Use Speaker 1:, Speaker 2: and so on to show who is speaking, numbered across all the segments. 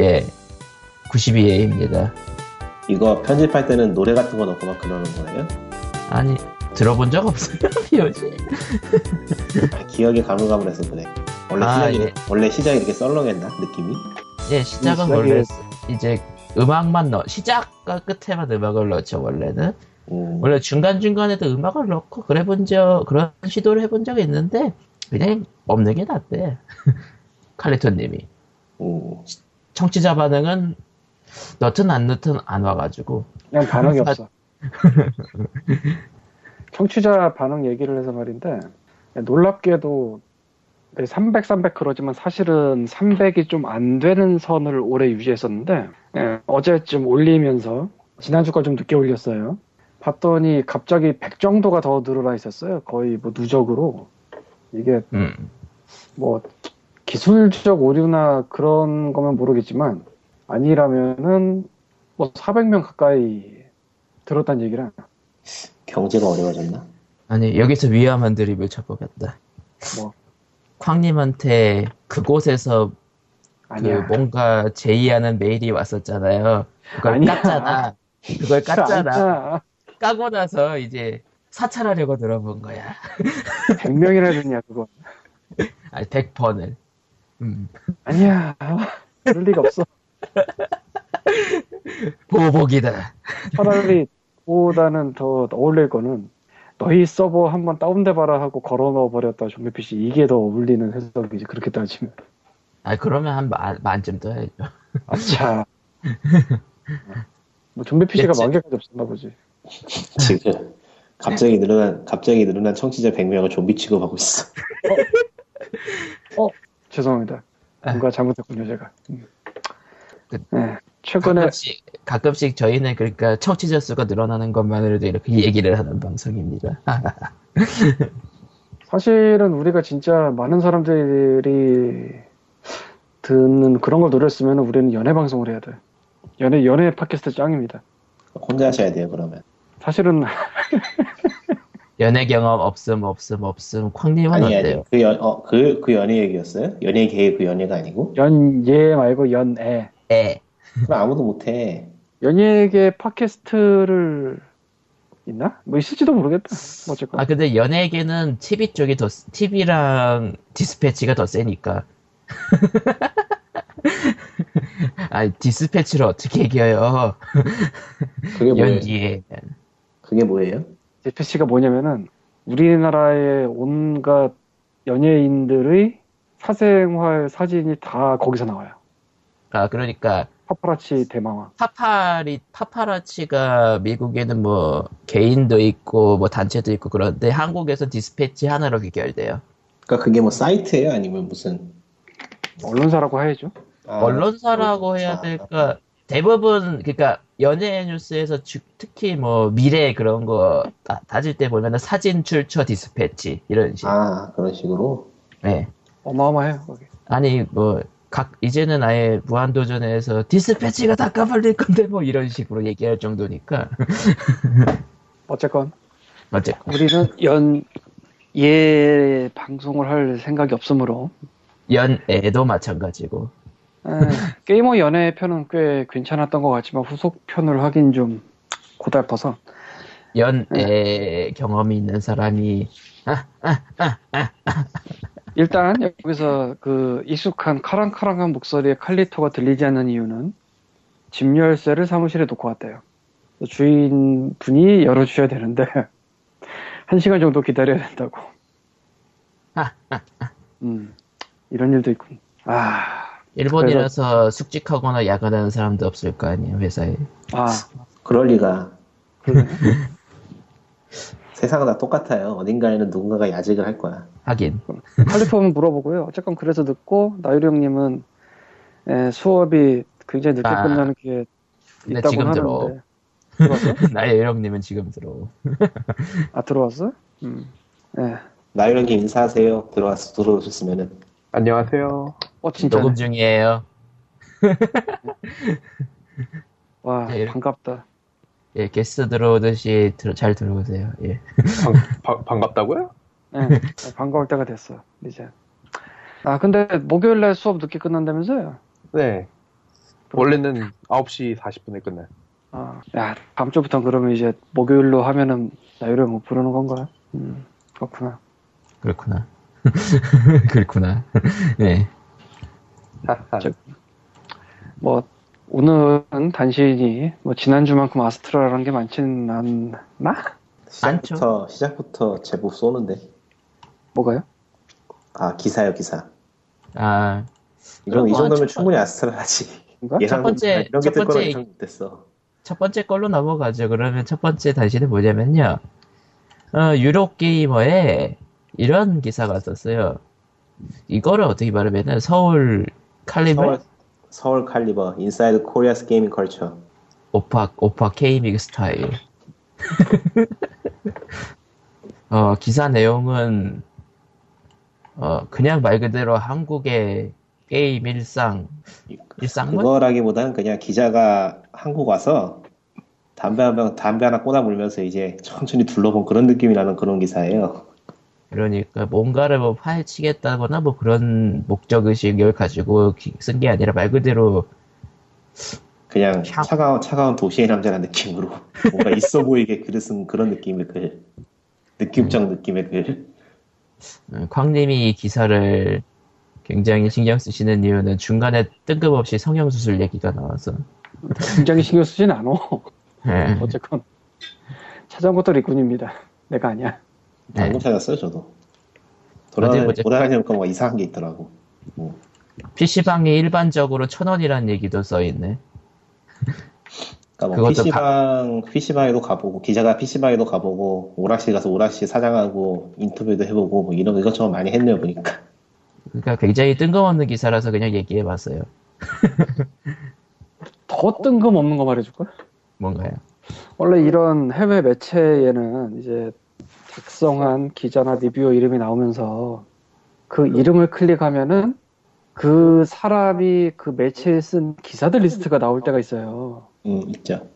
Speaker 1: 예. 92회입니다.
Speaker 2: 이거 편집할 때는 노래 같은 거 넣고 막 그러는 거예요?
Speaker 1: 아니, 들어본 적 없어요, 비오지?
Speaker 2: 아, 기억이 가물가물해서 그래. 원래
Speaker 1: 아,
Speaker 2: 시작이
Speaker 1: 예.
Speaker 2: 원래 시작이 이렇게 썰렁했나 느낌이?
Speaker 1: 예, 시작은
Speaker 3: 시작이-
Speaker 1: 원래 이제 음악만 넣, 시작과 끝에만 음악을 넣죠, 원래는.
Speaker 2: 음,
Speaker 1: 원래 중간중간에도 음악을 넣고 그래 본 적, 그런 시도를 해본 적이 있는데, 그냥 없는 게 낫대. 칼리토 님이.
Speaker 2: 음.
Speaker 1: 청취자 반응은 넣든 안 넣든 안 와가지고.
Speaker 3: 그냥 반응이
Speaker 1: 아.
Speaker 3: 없어. 청취자 반응 얘기를 해서 말인데 놀랍게도 300, 300 그러지만 사실은 300이 좀 안 되는 선을 오래 유지했었는데 예, 어제쯤 올리면서 지난주 걸 좀 늦게 올렸어요. 봤더니 갑자기 100 정도가 더 늘어나 있었어요. 거의 뭐 누적으로 이게
Speaker 1: 음.
Speaker 3: 뭐 기- 기술적 오류나 그런 거면 모르겠지만 아니라면은 뭐 400명 가까이 들었단 얘기라
Speaker 2: 경제가 어려워졌나?
Speaker 1: 아니, 여기서 위험한 드립을 쳐보겠다.
Speaker 3: 뭐
Speaker 1: 쾅님한테 그곳에서 그
Speaker 3: 아니야
Speaker 1: 뭔가 제의하는 메일이 왔었잖아요. 그걸
Speaker 3: 아니야.
Speaker 1: 깠잖아. 그걸 깠잖아.
Speaker 3: 아니야.
Speaker 1: 까고 나서 이제 사찰하려고 들어본 거야.
Speaker 3: 100명이나 되냐 그거
Speaker 1: 아니, 100번을. 음.
Speaker 3: 아니야 그럴 리가 없어
Speaker 1: 보복이다.
Speaker 3: 차라리 그보다는 더 어울릴 거는 너희 서버 한번 다운돼 봐라 하고 걸어 넣어 버렸다 좀비 PC 이게 더 어울리는 해석이지 그렇게 따지면
Speaker 1: 아, 그러면 한 만, 만쯤 더 해야죠.
Speaker 3: 아차 어. 뭐 좀비 PC가
Speaker 1: 됐지.
Speaker 3: 만 개까지 없었나 보지
Speaker 2: 지금 갑자기 늘어난 갑자기 늘어난 청취자 100명을 좀비 취급하고 있어.
Speaker 3: 죄송합니다. 뭔가 잘못했군요, 제가. 음.
Speaker 1: 그-
Speaker 3: 네, 최근에
Speaker 1: 가끔씩, 가끔씩 저희는 그러니까 청취자 수가 늘어나는 것만으로도 이렇게 얘기를 하는 방송입니다.
Speaker 3: 사실은 우리가 진짜 많은 사람들이 듣는 그런 걸 노렸으면 우리는 연애 방송을 해야 돼. 연애 연애 팟캐스트 짱입니다.
Speaker 2: 혼자 하셔야 돼요 그러면.
Speaker 3: 사실은
Speaker 1: 연애 경험 없음 없음 없음 콩님은
Speaker 2: 아니
Speaker 1: 어때요?
Speaker 2: 아니 그연어그그 연애 얘기였어요? 연애 계의 그 연애가 아니고?
Speaker 3: 연예 말고 연애.
Speaker 1: 예.
Speaker 2: 그럼 아무도 못해.
Speaker 3: 연예계 팟캐스트를 있나? 뭐 있을지도 모르겠다. 어쨌건
Speaker 1: 아 근데 연예계는 TV 쪽이 더 TV랑 디스패치가 더 세니까. 아니 디스패치를 어떻게 이겨요?
Speaker 2: 그게 뭐예요?
Speaker 1: 연기에.
Speaker 2: 그게 뭐예요?
Speaker 3: 대표씨가 뭐냐면은 우리나라의 온갖 연예인들의 사생활 사진이 다 거기서 나와요.
Speaker 1: 아 그러니까
Speaker 3: 파파라치 대망화.
Speaker 1: 파파리 파파라치가 미국에는 뭐 개인도 있고 뭐 단체도 있고 그런데 한국에서 디스패치 하나로 귀결돼요.
Speaker 2: 그러니까 그게 뭐 사이트예요 아니면 무슨
Speaker 3: 언론사라고 해야죠.
Speaker 2: 아,
Speaker 1: 언론사라고 해야
Speaker 2: 아,
Speaker 1: 될까? 대부분 그러니까 연예 뉴스에서 주- 특히 뭐 미래 그런 거 다- 다질 때 보면은 사진 출처 디스패치 이런 식.
Speaker 2: 아 그런 식으로
Speaker 1: 네.
Speaker 3: 어마어마해요. 거기.
Speaker 1: 아니 뭐 각 이제는 아예 무한도전에서 디스패치가 다 까발릴 건데 뭐 이런 식으로 얘기할 정도니까
Speaker 3: 어쨌건
Speaker 1: 어쨌건
Speaker 3: 우리는 연예 방송을 할 생각이 없으므로
Speaker 1: 연애도 마찬가지고
Speaker 3: 에, 게이머 연애 편은 꽤 괜찮았던 것 같지만 후속 편을 하긴 좀 고달퍼서
Speaker 2: 네.
Speaker 1: 연애 경험이 있는 사람이
Speaker 3: 일단 여기서 그 익숙한 카랑카랑한 목소리의 칼리토가 들리지 않는 이유는 집 열쇠를 사무실에 놓고 왔대요. 주인 분이 열어주셔야 되는데 한 시간 정도 기다려야 된다고.
Speaker 1: 아.
Speaker 3: 음, 이런 일도 있군. 아,
Speaker 2: 그렇죠.
Speaker 1: 일본이라서 숙직하거나 야근하는 사람도 없을 거 아니에요 회사에
Speaker 3: 아,
Speaker 2: 그럴 리가
Speaker 3: 그러네.
Speaker 2: 세상은 다 똑같아요 어딘가에는 누군가가 야직을 할 거야
Speaker 1: 하긴
Speaker 3: 칼리토는 물어보고요. 어쨌건 그래서 늦고 나유리 형님은 에, 수업이 굉장히 늦게
Speaker 1: 아,
Speaker 3: 끝나는 게
Speaker 1: 네,
Speaker 3: 있다고
Speaker 1: 지금
Speaker 3: 하는데
Speaker 1: 들어.
Speaker 3: 들어왔어?
Speaker 2: 그렇죠.
Speaker 1: 나의 여령님은 지금 들어
Speaker 3: 아 들어왔어? 음, 예.
Speaker 2: 나유령님 인사하세요 들어와서 들어오셨으면은
Speaker 4: 안녕하세요.
Speaker 3: 어 진짜.
Speaker 1: 녹음 중이에요
Speaker 3: 와
Speaker 1: 네, 이렇게.
Speaker 3: 반갑다.
Speaker 1: 예 게스트 들어오듯이 들- 잘 들어오세요 예
Speaker 4: 반, 바- 반갑다고요?
Speaker 3: 예, 반가울 때가 됐어 이제. 아 근데 목요일 날 수업 늦게 끝난다면서요?
Speaker 4: 네. 원래는 9시 40분에 끝나요.
Speaker 3: 아, 야, 다음 주부터 그러면 이제 목요일로 하면은 자유를 못 부르는 건가요? 음, 그렇구나.
Speaker 1: 그렇구나. 그렇구나. 네.
Speaker 3: 저- 뭐 오늘은 단신이 뭐 지난주만큼 아스트라라는 게 많지는 않나?
Speaker 2: 시작부터 시작부터 제법 쏘는데.
Speaker 3: 뭐가요?
Speaker 2: 아 기사요 기사.
Speaker 1: 아,
Speaker 2: 이런 이
Speaker 1: 어,
Speaker 2: 정도면
Speaker 1: 첫 번-
Speaker 2: 충분히 아스트라지.
Speaker 3: 뭔가?
Speaker 2: 예.
Speaker 1: 첫 번째-
Speaker 2: 이런
Speaker 1: 첫
Speaker 2: 게뜰 거라
Speaker 1: 번째
Speaker 2: 예상 못했어.
Speaker 1: 첫 번째 걸로 넘어가죠. 그러면 첫 번째 단신은 뭐냐면요. 어, 유로 게이머에 이런 기사가 왔었어요. 이거를 어떻게 말하면은 서울 칼리버
Speaker 2: 서울 서울 칼리버 인사이드 코리아스 게이밍 컬처.
Speaker 1: 오파 오파 케이밍 스타일. 어, 기사 내용은 어, 그냥 말 그대로 한국의 게임 일상 일상문
Speaker 2: 그거라기보다는 그냥 기자가 한국 와서 담배 한 병, 담배 하나 꽂아 물면서 이제 천천히 둘러본 그런 느낌이 나는 그런 기사예요.
Speaker 1: 그러니까 뭔가를 뭐 파헤치겠다거나 뭐 그런 목적 의식을 가지고 쓴 게 아니라 말 그대로
Speaker 2: 그냥
Speaker 1: 샵.
Speaker 2: 차가운 차가운 도시의 남자라는 느낌으로 뭔가 있어 보이게 글을 쓴 그런 느낌의 글, 느낌적 느낌의 그 글.
Speaker 1: 음, 광님이 이 기사를 굉장히 신경 쓰시는 이유는 중간에 뜬금없이 성형 수술 얘기가 나와서
Speaker 3: 굉장히 신경 쓰진 않어.
Speaker 1: 예.
Speaker 2: 음.
Speaker 3: 어쨌건 찾아온 것도 리꾼입니다. 내가 아니야.
Speaker 1: 네.
Speaker 2: 방금 찾았어요 저도.
Speaker 1: 어디
Speaker 2: 돌아다니-
Speaker 1: 보자.
Speaker 2: 돌아다니니까 뭔가 이상한 게 있더라고.
Speaker 1: PC 방이 일반적으로 천 원이라는 얘기도 써 있네.
Speaker 2: 그러니까 뭐
Speaker 1: 그것도
Speaker 2: PC방, PC방에도 가보고 기자가 PC방에도 가보고 오락실 가서 오락실 사장하고 인터뷰도 해보고 뭐 이런 이것저것 많이 했네요 보니까.
Speaker 1: 그러니까 굉장히 뜬금없는 기사라서 그냥 얘기해봤어요.
Speaker 3: 더 뜬금없는 거 말해줄까?
Speaker 1: 뭔가요?
Speaker 3: 원래 이런 해외 매체에는 이제 작성한 기자나 리뷰어 이름이 나오면서 그 이름을 클릭하면은 그 사람이 그 매체에 쓴 기사들 리스트가 나올 때가 있어요.
Speaker 2: 음 있죠.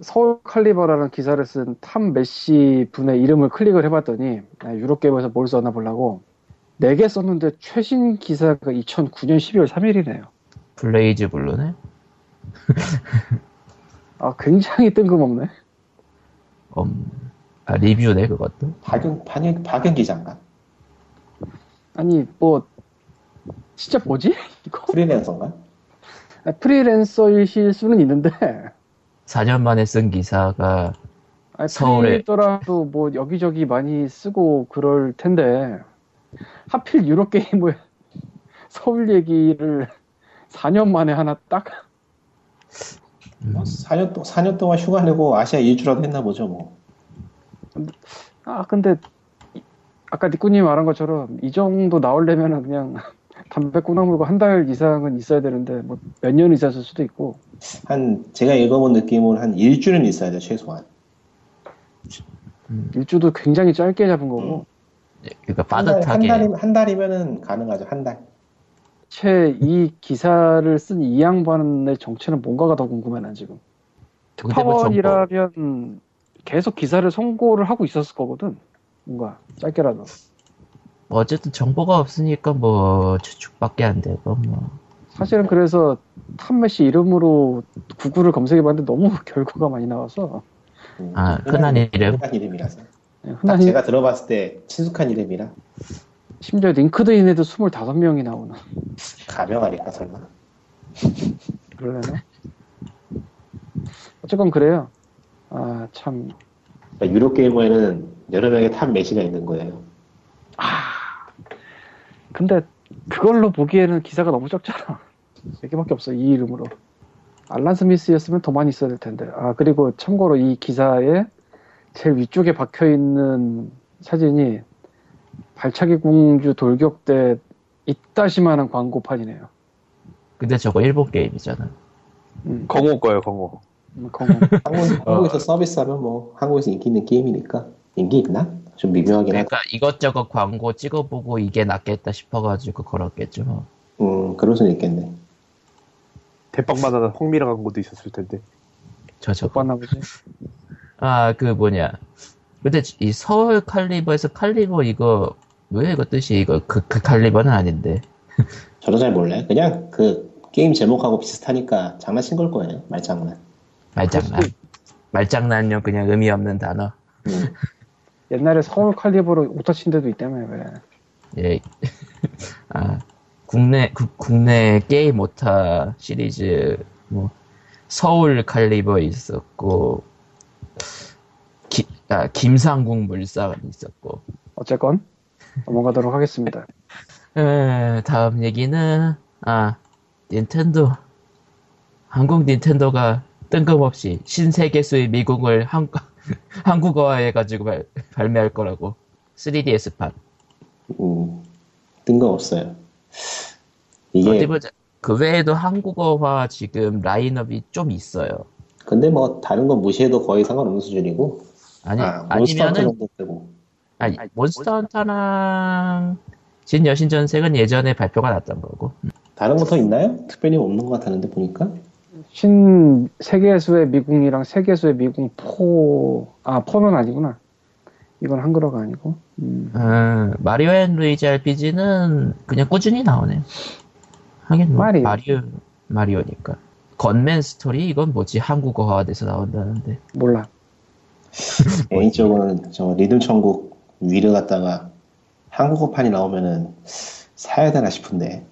Speaker 3: 서울 칼리버라는 기사를 쓴 탐 메시 분의 이름을 클릭을 해봤더니 아, 유럽게임에서 뭘 썼나 보려고 4개 썼는데 최신 기사가 2009년 12월 3일이네요.
Speaker 1: 블레이즈 블루네?
Speaker 3: 아 굉장히 뜬금없네.
Speaker 1: 음, 아, 리뷰네 그것도?
Speaker 2: 박윤 박윤 박윤 기자인가?
Speaker 3: 아니 뭐 진짜 뭐지? 이거
Speaker 2: 프리랜서인가?
Speaker 3: 아, 프리랜서이실 수는 있는데
Speaker 1: 4년 만에 쓴 기사가
Speaker 3: 아니,
Speaker 1: 서울에.
Speaker 3: 프리더라도 뭐 여기저기 많이 쓰고 그럴 텐데 하필 유럽게임을 서울 얘기를 4년 만에 하나 딱
Speaker 1: 음.
Speaker 2: 4년 뭐 동 4년 동안 휴가 내고 아시아 일주라도 했나 보죠 뭐.
Speaker 3: 아 근데 이- 아까 니꾸님 말한 것처럼 이 정도 나오려면은 그냥 담배 꼬나 물고 한 달 이상은 있어야 되는데 뭐 몇 년 있었을 수도 있고
Speaker 2: 한 제가 읽어본 느낌은 한 일주는 있어야 돼 최소한.
Speaker 3: 일주도 굉장히 짧게 잡은
Speaker 1: 음.
Speaker 3: 거고
Speaker 1: 그러니까
Speaker 2: 네, 한
Speaker 1: 빠듯하게
Speaker 2: 달이 한 달이면은 가능하죠 한 달.
Speaker 3: 채 이 기사를 쓴 이 양반의 정체는 뭔가가 더 궁금해 난 지금
Speaker 1: 근데 뭐 정보-
Speaker 3: 파월이라면 계속 기사를 송고를 하고 있었을 거거든 뭔가 짧게라도
Speaker 1: 뭐 어쨌든 정보가 없으니까 뭐 추측밖에 안 되고 뭐
Speaker 3: 사실은 그래서 탐메시 이름으로 구글을 검색해봤는데 너무 결과가 많이 나와서 예,
Speaker 2: 음,
Speaker 1: 아, 흔한 이름.
Speaker 2: 흔한 이름이라서. 딱
Speaker 3: 흔한
Speaker 2: 아, 제가 들어봤을 때 친숙한 이름이라
Speaker 3: 심지어 링크드인에도 25명이 나오나
Speaker 2: 가명 아닐까 설마.
Speaker 3: 그러려나? 어쨌건 그래요. 아, 참.
Speaker 2: 그러니까 유료 게이머에는 여러 명의 탑 매시가 있는 거예요.
Speaker 3: 근데 그걸로 보기에는 기사가 너무 적잖아. 4개밖에 없어, 이 이름으로. 알란 스미스였으면 더 많이 있어야 될 텐데. 아, 그리고 참고로 이 기사에 제일 위쪽에 박혀있는 사진이 발차기 공주 돌격 때 있다시만한 광고판이네요.
Speaker 1: 근데 저거 일본 게임이잖아
Speaker 3: 음,
Speaker 4: 건호 거예요, 건호.
Speaker 3: 음, 광고.
Speaker 1: 어.
Speaker 2: 한국, 한국에서 서비스하면 뭐 한국에서 인기 있는 게임이니까 인기 있나? 좀 미묘하긴 하다.
Speaker 1: 그러니까 이것저것 광고 찍어보고 이게 낫겠다 싶어가지고 걸었겠죠 뭐.
Speaker 2: 음, 그럴 수는 있겠네.
Speaker 4: 대빵마다 황미라 광고도 있었을 텐데.
Speaker 1: 저
Speaker 3: 못
Speaker 1: 저거
Speaker 3: 봤나 보지.
Speaker 1: 아 그 뭐냐 근데 이 서울 칼리버에서 칼리버 이거 뭐야 이거 뜻이 이거 그, 그 칼리버는 아닌데
Speaker 2: 저도 잘 몰라요. 그냥 그 게임 제목하고 비슷하니까 장난친 걸 거예요. 말장난.
Speaker 1: 말장난. 아, 말장난요, 그냥 의미 없는 단어.
Speaker 2: 음.
Speaker 3: 옛날에 서울 칼리버로 오타친 데도 있다며 그래.
Speaker 1: 예. 아, 국내, 국, 국내 게임 오타 시리즈, 뭐, 서울 칼리버 있었고, 기, 아, 김상국 물산 있었고.
Speaker 3: 어쨌건 넘어가도록 하겠습니다.
Speaker 1: 에, 예, 다음 얘기는, 아, 닌텐도. 한국 닌텐도가 뜬금없이 신세계수의 미국을 한, 한국어화해가지고 발, 발매할 거라고. 3DS판.
Speaker 2: 음. 뜬금없어요. 이게
Speaker 1: 어디 보자. 그 외에도 한국어화 지금 라인업이 좀 있어요.
Speaker 2: 근데 뭐 다른 건 무시해도 거의 상관없는 수준이고
Speaker 1: 아니,
Speaker 2: 아,
Speaker 1: 아, 니
Speaker 2: 몬스터
Speaker 1: 면
Speaker 2: 터
Speaker 1: 은
Speaker 2: 정도 되고
Speaker 1: 아니, 몬스터 헌터랑 진 여신 전색은 예전에 발표가 났던 거고.
Speaker 2: 다른 거 더 있나요? 특별히 없는 것 같았는데 보니까
Speaker 1: 네.
Speaker 3: 신 세계수의 미궁이랑 세계수의 미궁 포, 아, 포는 아니구나. 이건 한글화가 아니고. 음.
Speaker 1: 음, 마리오 앤 루이지 RPG는 그냥 꾸준히 나오네요. 하긴 뭐
Speaker 3: 마리오.
Speaker 1: 마리오 마리오니까. 건맨 스토리 이건 뭐지 한국어화 돼서 나온다는데.
Speaker 3: 몰라.
Speaker 2: 개인적으로는 뭐 저 리듬 천국 위를 갖다가 한국어판이 나오면은 사야 되나 싶은데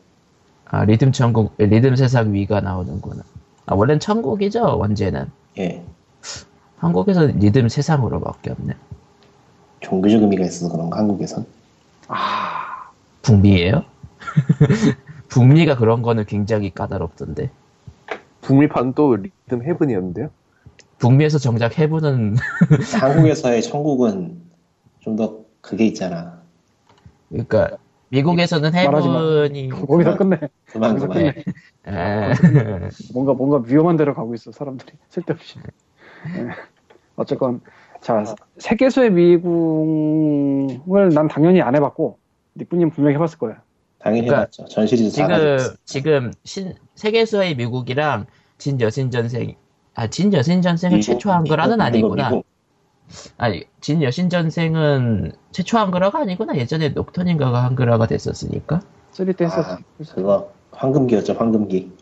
Speaker 1: 아 리듬 천국 리듬 세상 위가 나오는구나. 아 원래는 천국이죠 원제는.
Speaker 2: 예
Speaker 1: 한국에서 리듬 세상으로 바뀌었네.
Speaker 2: 종교적 의미가 있어서 그런가 한국에선
Speaker 3: 아,
Speaker 1: 북미예요? 북미가 그런 거는 굉장히 까다롭던데.
Speaker 4: 북미판 또 리듬 헤븐이었는데요.
Speaker 1: 북미에서 정작 해보는
Speaker 2: 한국에서의 천국은 좀 더 그게 있잖아
Speaker 1: 그러니까 미국에서는
Speaker 3: 말하지 마.
Speaker 1: 해븐이
Speaker 3: 거기서 끝내.
Speaker 2: 그만
Speaker 3: 거기서
Speaker 2: 그만
Speaker 3: 끝내.
Speaker 1: 에,
Speaker 3: 뭔가, 뭔가 위험한 데로 가고 있어, 사람들이. 쓸데없이. 예. 어쨌건, 자, 세계수의 미궁을 난 당연히 안 해봤고, 니꾸님 분명히 해봤을 거예요.
Speaker 2: 당연히
Speaker 1: 그러니까
Speaker 2: 해봤죠 전 시리즈 다
Speaker 1: 지금
Speaker 2: 가졌어
Speaker 1: 지금 신 세계수의 미국이랑 진 여신 전생 아진 여신 전생을 최초한 거라는 아니구나. 아니 진 여신 전생은 최초한 거라가 아니구나. 예전에 녹턴인가가 한글화가 됐었으니까.
Speaker 3: 3D 때 했었어.
Speaker 2: 그거 황금기였죠 황금기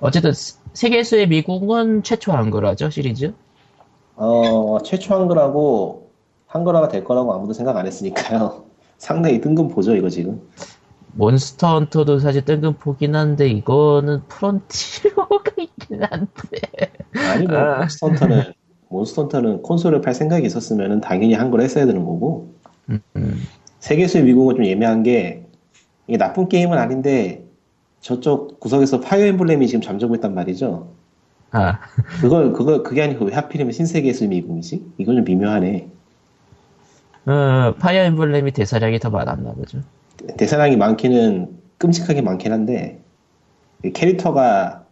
Speaker 1: 어쨌든 스- 세계수의 미국은 최초한 거라죠 시리즈.
Speaker 2: 어, 최초 한글하고 한글화가 될 거라고 아무도 생각 안 했으니까요. 상당히 뜬금 보죠, 이거 지금.
Speaker 1: 몬스터 헌터도 사실 뜬금포긴 한데 이거는 프론티어가 있긴 한데
Speaker 2: 아니, 뭐,
Speaker 1: 아.
Speaker 2: 몬스터는, 몬스터는 콘솔을 팔 생각이 있었으면 당연히 한글 했어야 되는 거고,
Speaker 1: 음, 음.
Speaker 2: 세계수의 미국은 좀 예매한 게, 이게 나쁜 게임은 아닌데, 저쪽 구석에서 파이어 엠블렘이 지금 잠자고 있단 말이죠.
Speaker 1: 아
Speaker 2: 그걸, 그걸, 그게 아니고 왜 하필이면 신세계수의 미국이지? 이건 좀 미묘하네.
Speaker 1: 어, 파이어 엠블렘이 대사량이 더 많았나 보죠
Speaker 2: 대사량이 많기는 끔찍하게 많긴 한데 이 캐릭터가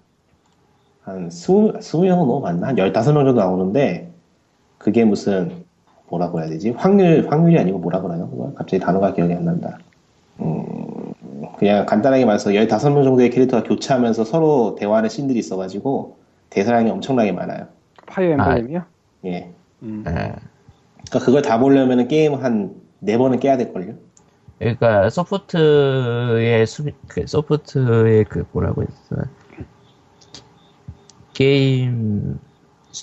Speaker 2: 한 20, 20명은 너무 많나? 한 15명 정도 나오는데 그게 무슨 뭐라고 해야 되지? 확률, 확률이 아니고 뭐라 그러나? 그걸 갑자기 단어가 기억이 안 난다. 음, 그냥 간단하게 말해서 15명 정도의 캐릭터가 교체하면서 서로 대화하는 씬들이 있어가지고 대사량이 엄청나게 많아요.
Speaker 3: 파이어 엠블렘이야?
Speaker 2: 예.
Speaker 3: 음.
Speaker 1: 예.
Speaker 2: 그러니까 그걸 다 보려면 게임 한 4번은 깨야 될걸요?
Speaker 1: 그러니까 소프트의 수, 그 소프트의 그 뭐라고 했어 게임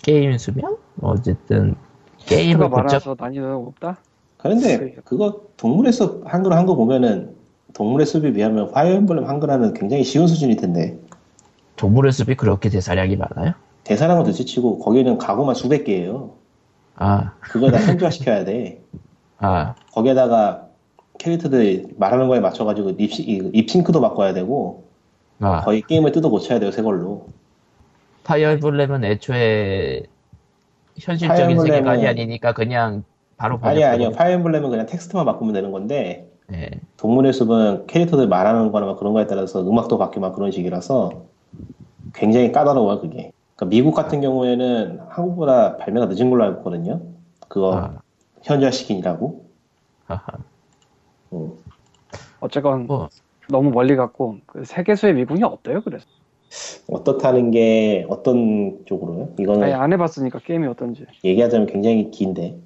Speaker 1: 게임 수명 어쨌든
Speaker 3: 수가
Speaker 1: 게임을 복잡
Speaker 3: 많아서 난이도가 없다?
Speaker 2: 그런데 그거 동물에서 한글 한거 보면은 동물의 숲에 비하면 파이어 엠블렘 한글화는 굉장히 쉬운 수준일 텐데
Speaker 1: 동물의 숲이 그렇게 대사량이 많아요?
Speaker 2: 대사랑은 둘째치고 거기는 가구만 수백 개예요.
Speaker 1: 아
Speaker 2: 그걸 다 현지화 시켜야 돼.
Speaker 1: 아,
Speaker 2: 거기에다가 캐릭터들 말하는 거에 맞춰가지고 입시, 이- 입싱크도 바꿔야 되고
Speaker 1: 아.
Speaker 2: 거의 게임을 뜯어 고쳐야 돼요 새 걸로.
Speaker 1: 파이어 엠블렘은 애초에 현실적인
Speaker 2: 파이어 엠블렘은-
Speaker 1: 세계관이 아니니까 그냥 바로
Speaker 2: 아니
Speaker 1: 번역하고-
Speaker 2: 아니요 파이어 엠블렘은 그냥 텍스트만 바꾸면 되는 건데
Speaker 1: 예.
Speaker 2: 동물의 숲은 캐릭터들 말하는 거나 막 그런 거에 따라서 음악도 바뀌고 막 그런 식이라서 굉장히 까다로워요, 그게. 그러니까 미국 같은 경우에는 한국보다 발매가 늦은 걸로 알고 있거든요. 그거
Speaker 1: 아,
Speaker 2: 현지화시킨이라고.
Speaker 1: 하하.
Speaker 2: 어.
Speaker 3: 어쨌건
Speaker 1: 뭐,
Speaker 3: 너무 멀리 갔고 그 세계수의 미궁이 없대요 그래서
Speaker 2: 어떻다는 게 어떤 쪽으로요? 이거는
Speaker 3: 아예 안 해봤으니까 게임이 어떤지
Speaker 2: 얘기하자면 굉장히 긴데.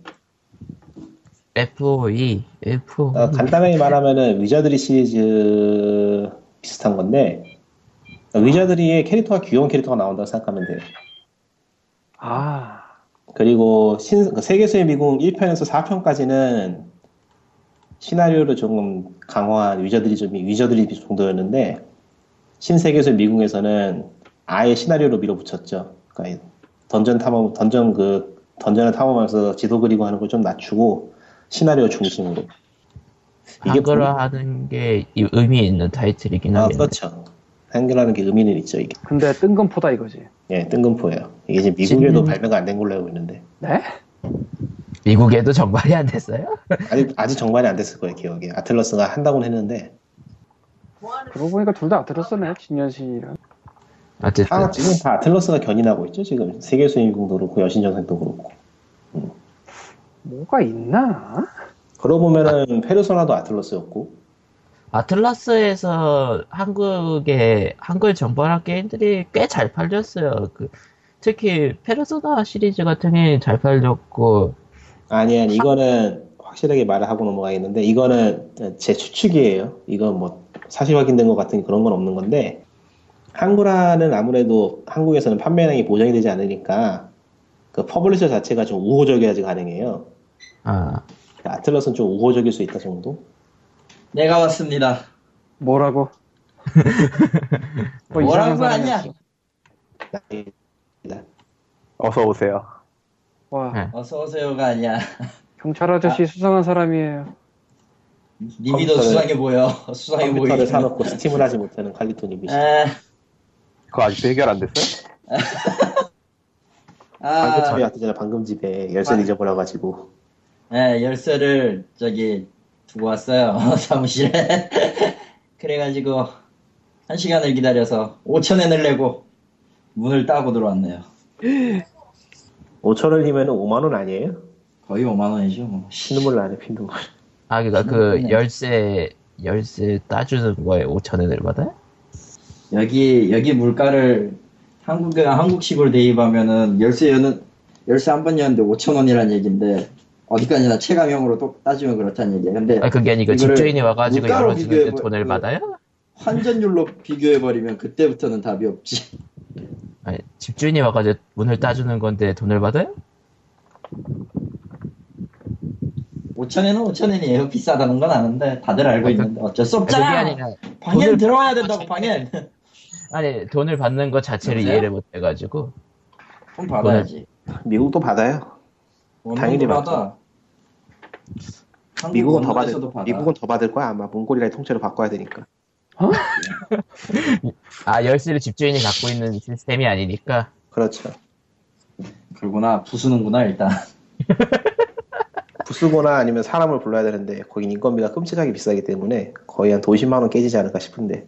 Speaker 1: FOE, FOE.
Speaker 2: 아, 어, 간단하게 말하면은 위자드리 시리즈 비슷한 건데 그러니까 의자들이 캐릭터가 귀여운 캐릭터가 나온다고 생각하면 돼요.
Speaker 3: 아,
Speaker 2: 그리고 신, 그 세계수의 미궁 1편에서 4편까지는 시나리오를 조금 강화한 위저들이 좀, 위저들이 정도였는데, 신세계수의 미궁에서는 아예 시나리오로 밀어붙였죠. 그러니까 던전 탐험, 던전 그, 던전을 탐험하면서 지도 그리고 하는 걸 좀 낮추고, 시나리오 중심으로. 뭐,
Speaker 1: 한글화 하는 게 이- 의미 있는 타이틀이긴
Speaker 2: 아,
Speaker 1: 하겠네.
Speaker 2: 그렇죠. 한글화는 게 의미는 있죠, 이게.
Speaker 3: 근데 뜬금포다 이거지.
Speaker 2: 예, 뜬금포예요. 이게 지금 미국에도
Speaker 1: 진-
Speaker 2: 발매가 안 된 걸로 알고 있는데.
Speaker 3: 네?
Speaker 1: 미국에도 정발이 안 됐어요?
Speaker 2: 아직, 아직 정발이 안 됐을 거예요, 기억에. 아틀러스가 한다고는 했는데.
Speaker 3: 그러고 보니까 둘 다 들었었네, 진년신이랑.
Speaker 1: 어쨌든
Speaker 2: 아, 지금 다 아틀러스가 견인하고 있죠, 지금. 세계수인공도 그렇고, 여신전생도 그렇고.
Speaker 3: 뭐가 있나?
Speaker 2: 그러고 보면은, 페르소나도 아틀러스였고,
Speaker 1: 아틀라스에서 한국의 한글 정발한 게임들이 꽤 잘 팔렸어요. 그, 특히 페르소나 시리즈 같은 게 잘 팔렸고
Speaker 2: 아니, 아니, 이거는 확실하게 말을 하고 넘어가겠는데, 이거는 제 추측이에요. 이건 뭐, 사실 확인된 것 같은 그런 건 없는 건데, 한글화는 아무래도 한국에서는 판매량이 보장이 되지 않으니까, 그 퍼블리셔 자체가 좀 우호적이어야지 가능해요.
Speaker 1: 아,
Speaker 2: 아틀러스는 좀 우호적일 수 있다 정도?
Speaker 5: 내가 왔습니다.
Speaker 3: 뭐라고? 뭐 이상한
Speaker 5: 뭐라는 거
Speaker 3: 사람이
Speaker 5: 아니야?
Speaker 3: 없어.
Speaker 2: 네.
Speaker 4: 어서 오세요.
Speaker 3: 와,
Speaker 1: 네.
Speaker 5: 어서 오세요가 그 아니야.
Speaker 3: 경찰 아저씨 수상한 사람이에요.
Speaker 5: 님이 더
Speaker 2: 컴퓨터를-
Speaker 5: 수상해 보여. 수상해 보이네.
Speaker 2: 컴퓨터를 사놓고 스팀을 하지 못하는 칼리토님이시
Speaker 5: 아,
Speaker 4: 그거 아직도 해결 안 됐어요?
Speaker 2: 방금
Speaker 5: 아,
Speaker 2: 집에 왔잖아 방금 집에 열쇠
Speaker 5: 아.
Speaker 2: 잊어버려가지고
Speaker 5: 네, 열쇠를 저기 두고 왔어요. 사무실에. 그래가지고 한 시간을 기다려서 5천엔을 내고 문을 따고 들어왔네요.
Speaker 2: 5천원이면 5만원 아니에요?
Speaker 5: 거의 5만 원이죠. 뭐.
Speaker 2: 피눈물 나네 피눈물
Speaker 1: 아 그러니까 그
Speaker 5: 음, 신기하네.
Speaker 1: 열쇠 열쇠 따주는 거에 5천 원을 받아요?
Speaker 5: 여기 여기 물가를 한국에 한국식으로 대입하면은 열쇠 여는 열쇠 한 번 여는데 5천 원이란 얘기인데 어디까지나 체감형으로 또 따지면 그렇다는 얘기야. 근데
Speaker 1: 아 그게 아니고
Speaker 5: 이거를
Speaker 1: 집주인이 와가지고
Speaker 5: 물가로
Speaker 1: 열어주는데
Speaker 5: 비교해보-
Speaker 1: 돈을
Speaker 5: 그-
Speaker 1: 받아요?
Speaker 5: 환전율로 비교해 버리면 그때부터는 답이 없지.
Speaker 1: 아니, 집주인이 와가지고 문을 따주는 건데 돈을 받아요?
Speaker 5: 5천엔은 5천엔이에요. 비싸다는 건 아는데 다들
Speaker 2: 그
Speaker 5: 알고 있는데 어쩔 수
Speaker 1: 아니, 그게
Speaker 5: 없잖아.
Speaker 1: 아니라
Speaker 5: 방엔
Speaker 1: 돈을
Speaker 5: 들어와야
Speaker 2: 아,
Speaker 5: 된다고 방엔.
Speaker 1: 아니 돈을 받는 것 자체를
Speaker 5: 여보세요?
Speaker 1: 이해를 못해가지고
Speaker 5: 돈 받아야지.
Speaker 2: 미국도 받아요
Speaker 5: 원룸도
Speaker 2: 당연히
Speaker 5: 받아. 한국
Speaker 2: 미국은 더 받을
Speaker 5: 원룸에서도 받아.
Speaker 2: 미국은 더 받을 거야 아마 몽골이랑 통째로 바꿔야 되니까
Speaker 1: 아 열쇠를 집주인이 갖고 있는 시스템이 아니니까
Speaker 2: 그렇죠
Speaker 5: 그러구나 부수는구나 일단.
Speaker 2: 부수거나 아니면 사람을 불러야 되는데 거긴 인건비가 끔찍하게 비싸기 때문에 거의 한 도시만원 깨지지 않을까 싶은데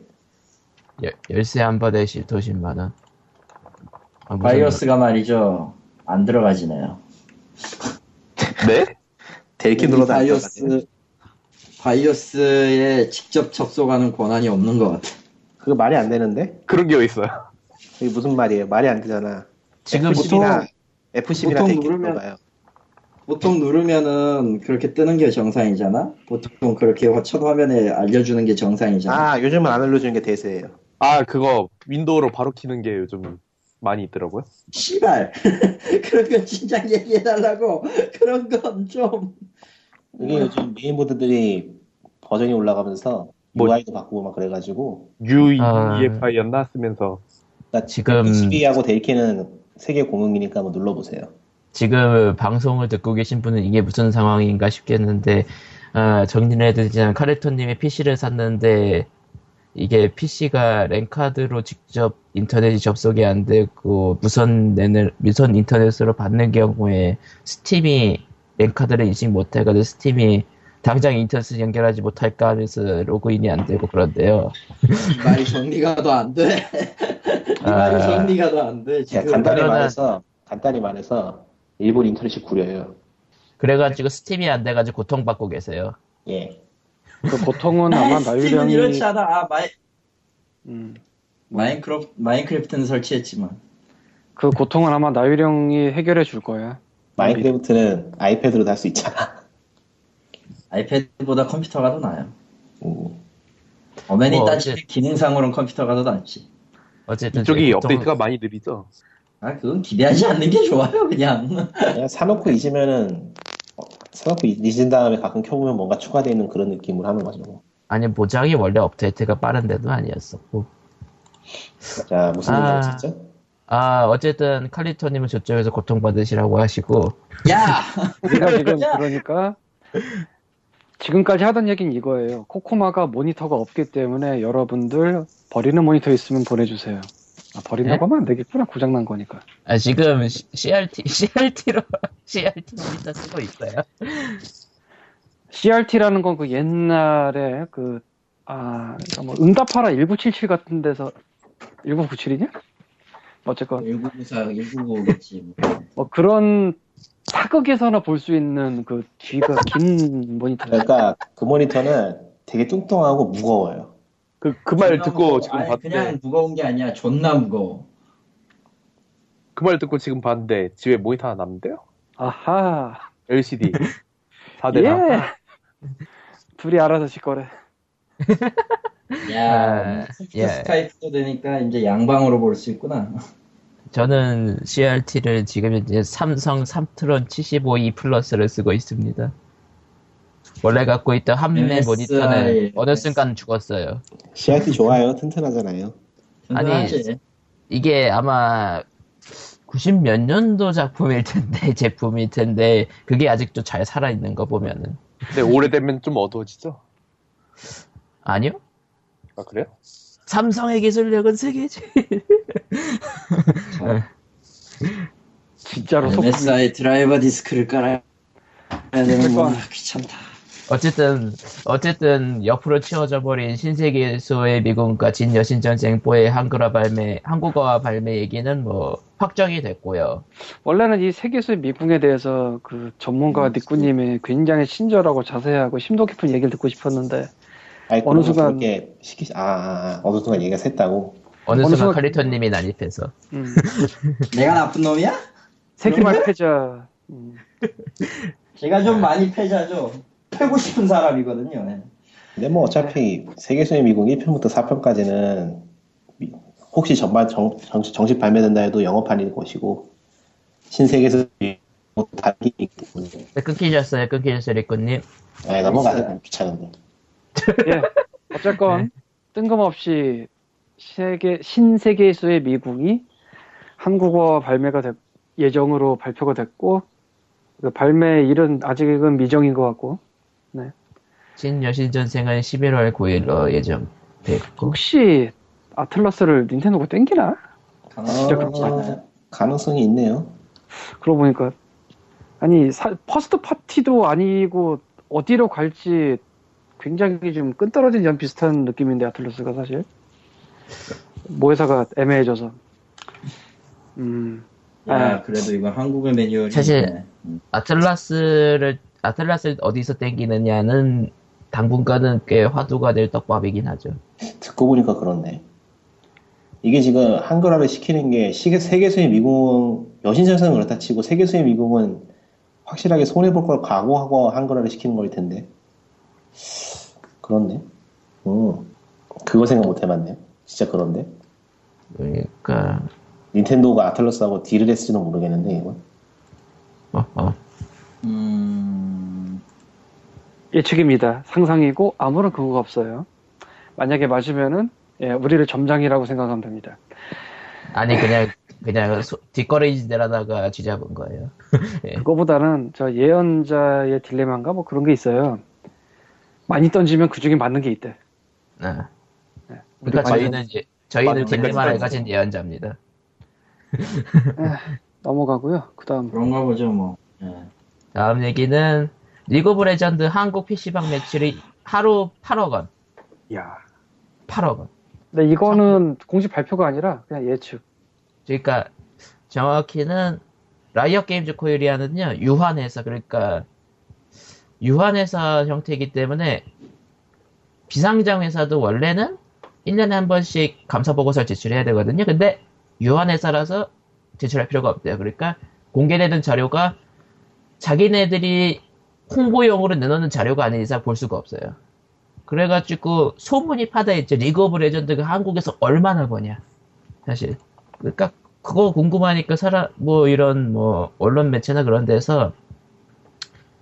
Speaker 1: 열- 예, 열쇠 한 번에 시- 돈 10만 원. 아, 무슨
Speaker 5: 바이러스가 말이죠. 안 들어가지네요.
Speaker 4: 네?
Speaker 2: 델키 눌러도 안 들어가네
Speaker 5: 바이오스 바이오스에 직접 접속하는 권한이 없는 것 같아.
Speaker 2: 그거 말이 안 되는데?
Speaker 4: 그런 게 어디 있어요?
Speaker 2: 이게 무슨 말이에요 말이 안 되잖아
Speaker 1: 지금
Speaker 2: F10이나 F10이나
Speaker 5: 보통
Speaker 2: 델키
Speaker 5: 누르면-
Speaker 2: 눌러봐요
Speaker 5: 보통 누르면은 그렇게 뜨는 게 정상이잖아. 보통 그렇게 첫 화면에 알려주는 게 정상이잖아.
Speaker 2: 아 요즘은 안 눌러주는 게 대세예요
Speaker 4: 아 그거 윈도우로 바로 키는 게 요즘 많이 있더라고요.
Speaker 5: 씨발 그런 거 진짜 얘기해달라고 그런 건 좀.
Speaker 2: 이게 요즘 메인보드들이 버전이 올라가면서
Speaker 4: 뭐-
Speaker 2: UI도 바꾸고 막 그래가지고
Speaker 1: 아.
Speaker 4: UEFI였나 쓰면서
Speaker 2: 그러니까
Speaker 1: 지금-
Speaker 2: PCB하고 델키는 세계 공용이니까 한번 눌러보세요.
Speaker 1: 지금 방송을 듣고 계신 분은 이게 무슨 상황인가 싶겠는데 아, 정리를 해드리자면 카레토님이 PC를 샀는데 이게 PC가 랜카드로 직접 인터넷이 접속이 안 되고 무선 랜을 무선 인터넷으로 받는 경우에 스팀이 랜카드를 인식 못해가지고 스팀이 당장 인터넷 연결하지 못할까 하면서 로그인이 안 되고 그런데요.
Speaker 5: 이 말이 정리가 더 안 돼. 이 말이
Speaker 1: 아.
Speaker 5: 정리가 더 안 돼.
Speaker 2: 그냥
Speaker 5: 지금
Speaker 2: 간단히
Speaker 1: 그러면은-
Speaker 2: 말해서 간단히 말해서 일본 인터넷이 구려요.
Speaker 1: 그래가지고 스팀이 안 돼가지고 고통받고 계세요.
Speaker 2: 예.
Speaker 3: 그 보통은 아마
Speaker 5: 아이, 스팀은
Speaker 3: 나유령이.
Speaker 5: 이렇지 않아. 아, 마이,
Speaker 3: 음,
Speaker 5: 마인크래프트, 마인크래프트는 설치했지만.
Speaker 3: 그 고통은 아마 나유령이 해결해 줄 거야.
Speaker 2: 마인크래프트는 아이패드로 도 할 수 있잖아.
Speaker 5: 아이패드보다 컴퓨터가 더 나아요.
Speaker 2: 음.
Speaker 5: 어맨이
Speaker 1: 뭐,
Speaker 5: 따지면 기능상으로는 컴퓨터가 더 낫지.
Speaker 1: 어쨌든
Speaker 4: 이쪽이
Speaker 1: 이제 보통-
Speaker 4: 업데이트가 많이 느리죠.
Speaker 5: 아 그건 기대하지 않는 게 좋아요 그냥
Speaker 2: 그냥 사놓고 잊으면은 어, 사놓고 잊- 잊은 다음에 가끔 켜보면 뭔가 추가되어 있는 그런 느낌으로 하는 거죠. 뭐.
Speaker 1: 아니 보장이 원래 업데이트가 빠른데도 아니었었고
Speaker 2: 자 무슨 얘기
Speaker 1: 아.
Speaker 2: 하고 있었죠?
Speaker 1: 아 어쨌든 칼리토님은 저쪽에서 고통받으시라고 하시고
Speaker 5: 야
Speaker 3: 우리가 지금
Speaker 5: 야!
Speaker 3: 그러니까 지금까지 하던 얘기는 이거예요. 코코마가 모니터가 없기 때문에 여러분들 버리는 모니터 있으면 보내주세요. 아, 버린다고
Speaker 1: 네?
Speaker 3: 하면 안 되겠구나. 고장난 거니까.
Speaker 1: 아, 지금 시- CRT CRT로 CRT 모니터 쓰고 있어요.
Speaker 3: CRT라는 건 그 옛날에 그, 아, 그러니까 뭐 응답하라 1977 같은 데서 1997이냐? 어쨌건
Speaker 5: 1994 1995겠지
Speaker 3: 뭐 그런 사극에서나 볼 수 있는 그 뒤가 긴 모니터.
Speaker 2: 그러니까 그 모니터는 되게 뚱뚱하고 무거워요.
Speaker 4: 그 그 말 듣고 지금 봤는데 네.
Speaker 5: 그냥 무거운 게 아니야 존나 무거워
Speaker 4: 그 말 듣고 지금 봤는데 집에 모니터 하나 남는데요?
Speaker 3: 아하.
Speaker 4: LCD
Speaker 5: 아, 네,
Speaker 4: 4대 나
Speaker 3: 예. 둘이 알아서 짓거래.
Speaker 5: 야
Speaker 1: 아,
Speaker 5: 컴퓨터
Speaker 1: 예.
Speaker 5: 스카이프도 되니까 이제 양방으로 볼 수 있구나
Speaker 1: 저는 CRT를 지금 이제 삼성 삼트론 75E 플러스를 쓰고 있습니다. 원래 갖고 있던 한미
Speaker 5: MSI.
Speaker 1: 모니터는 어느 순간 죽었어요.
Speaker 2: CRT 좋아요. 튼튼하잖아요.
Speaker 1: 아니,
Speaker 5: 든든하지 네,
Speaker 1: 이게 아마 90 몇 년도 작품일 텐데 제품일 텐데 그게 아직도 잘 살아 있는 거 보면은
Speaker 4: 근데 오래되면 좀 어두워지죠?
Speaker 1: 아니요
Speaker 4: 아 그래요?
Speaker 1: 삼성의 기술력은 세계지.
Speaker 5: 네,
Speaker 3: 진짜로 소품.
Speaker 5: MSI 드라이버 디스크를 깔아야 되는 건 귀찮다
Speaker 1: 어쨌든 어쨌든 옆으로 치워져 버린 신세계소의 미군과 진 여신 전쟁포의 한글화 발매 한국어화 발매 얘기는 뭐 확정이 됐고요.
Speaker 3: 원래는 이 세계수의 미궁에 대해서 그
Speaker 5: 음.
Speaker 3: 전문가 니꾸님이 굉장히 친절하고 자세하고 심도 깊은 얘기를 듣고 싶었는데
Speaker 2: 아이,
Speaker 3: 어느
Speaker 2: 그러면
Speaker 3: 순간-
Speaker 2: 그렇게 시키 아, 아, 아 어느 순간 얘기가 샜다고.
Speaker 1: 어느
Speaker 3: 어느
Speaker 1: 순간
Speaker 3: 순간-
Speaker 1: 칼리토님이 난입해서
Speaker 3: 음,
Speaker 5: 내가 나쁜 놈이야?
Speaker 3: 세기말 패자 음,
Speaker 5: 제가 좀 많이 패자죠 패고 싶은 사람이거든요 네.
Speaker 2: 근데 뭐 어차피
Speaker 3: 네.
Speaker 2: 세계수의 미국 1편부터 4편까지는 혹시 전반 정, 정, 정식 발매된다 해도 영어판일 것이고 신세계수 미국 단기이기 때문에
Speaker 1: 네, 끊기셨어요, 끊기셨어요, 리꾸님.
Speaker 2: 아예 넘어가서 귀찮은데.
Speaker 3: 예 어쨌건 뜬금없이 세계 신세계수의 미궁이 한국어 발매가 됐- 예정으로 발표가 됐고 그 발매일은 아직은 미정인 것 같고
Speaker 1: 진 여신 전생은 11월 9일로 예정돼 있고.
Speaker 3: 혹시 아틀라스를 닌텐도가 땡기나?
Speaker 5: 진짜
Speaker 3: 그렇지
Speaker 5: 않아요?
Speaker 2: 가능성이 있네요.
Speaker 3: 그러고 보니까 아니 사- 퍼스트 파티도 아니고 어디로 갈지 굉장히 좀 끈떨어진 연 비슷한 느낌인데 아틀라스가 사실 모회사가 애매해져서 음
Speaker 5: 야 그래도 이건 한국의 매뉴얼이
Speaker 1: 사실-
Speaker 5: 있네. 음.
Speaker 1: 아틀라스를 아틀라스를 어디서 땡기느냐는 당분간은 꽤 화두가 될 떡밥이긴 하죠.
Speaker 2: 듣고 보니까 그렇네. 이게 지금 한글화를 시키는 게 시계- 세계수의 미국 여신전선은 그렇다 치고 세계수의 미국은 확실하게 손해볼 걸 각오하고 한글화를 시키는 걸 텐데. 그렇네. 음, 그거 생각 못 해봤네. 진짜 그런데.
Speaker 1: 그러니까
Speaker 2: 닌텐도가 아틀러스하고 딜을 했을지도 모르겠는데, 이건.
Speaker 1: 어, 어.
Speaker 5: 음,
Speaker 3: 예측입니다 상상이고 아무런 근거가 없어요 만약에 맞으면은 예, 우리를 점장이라고 생각하면 됩니다
Speaker 1: 아니 그냥 그냥 소- 뒷거래지 내라다가 쥐잡은 거예요.
Speaker 3: 그거보다는 저 예언자의 딜레마인가 뭐 그런 게 있어요 많이 던지면 그 중에 맞는 게 있대
Speaker 1: 아.
Speaker 3: 네.
Speaker 1: 그러니까
Speaker 4: 많이
Speaker 1: 저희는 이제 저희는
Speaker 4: 많이
Speaker 1: 딜레마를
Speaker 4: 많이
Speaker 1: 가진 예언자입니다.
Speaker 3: 넘어가고요 그 다음
Speaker 5: 그런가 보죠, 뭐. 예.
Speaker 1: 다음 얘기는 리그 오브 레전드 한국 PC방 매출이 하루 8억 원,
Speaker 4: 야
Speaker 1: 8억 원.
Speaker 3: 근데 이거는 공식 발표가 아니라 그냥 예측.
Speaker 1: 그러니까 정확히는 라이엇 게임즈 코요리아는요 유한 회사 그러니까 유한 회사 형태이기 때문에 비상장 회사도 원래는 1년에 한 번씩 감사 보고서를 제출해야 되거든요. 근데 유한 회사라서 제출할 필요가 없대요. 그러니까 공개되는 자료가 자기네들이 홍보용으로 내놓는 자료가 아닌 이상 볼 수가 없어요. 그래가지고 소문이 파다했죠. 리그 오브 레전드가 한국에서 얼마나 버냐. 사실. 그러니까 그거 궁금하니까 사람 뭐 이런 뭐 언론 매체나 그런 데서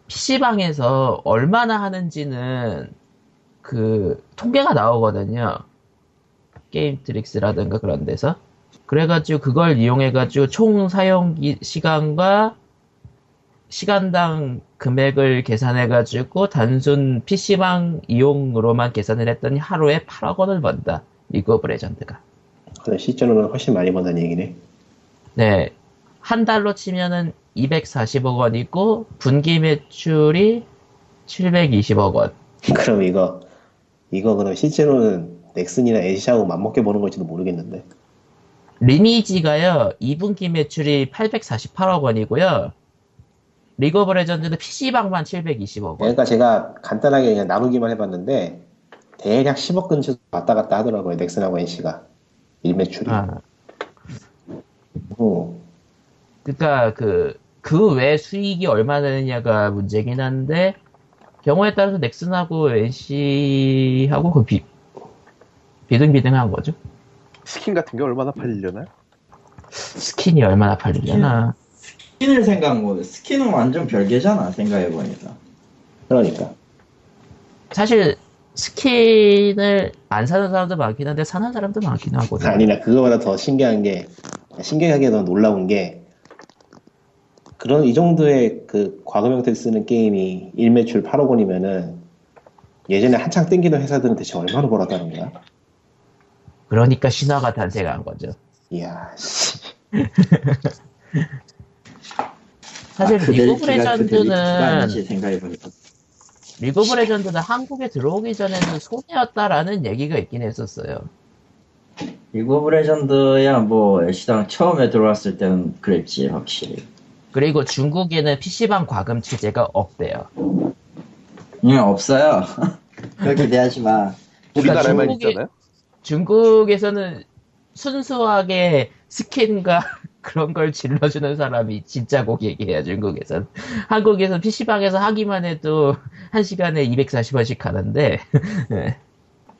Speaker 1: PC방에서 얼마나 하는지는 그 통계가 나오거든요. 게임 트릭스라든가 그런 데서. 그래가지고 그걸 이용해가지고 총 사용 기- 시간과 시간당 금액을 계산해가지고 단순 PC방 이용으로만 계산을 했더니 하루에 8억 원을 번다. 리그 오브 레전드가.
Speaker 2: 근데 실제로는 훨씬 많이 번다는 얘기네.
Speaker 1: 네. 한 달로 치면은 240억 원이고, 분기 매출이 720억 원.
Speaker 2: 그럼 이거 이거 그럼 실제로는 넥슨이나 애쉬하고 맞먹게 보는 걸지도 모르겠는데.
Speaker 1: 리니지가요, 2분기 매출이 848억 원이고요. 리그 오브 레전드는 PC방만 720억 원.
Speaker 2: 그러니까 제가 간단하게 그냥 나누기만 해봤는데 대략 10억 근처 왔다 갔다 하더라고요 넥슨하고 NC가 일매출이.
Speaker 1: 아,
Speaker 2: 어.
Speaker 1: 그니까 그, 그 외 수익이 얼마 되느냐가 문제긴 한데, 경우에 따라서 넥슨하고 NC하고 그 비, 비등비등한 거죠.
Speaker 4: 스킨 같은 게 얼마나 팔리려나?
Speaker 1: 스킨이 얼마나 팔리려나.
Speaker 5: 스킨을 생각 못. 해. 스킨은 완전 별개잖아 생각해 보니까.
Speaker 2: 그러니까
Speaker 1: 사실 스킨을 안 사는 사람도 많긴 한데 사는 사람도 많긴 하거든요.
Speaker 2: 아니라 그거보다 더 신기한 게 신기하게 더 놀라운 게 그런 이 정도의 그 과금 형태를 쓰는 게임이 일매출 8억 원이면은 예전에 한창 땡기던 회사들은 대체 얼마나 벌었다는 거야?
Speaker 1: 그러니까 신화가 탄생한 거죠.
Speaker 2: 이야, 씨.
Speaker 1: 사실
Speaker 5: 아,
Speaker 1: 리그 오브
Speaker 5: 데리키가 그 데리키가
Speaker 1: 레전드는
Speaker 5: 아니지 생각해 보니까.
Speaker 1: 리그 오브 레전드는 한국에 들어오기 전에는 손해였다라는 얘기가 있긴 했었어요.
Speaker 5: 리그 오브 레전드야 뭐 애쉬당 처음에 들어왔을 때는 그랬지 확실히.
Speaker 1: 그리고 중국에는 PC방 과금 체제가 없대요.
Speaker 5: 응 없어요. 그렇게 대하지 마.
Speaker 4: 우리나라에만
Speaker 1: 중국이-
Speaker 4: 있잖아요.
Speaker 1: 중국에서는 순수하게 스킨과 그런 걸 질러주는 사람이 진짜 고객이에요, 중국에선. 한국에선 PC방에서 하기만 해도 한시간에 240원씩 하는데, 예.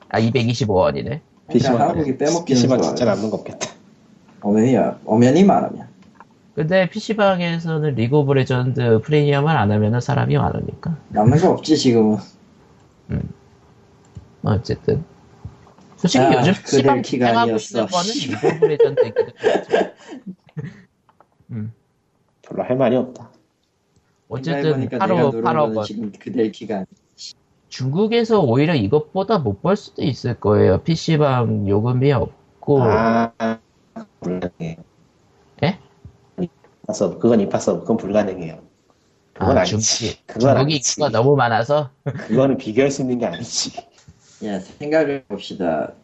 Speaker 1: 아, 225원이네.
Speaker 5: 그러니까 한국이 빼먹기는
Speaker 2: PC방
Speaker 5: 좋아요.
Speaker 2: 진짜 남는 거 없겠다.
Speaker 5: 엄연히야 엄연히 말하면.
Speaker 1: 근데 PC방에서는 리그 오브 레전드 프리미엄을 안 하면은 사람이 많으니까.
Speaker 5: 남는 거 없지 지금은.
Speaker 1: 어쨌든. 솔직히
Speaker 5: 아,
Speaker 1: 요즘
Speaker 5: 그들
Speaker 1: PC방
Speaker 5: 키가
Speaker 1: 주장하고
Speaker 5: 아니었어.
Speaker 1: 있는 거는
Speaker 5: 씨발.
Speaker 1: 리그 오브 레전드이기도 하죠.
Speaker 2: 별로 할 말이 없다.
Speaker 1: 어쨌든
Speaker 5: 생각해보니까 내가
Speaker 1: 8억,
Speaker 5: 누른
Speaker 1: 8억
Speaker 5: 거는
Speaker 1: 원.
Speaker 5: 지금 그댈 기간.
Speaker 1: 중국에서 오히려 이것보다 못 벌 수도 있을 거예요. PC방 요금이 없고.
Speaker 2: 아, 불가능해.
Speaker 1: 예?
Speaker 2: 서브 그건 이파서브 그건 불가능해요. 그건
Speaker 1: 아,
Speaker 2: 아니지.
Speaker 1: 중국-
Speaker 2: 그건
Speaker 1: 중국이
Speaker 2: 아니지.
Speaker 1: 인구가 너무 많아서.
Speaker 2: 그거는 비교할 수 있는 게 아니지.
Speaker 5: 야, 예, 생각을 봅시다.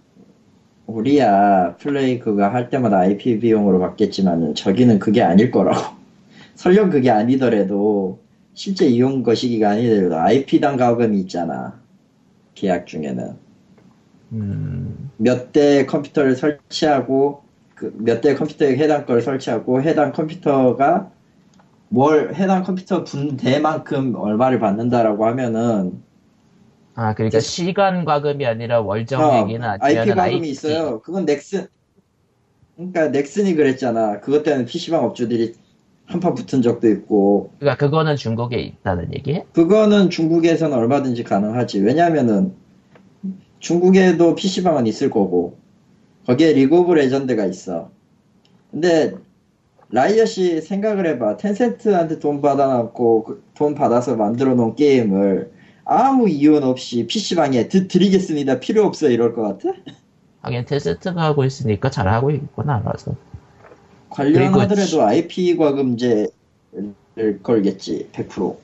Speaker 5: 우리야 플레이 그거 할 때마다 IP 비용으로 받겠지만은 저기는 그게 아닐 거라고. 설령 그게 아니더라도 실제 이용 거시기가 아니더라도 IP당 가금이 있잖아. 계약 중에는
Speaker 1: 음,
Speaker 5: 몇 대 컴퓨터를 설치하고 그 몇 대 컴퓨터에 해당 걸 설치하고 해당 컴퓨터가 뭘 해당 컴퓨터 분대만큼 얼마를 받는다라고 하면은
Speaker 1: 아, 그러니까 시간 과금이 아니라 월정액이나
Speaker 5: IP
Speaker 1: 아니면
Speaker 5: 어, 과금이 있어요. 그건 넥슨. 그러니까 넥슨이 그랬잖아. 그것 때문에 PC방 업주들이 한파 붙은 적도 있고.
Speaker 1: 그러니까 그거는 중국에 있다는 얘기?
Speaker 5: 그거는 중국에서는 얼마든지 가능하지. 왜냐면은 중국에도 PC방은 있을 거고. 거기에 리그 오브 레전드가 있어. 근데 라이엇이 생각을 해봐. 텐센트한테 돈 받아놨고 그돈 받아서 만들어 놓은 게임을 아무 이유는 없이 PC방에 드리겠습니다. 필요 없어 이럴 것 같아?
Speaker 1: 하긴 테스트가 하고 있으니까 잘하고 있구나, 알아서.
Speaker 5: 관련하더라도 IP 과금제를 걸겠지 100%.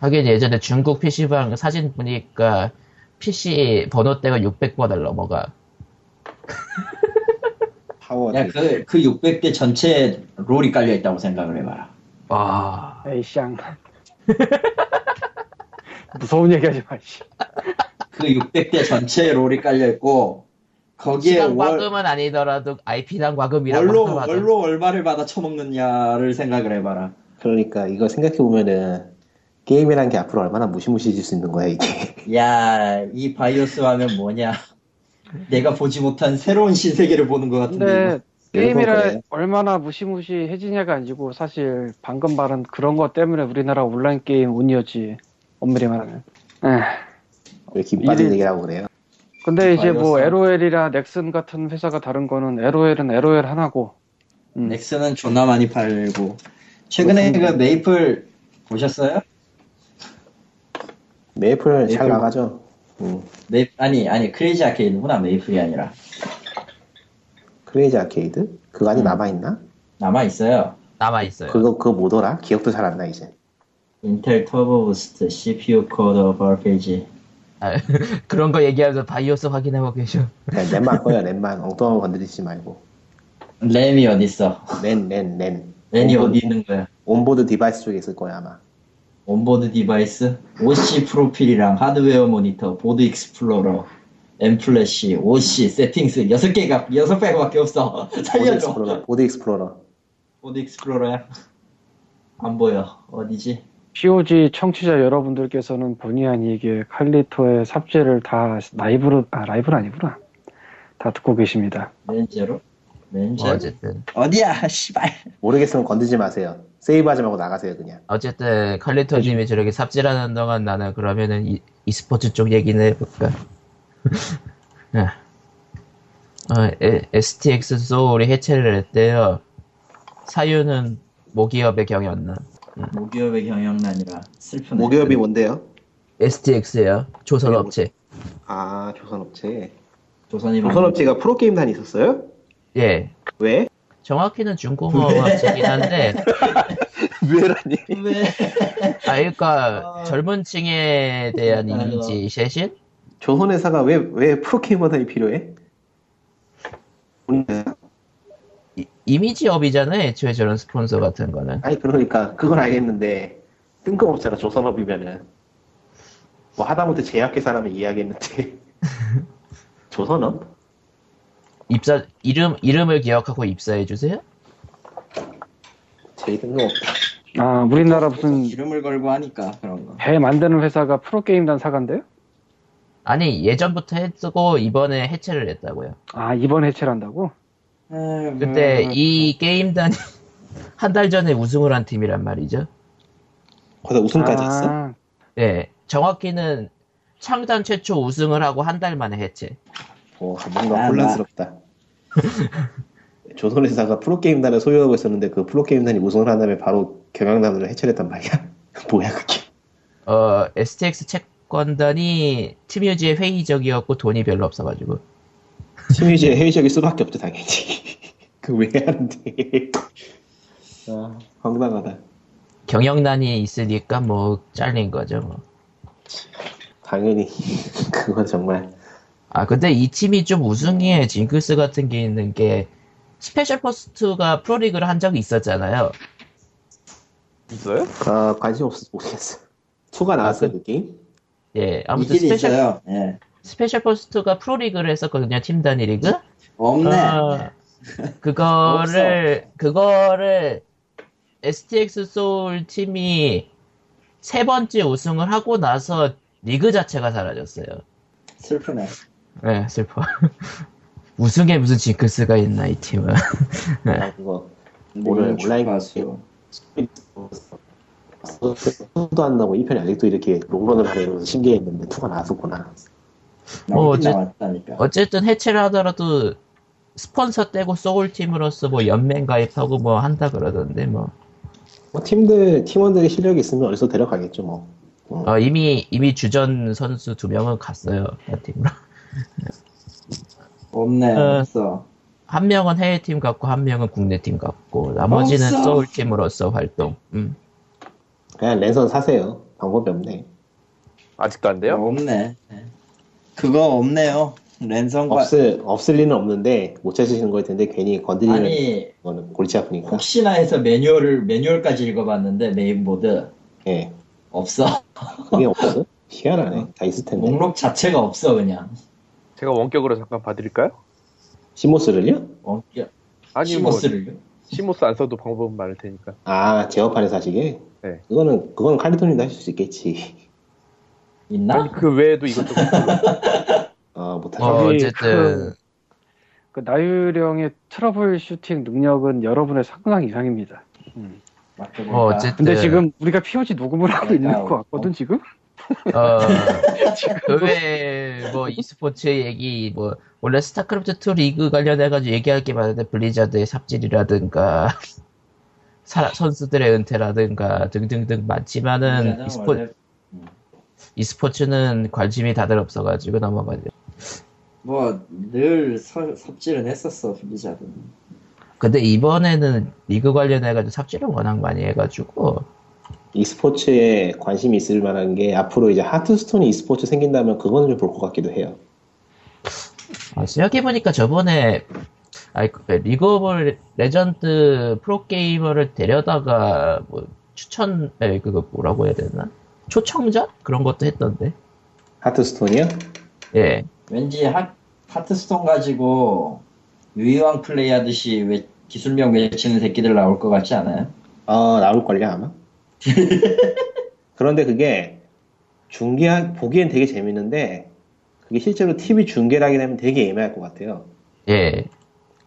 Speaker 1: 하긴 예전에 중국 PC방 사진 보니까 PC 번호대가 600번을 넘어가.
Speaker 2: 파워.
Speaker 5: 야그그 600대 전체에 롤이 깔려 있다고 생각을 해봐라.
Speaker 3: 아.
Speaker 1: 와.
Speaker 3: 에이쌍. 무서운 얘기하지 마. 씨.
Speaker 5: 그 600대 전체에 롤이 깔려 있고 거기에
Speaker 1: 시간
Speaker 5: 월,
Speaker 1: 과금은 아니더라도 IP당 과금이라고
Speaker 5: 월로
Speaker 1: 하더라도.
Speaker 5: 월로 얼마를 받아 처먹느냐를 생각을 해봐라.
Speaker 2: 그러니까 이거 생각해 보면은 게임이란 게 앞으로 얼마나 무시무시해질 수 있는 거야 이게.
Speaker 5: 야 이
Speaker 1: 네.
Speaker 5: 바이오스 하면 뭐냐? 내가 보지 못한 새로운 신세계를 보는 것 같은데.
Speaker 3: 근데 게임이라
Speaker 2: 그래요.
Speaker 3: 얼마나 무시무시해지냐가 아니고 사실 방금 말한 그런 것 때문에 우리나라 온라인 게임 운이었지 엄밀히 말하면. 에.
Speaker 2: 왜 김빠진
Speaker 4: 일일-
Speaker 2: 얘기라고 그래요?
Speaker 3: 근데 이제 뭐
Speaker 5: 바이러스.
Speaker 3: LOL이나 넥슨 같은 회사가 다른 거는 LOL은 LOL 하나고 음.
Speaker 5: 넥슨은 존나 많이 팔고 최근에 그 메이플 보셨어요?
Speaker 2: 메이플 잘
Speaker 5: 메이플.
Speaker 2: 나가죠. 음,
Speaker 5: 메이 아니 아니 크레이지 아케이드구나 메이플이 아니라
Speaker 2: 크레이지 아케이드? 그거
Speaker 1: 음.
Speaker 2: 아직 남아있나?
Speaker 5: 남아 있어요.
Speaker 1: 남아있어요.
Speaker 2: 그거, 그거 뭐더라? 기억도 잘 안 나, 이제.
Speaker 5: 인텔 터보 부스트 CPU 코드 오브 RPG
Speaker 1: 아, 그런 거 얘기하면서 바이오스 확인하고 계셔.
Speaker 2: 그냥 넷만 꺼요, 넷만. 엉뚱한 거 건드리지 말고.
Speaker 5: 램이 어디 있어?
Speaker 2: 렌, 렌, 렌.
Speaker 5: 램이
Speaker 2: 온보드-
Speaker 5: 어디 있는 거야?
Speaker 2: 온보드 디바이스 쪽에 있을 거야, 아마.
Speaker 5: 온보드 디바이스, OC 프로필이랑 하드웨어 모니터, 보드 익스플로러, 엠플래시, OC 세팅스 6개가 6배가밖에 없어.
Speaker 2: 보드
Speaker 5: 살려줘.
Speaker 2: 익스플로러. 보드 익스플로러.
Speaker 5: 보드 익스플로러야. 안 보여. 어디지?
Speaker 3: POG 청취자 여러분들께서는 본의 아니게 칼리토의 삽질을 다 라이브로 아 라이브는 아니구나 다 듣고 계십니다.
Speaker 5: 렌즈로? 렌즈?
Speaker 1: 뭐 어쨌든.
Speaker 5: 어디야? 씨발.
Speaker 2: 모르겠으면 건드지 마세요. 세이브하지 말고 나가세요, 그냥.
Speaker 1: 어쨌든 칼리토님이 저렇게 삽질하는 동안 나는 그러면은 이, e스포츠 쪽 얘기는 해볼까. 네. 어, 에- STX 소울이 해체를 했대요. 사유는 모기업의 경였나.
Speaker 5: 모기업의 경영난이라 슬프네.
Speaker 2: 모기업이 뭔데요?
Speaker 1: STX요. 조선업체.
Speaker 2: 아, 조선업체.
Speaker 5: 조선이
Speaker 2: 조선업체가 프로게임단이 있었어요?
Speaker 1: 예.
Speaker 2: 왜?
Speaker 1: 정확히는 중공업체긴 한데,
Speaker 2: 왜라니?
Speaker 5: 왜?
Speaker 1: 아, 그러니까 젊은 층에 대한 이미지 쇄신?
Speaker 2: 조선회사가 왜, 왜 프로게이머단이 필요해? 우리 회사?
Speaker 1: 이- 이미지업이잖아요. 애초에 저런 스폰서 같은 거는.
Speaker 2: 아니, 그러니까, 그건 알겠는데, 뜬금없잖아, 조선업이면은. 뭐, 하다못해 제약회사라면 이해하겠는데. 조선업?
Speaker 1: 입사, 이름, 이름을 기억하고 입사해주세요?
Speaker 2: 제일 뜬금없다.
Speaker 3: 아 우리나라 무슨
Speaker 5: 이름을 걸고 하니까 그런 거.
Speaker 3: 배 만드는 회사가 프로게임단 사간데요?
Speaker 1: 아니 예전부터 했고 이번에 해체를 했다고요.
Speaker 3: 아 이번 해체를 한다고?
Speaker 5: 아, 그
Speaker 1: 근데 이 게임단이 한 달 전에 우승을 한 팀이란 말이죠.
Speaker 2: 거기다 우승까지 했어?
Speaker 3: 아,
Speaker 1: 예, 정확히는 창단 최초 우승을 하고 한 달 만에 해체.
Speaker 2: 오,
Speaker 5: 아, 나-
Speaker 2: 뭐, 뭔가 혼란스럽다. 조선회사가 프로게임단을 소유하고 있었는데, 그 프로게임단이 우승을 한 다음에 바로 경영단으로 해체했단 말이야. 뭐야, 그게.
Speaker 1: 어, STX 채권단이 팀유지에 회의적이었고 돈이 별로 없어가지고.
Speaker 2: 심의지에 회의적일 수밖에 없죠, 당연히. 그 왜 하는데. 아, 황당하다.
Speaker 1: 경영난이 있으니까 뭐 잘린 거죠. 뭐.
Speaker 2: 당연히. 그건 정말.
Speaker 1: 아 근데 이 팀이 좀 우승에 징크스 같은 게 있는 게 스페셜 포스트가 프로리그를 한 적이 있었잖아요.
Speaker 4: 있어요?
Speaker 2: 아, 관심 없어서 모르겠어. 투가 나왔어요, 그 게임?
Speaker 1: 예, 아무튼
Speaker 5: 이긴
Speaker 1: 스페셜
Speaker 5: 있어요. 예.
Speaker 1: 스페셜 포스트가 프로리그를 했었거든요, 팀 단위 리그.
Speaker 5: 없네.
Speaker 1: 어, 그거를, 그거를 STX 소울 팀이 세 번째 우승을 하고 나서 리그 자체가 사라졌어요.
Speaker 5: 슬프네.
Speaker 1: 예, 슬퍼. 우승에 무슨 징크스가 있나, 이 팀은.
Speaker 2: 아, 그거. 오늘 온라인
Speaker 5: 가수.
Speaker 2: 투도 안 나오고 1편이 아직도 이렇게 롱런을 하네 이러면서 신기했는데 투가 나왔었구나.
Speaker 1: 어,
Speaker 5: 나오긴
Speaker 1: 어째-
Speaker 5: 나왔다니까.
Speaker 1: 어쨌든 해체를 하더라도 스폰서 떼고 소울 팀으로서 뭐 연맹 가입하고 뭐 한다 그러던데, 뭐.
Speaker 2: 뭐 팀들, 팀원들의 실력이 있으면 어디서 데려가겠죠, 뭐. 어,
Speaker 1: 어, 이미, 이미 주전 선수 두 명은 갔어요, 한 팀으로.
Speaker 5: 없네.
Speaker 1: 어.
Speaker 5: 없어.
Speaker 1: 한 명은 해외팀 같고 한 명은 국내팀 같고 나머지는
Speaker 5: 없어.
Speaker 1: 소울팀으로서 활동. 음.
Speaker 2: 그냥 랜선 사세요. 방법이 없네.
Speaker 4: 아직도 안 돼요?
Speaker 5: 없네. 예. 그거 없네요. 랜선과
Speaker 2: 없을, 없을 리는 없는데 못 찾으시는 거일 텐데 괜히 건드리는
Speaker 5: 아니
Speaker 2: 거는 골치 아프니까.
Speaker 5: 혹시나 해서 매뉴얼을 매뉴얼까지 읽어봤는데 메인보드
Speaker 2: 예.
Speaker 5: 없어.
Speaker 2: 그게 없어? 희한하네. 다 있을 텐데.
Speaker 5: 목록 자체가 없어 그냥.
Speaker 4: 제가 원격으로 잠깐 봐드릴까요?
Speaker 2: 시모스를요?
Speaker 5: 원격
Speaker 4: 아니 뭐
Speaker 5: 시모스를요.
Speaker 4: 시모스 안 써도 방법은 많을 테니까.
Speaker 2: 아, 제어판에서 하시게?
Speaker 4: 네.
Speaker 2: 그거는, 그건 칼리토님도 하실 수 있겠지.
Speaker 5: 있나?
Speaker 4: 그러니까. 아니 그 외에도 이것저것
Speaker 2: 어, 못하죠.
Speaker 1: 어,
Speaker 5: 그
Speaker 3: 저기
Speaker 1: 어쨌든
Speaker 3: 그 나유령의 트러블 슈팅 능력은 여러분의 상상 이상입니다.
Speaker 5: 맞게
Speaker 1: 뭐
Speaker 5: 보니까.
Speaker 1: 어쨌든
Speaker 3: 근데 지금 우리가 POG 녹음을 하고 있는 것 같거든 지금?
Speaker 1: 어, 그외 뭐 e스포츠 얘기 뭐 원래 스타크래프트 2 리그 관련해가지고 얘기할 게 많은데 블리자드의 삽질이라든가 사- 선수들의 은퇴라든가 등등등 많지만은
Speaker 5: 원래는
Speaker 1: e스포,
Speaker 5: 원래
Speaker 1: e스포츠는 관심이 다들 없어가지고 넘어가죠.
Speaker 5: 뭐늘 섭질은 했었어 블리자드.
Speaker 1: 근데 이번에는 리그 관련해가지고 삽질을 워낙 많이 해가지고
Speaker 2: e스포츠에 관심이 있을 만한 게 앞으로 이제 하트스톤이 e스포츠 생긴다면 그거는 좀 볼 것 같기도 해요.
Speaker 1: 아, 생각해보니까 저번에 아이, 그, 리그 오브 레전드 프로게이머를 데려다가 뭐 추천 에 그거 뭐라고 해야 되나 초청자 그런 것도 했던데
Speaker 2: 하트스톤이요?
Speaker 1: 예
Speaker 5: 왠지 하, 하트스톤 가지고 유희왕 플레이하듯이 왜 기술명 외치는 새끼들 나올 것 같지 않아요?
Speaker 2: 어, 나올걸요, 아마? 그런데 그게 중계, 보기엔 되게 재밌는데, 그게 실제로 TV 중계를 하게 되면 되게 애매할 것 같아요.
Speaker 1: 예.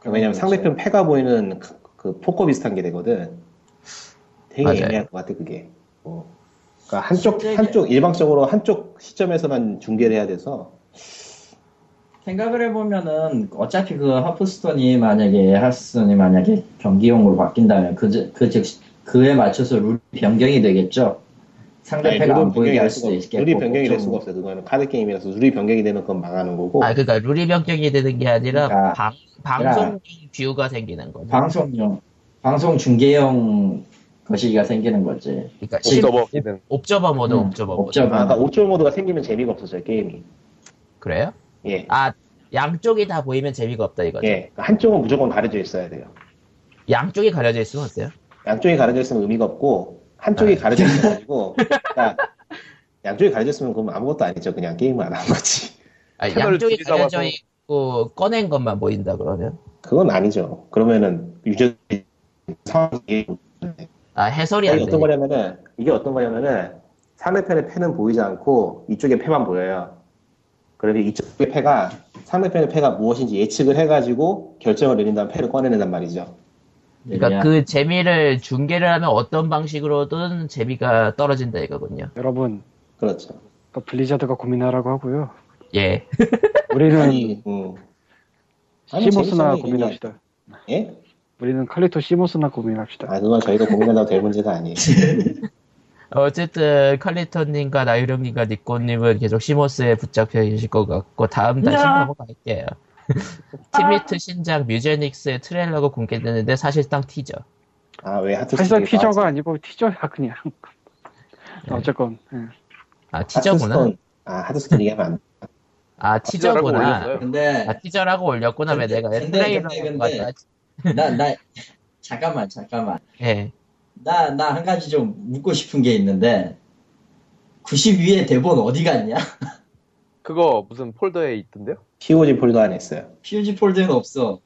Speaker 2: 왜냐면
Speaker 5: 그렇죠.
Speaker 2: 상대편 패가 보이는 그, 그 포커 비슷한 게 되거든. 되게
Speaker 1: 맞아요.
Speaker 2: 애매할 것 같아, 그게. 어. 그러니까 한쪽,
Speaker 5: 실제게.
Speaker 2: 한쪽, 일방적으로 한쪽 시점에서만 중계를 해야 돼서,
Speaker 5: 생각을 해보면은 어차피 그 하프스톤이 만약에 하스톤이 만약에 경기용으로 바뀐다면 그그즉 그에 맞춰서 룰 변경이 되겠죠. 상대패가
Speaker 2: 아니,
Speaker 5: 안 보이게 할
Speaker 2: 수가 없-
Speaker 5: 수도 있겠고 그렇죠.
Speaker 2: 룰이 변경이 될
Speaker 5: 좀-
Speaker 2: 수가 없어요. 그거는 카드 게임이라서 룰이 변경이 되면 그건 망하는 거고.
Speaker 1: 아 그러니까 룰이 변경이 되는 게 아니라
Speaker 5: 그러니까,
Speaker 1: 방 방송 뷰가 생기는 거죠.
Speaker 5: 방송용 방송 중계용 거시기가 생기는 거지.
Speaker 1: 그러니까 실-
Speaker 4: 옵저버 기능.
Speaker 1: 옵저버 모드
Speaker 5: 음,
Speaker 1: 옵저버 모드
Speaker 5: 옵저버.
Speaker 2: 아, 그러니까 5조 모드가 생기면 재미가 없어져요, 게임이.
Speaker 1: 그래요?
Speaker 2: 예.
Speaker 1: 아 양쪽이 다 보이면 재미가 없다 이거죠.
Speaker 2: 예. 한쪽은 무조건 가려져 있어야 돼요.
Speaker 1: 양쪽이 가려져 있으면 어때요?
Speaker 2: 양쪽이 가려져 있으면 의미가 없고, 한쪽이
Speaker 1: 아.
Speaker 2: 가려져 있어가지고, 그러니까 양쪽이 가려져 있으면 그건 아무것도 아니죠. 그냥 게임을 안 한 거지.
Speaker 1: 아,
Speaker 4: 채널을
Speaker 1: 양쪽이
Speaker 4: 둘이
Speaker 1: 가려져
Speaker 4: 잡아서-
Speaker 1: 있고 꺼낸 것만 보인다 그러면 그건
Speaker 2: 아니죠. 그러면은, 유저들이 상황이,
Speaker 1: 아 해설이 안
Speaker 2: 이게
Speaker 1: 되
Speaker 2: 네, 어떤 거냐면은, 이게 어떤 거냐면은, 상대편의 패는 보이지 않고, 이쪽의 패만 보여요. 그래서 이쪽의 패가, 상대편의 패가 무엇인지 예측을 해가지고, 결정을 내린 다음 패를 꺼내낸단 말이죠.
Speaker 5: 네, 예.
Speaker 1: 그러니까 그 재미를 중계를 하면 어떤 방식으로든 재미가 떨어진다 이거군요.
Speaker 3: 여러분
Speaker 2: 그렇죠.
Speaker 3: 그 블리자드가 고민하라고 하고요.
Speaker 1: 예.
Speaker 3: 우리는
Speaker 2: 아니, 음. 아니,
Speaker 3: 시모스나
Speaker 2: 재밌어요, 이게.
Speaker 3: 고민합시다.
Speaker 2: 예?
Speaker 3: 우리는 칼리토 시모스나 고민합시다.
Speaker 2: 아, 그건 저희가 고민한다고 될 문제가 아니에요.
Speaker 1: 어쨌든 칼리턴님과 나유령님과 니꼬님은 계속 시모스에 붙잡혀 계실 것 같고 다음 단신 넘어갈게요. 티미트 신작 뮤제닉스의 트레일러가 공개됐는데 사실상 티저.
Speaker 2: 아, 왜 하트스톤이
Speaker 3: 사실상
Speaker 2: 나왔지?
Speaker 3: 티저가 아니고 티저야 그냥. 어쨌건 예.
Speaker 1: 아 티저구나.
Speaker 2: 하트스톤. 아, 하트스톤 얘기하면 안 돼.
Speaker 1: 아
Speaker 4: 티저라고
Speaker 1: 티저구나.
Speaker 4: 올렸어요.
Speaker 5: 근데
Speaker 1: 아 티저라고 올렸구나 왜
Speaker 5: 근데-
Speaker 1: 내가
Speaker 5: 근데-
Speaker 1: 트레일러라고
Speaker 5: 근데-
Speaker 1: 왔다.
Speaker 5: 나, 나, 잠깐만, 잠깐만.
Speaker 1: 예.
Speaker 5: 나, 나 한 가지 좀 묻고 싶은 게 있는데, 92의 대본 어디 갔냐?
Speaker 4: 그거 무슨 폴더에 있던데요?
Speaker 2: POG 폴더 안에 있어요.
Speaker 5: PUG 폴더에는 없어.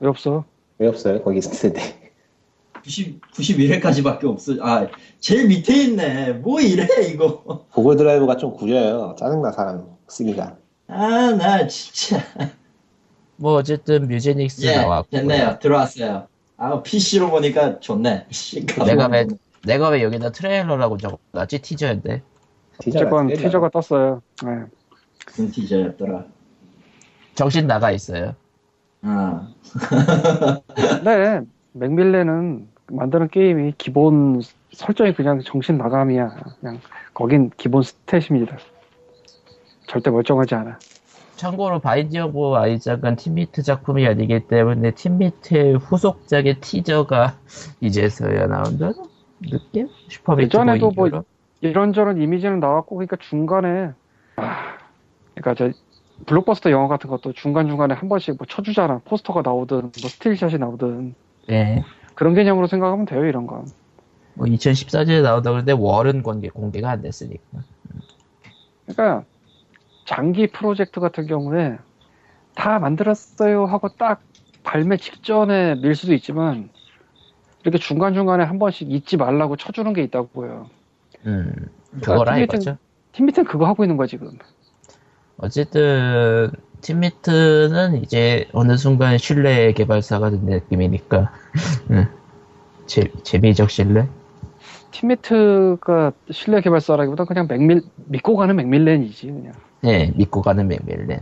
Speaker 3: 왜 없어?
Speaker 2: 왜 없어요? 거기 있을 때.
Speaker 5: 90, 91회까지밖에 없어. 아, 제일 밑에 있네. 뭐 이래, 이거.
Speaker 2: 구글 드라이브가 좀 구려요. 짜증나, 사람 쓰기가.
Speaker 5: 아, 나 진짜.
Speaker 1: 뭐 어쨌든 뮤제닉스
Speaker 5: 예,
Speaker 1: 나왔고.
Speaker 5: 됐네요. 들어왔어요. 아, PC로 보니까 좋네.
Speaker 1: 내가 왜 내가 왜 여기다 트레일러라고 적어놨지 티저인데.
Speaker 2: 티저가
Speaker 3: 어쨌건
Speaker 2: 뜨려요.
Speaker 3: 티저가 떴어요. 예.
Speaker 5: 무슨 티저였더라.
Speaker 1: 정신 나가 있어요.
Speaker 5: 아,
Speaker 3: 근데 네, 맥밀레는 만드는 게임이 기본 설정이 그냥 정신 마감이야. 그냥 거긴 기본 스탯입니다. 절대 멀쩡하지 않아.
Speaker 1: 참고로 바인디 오브 아이작은 팀미트 작품이 아니기 때문에 팀미트의 후속작의 티저가 이제서야 나온다는 느낌? 슈퍼미트
Speaker 3: 예전에도 뭐-
Speaker 1: 이후로?
Speaker 3: 이런저런 이미지는 나왔고 그러니까 중간에 아, 그러니까 저 블록버스터 영화 같은 것도 중간 중간에 한 번씩 뭐 쳐주잖아. 포스터가 나오든 뭐 스틸샷이 나오든
Speaker 1: 예.
Speaker 3: 그런 개념으로 생각하면 돼요 이런 건.
Speaker 1: 뭐 2014년에 나온다고 했는데 월은 공개, 공개가 안 됐으니까.
Speaker 3: 그러니까 장기 프로젝트 같은 경우에 다 만들었어요 하고 딱 발매 직전에 밀 수도 있지만 이렇게 중간중간에 한 번씩 잊지 말라고 쳐주는 게 있다고요.
Speaker 1: 음. 그거라
Speaker 3: 그러니까 팀미트-
Speaker 1: 이거죠.
Speaker 3: 팀미팅 그거 하고 있는 거야 지금.
Speaker 1: 어쨌든 팀미트는 이제 어느 순간 신뢰 개발사가 된 느낌이니까. 응. 재, 재미적 신뢰?
Speaker 3: 팀미트가 실내 개발사라기보다 그냥 맥밀 믿고 가는 맥밀렌이지 그냥.
Speaker 1: 예, 믿고 가는 맥밀렌.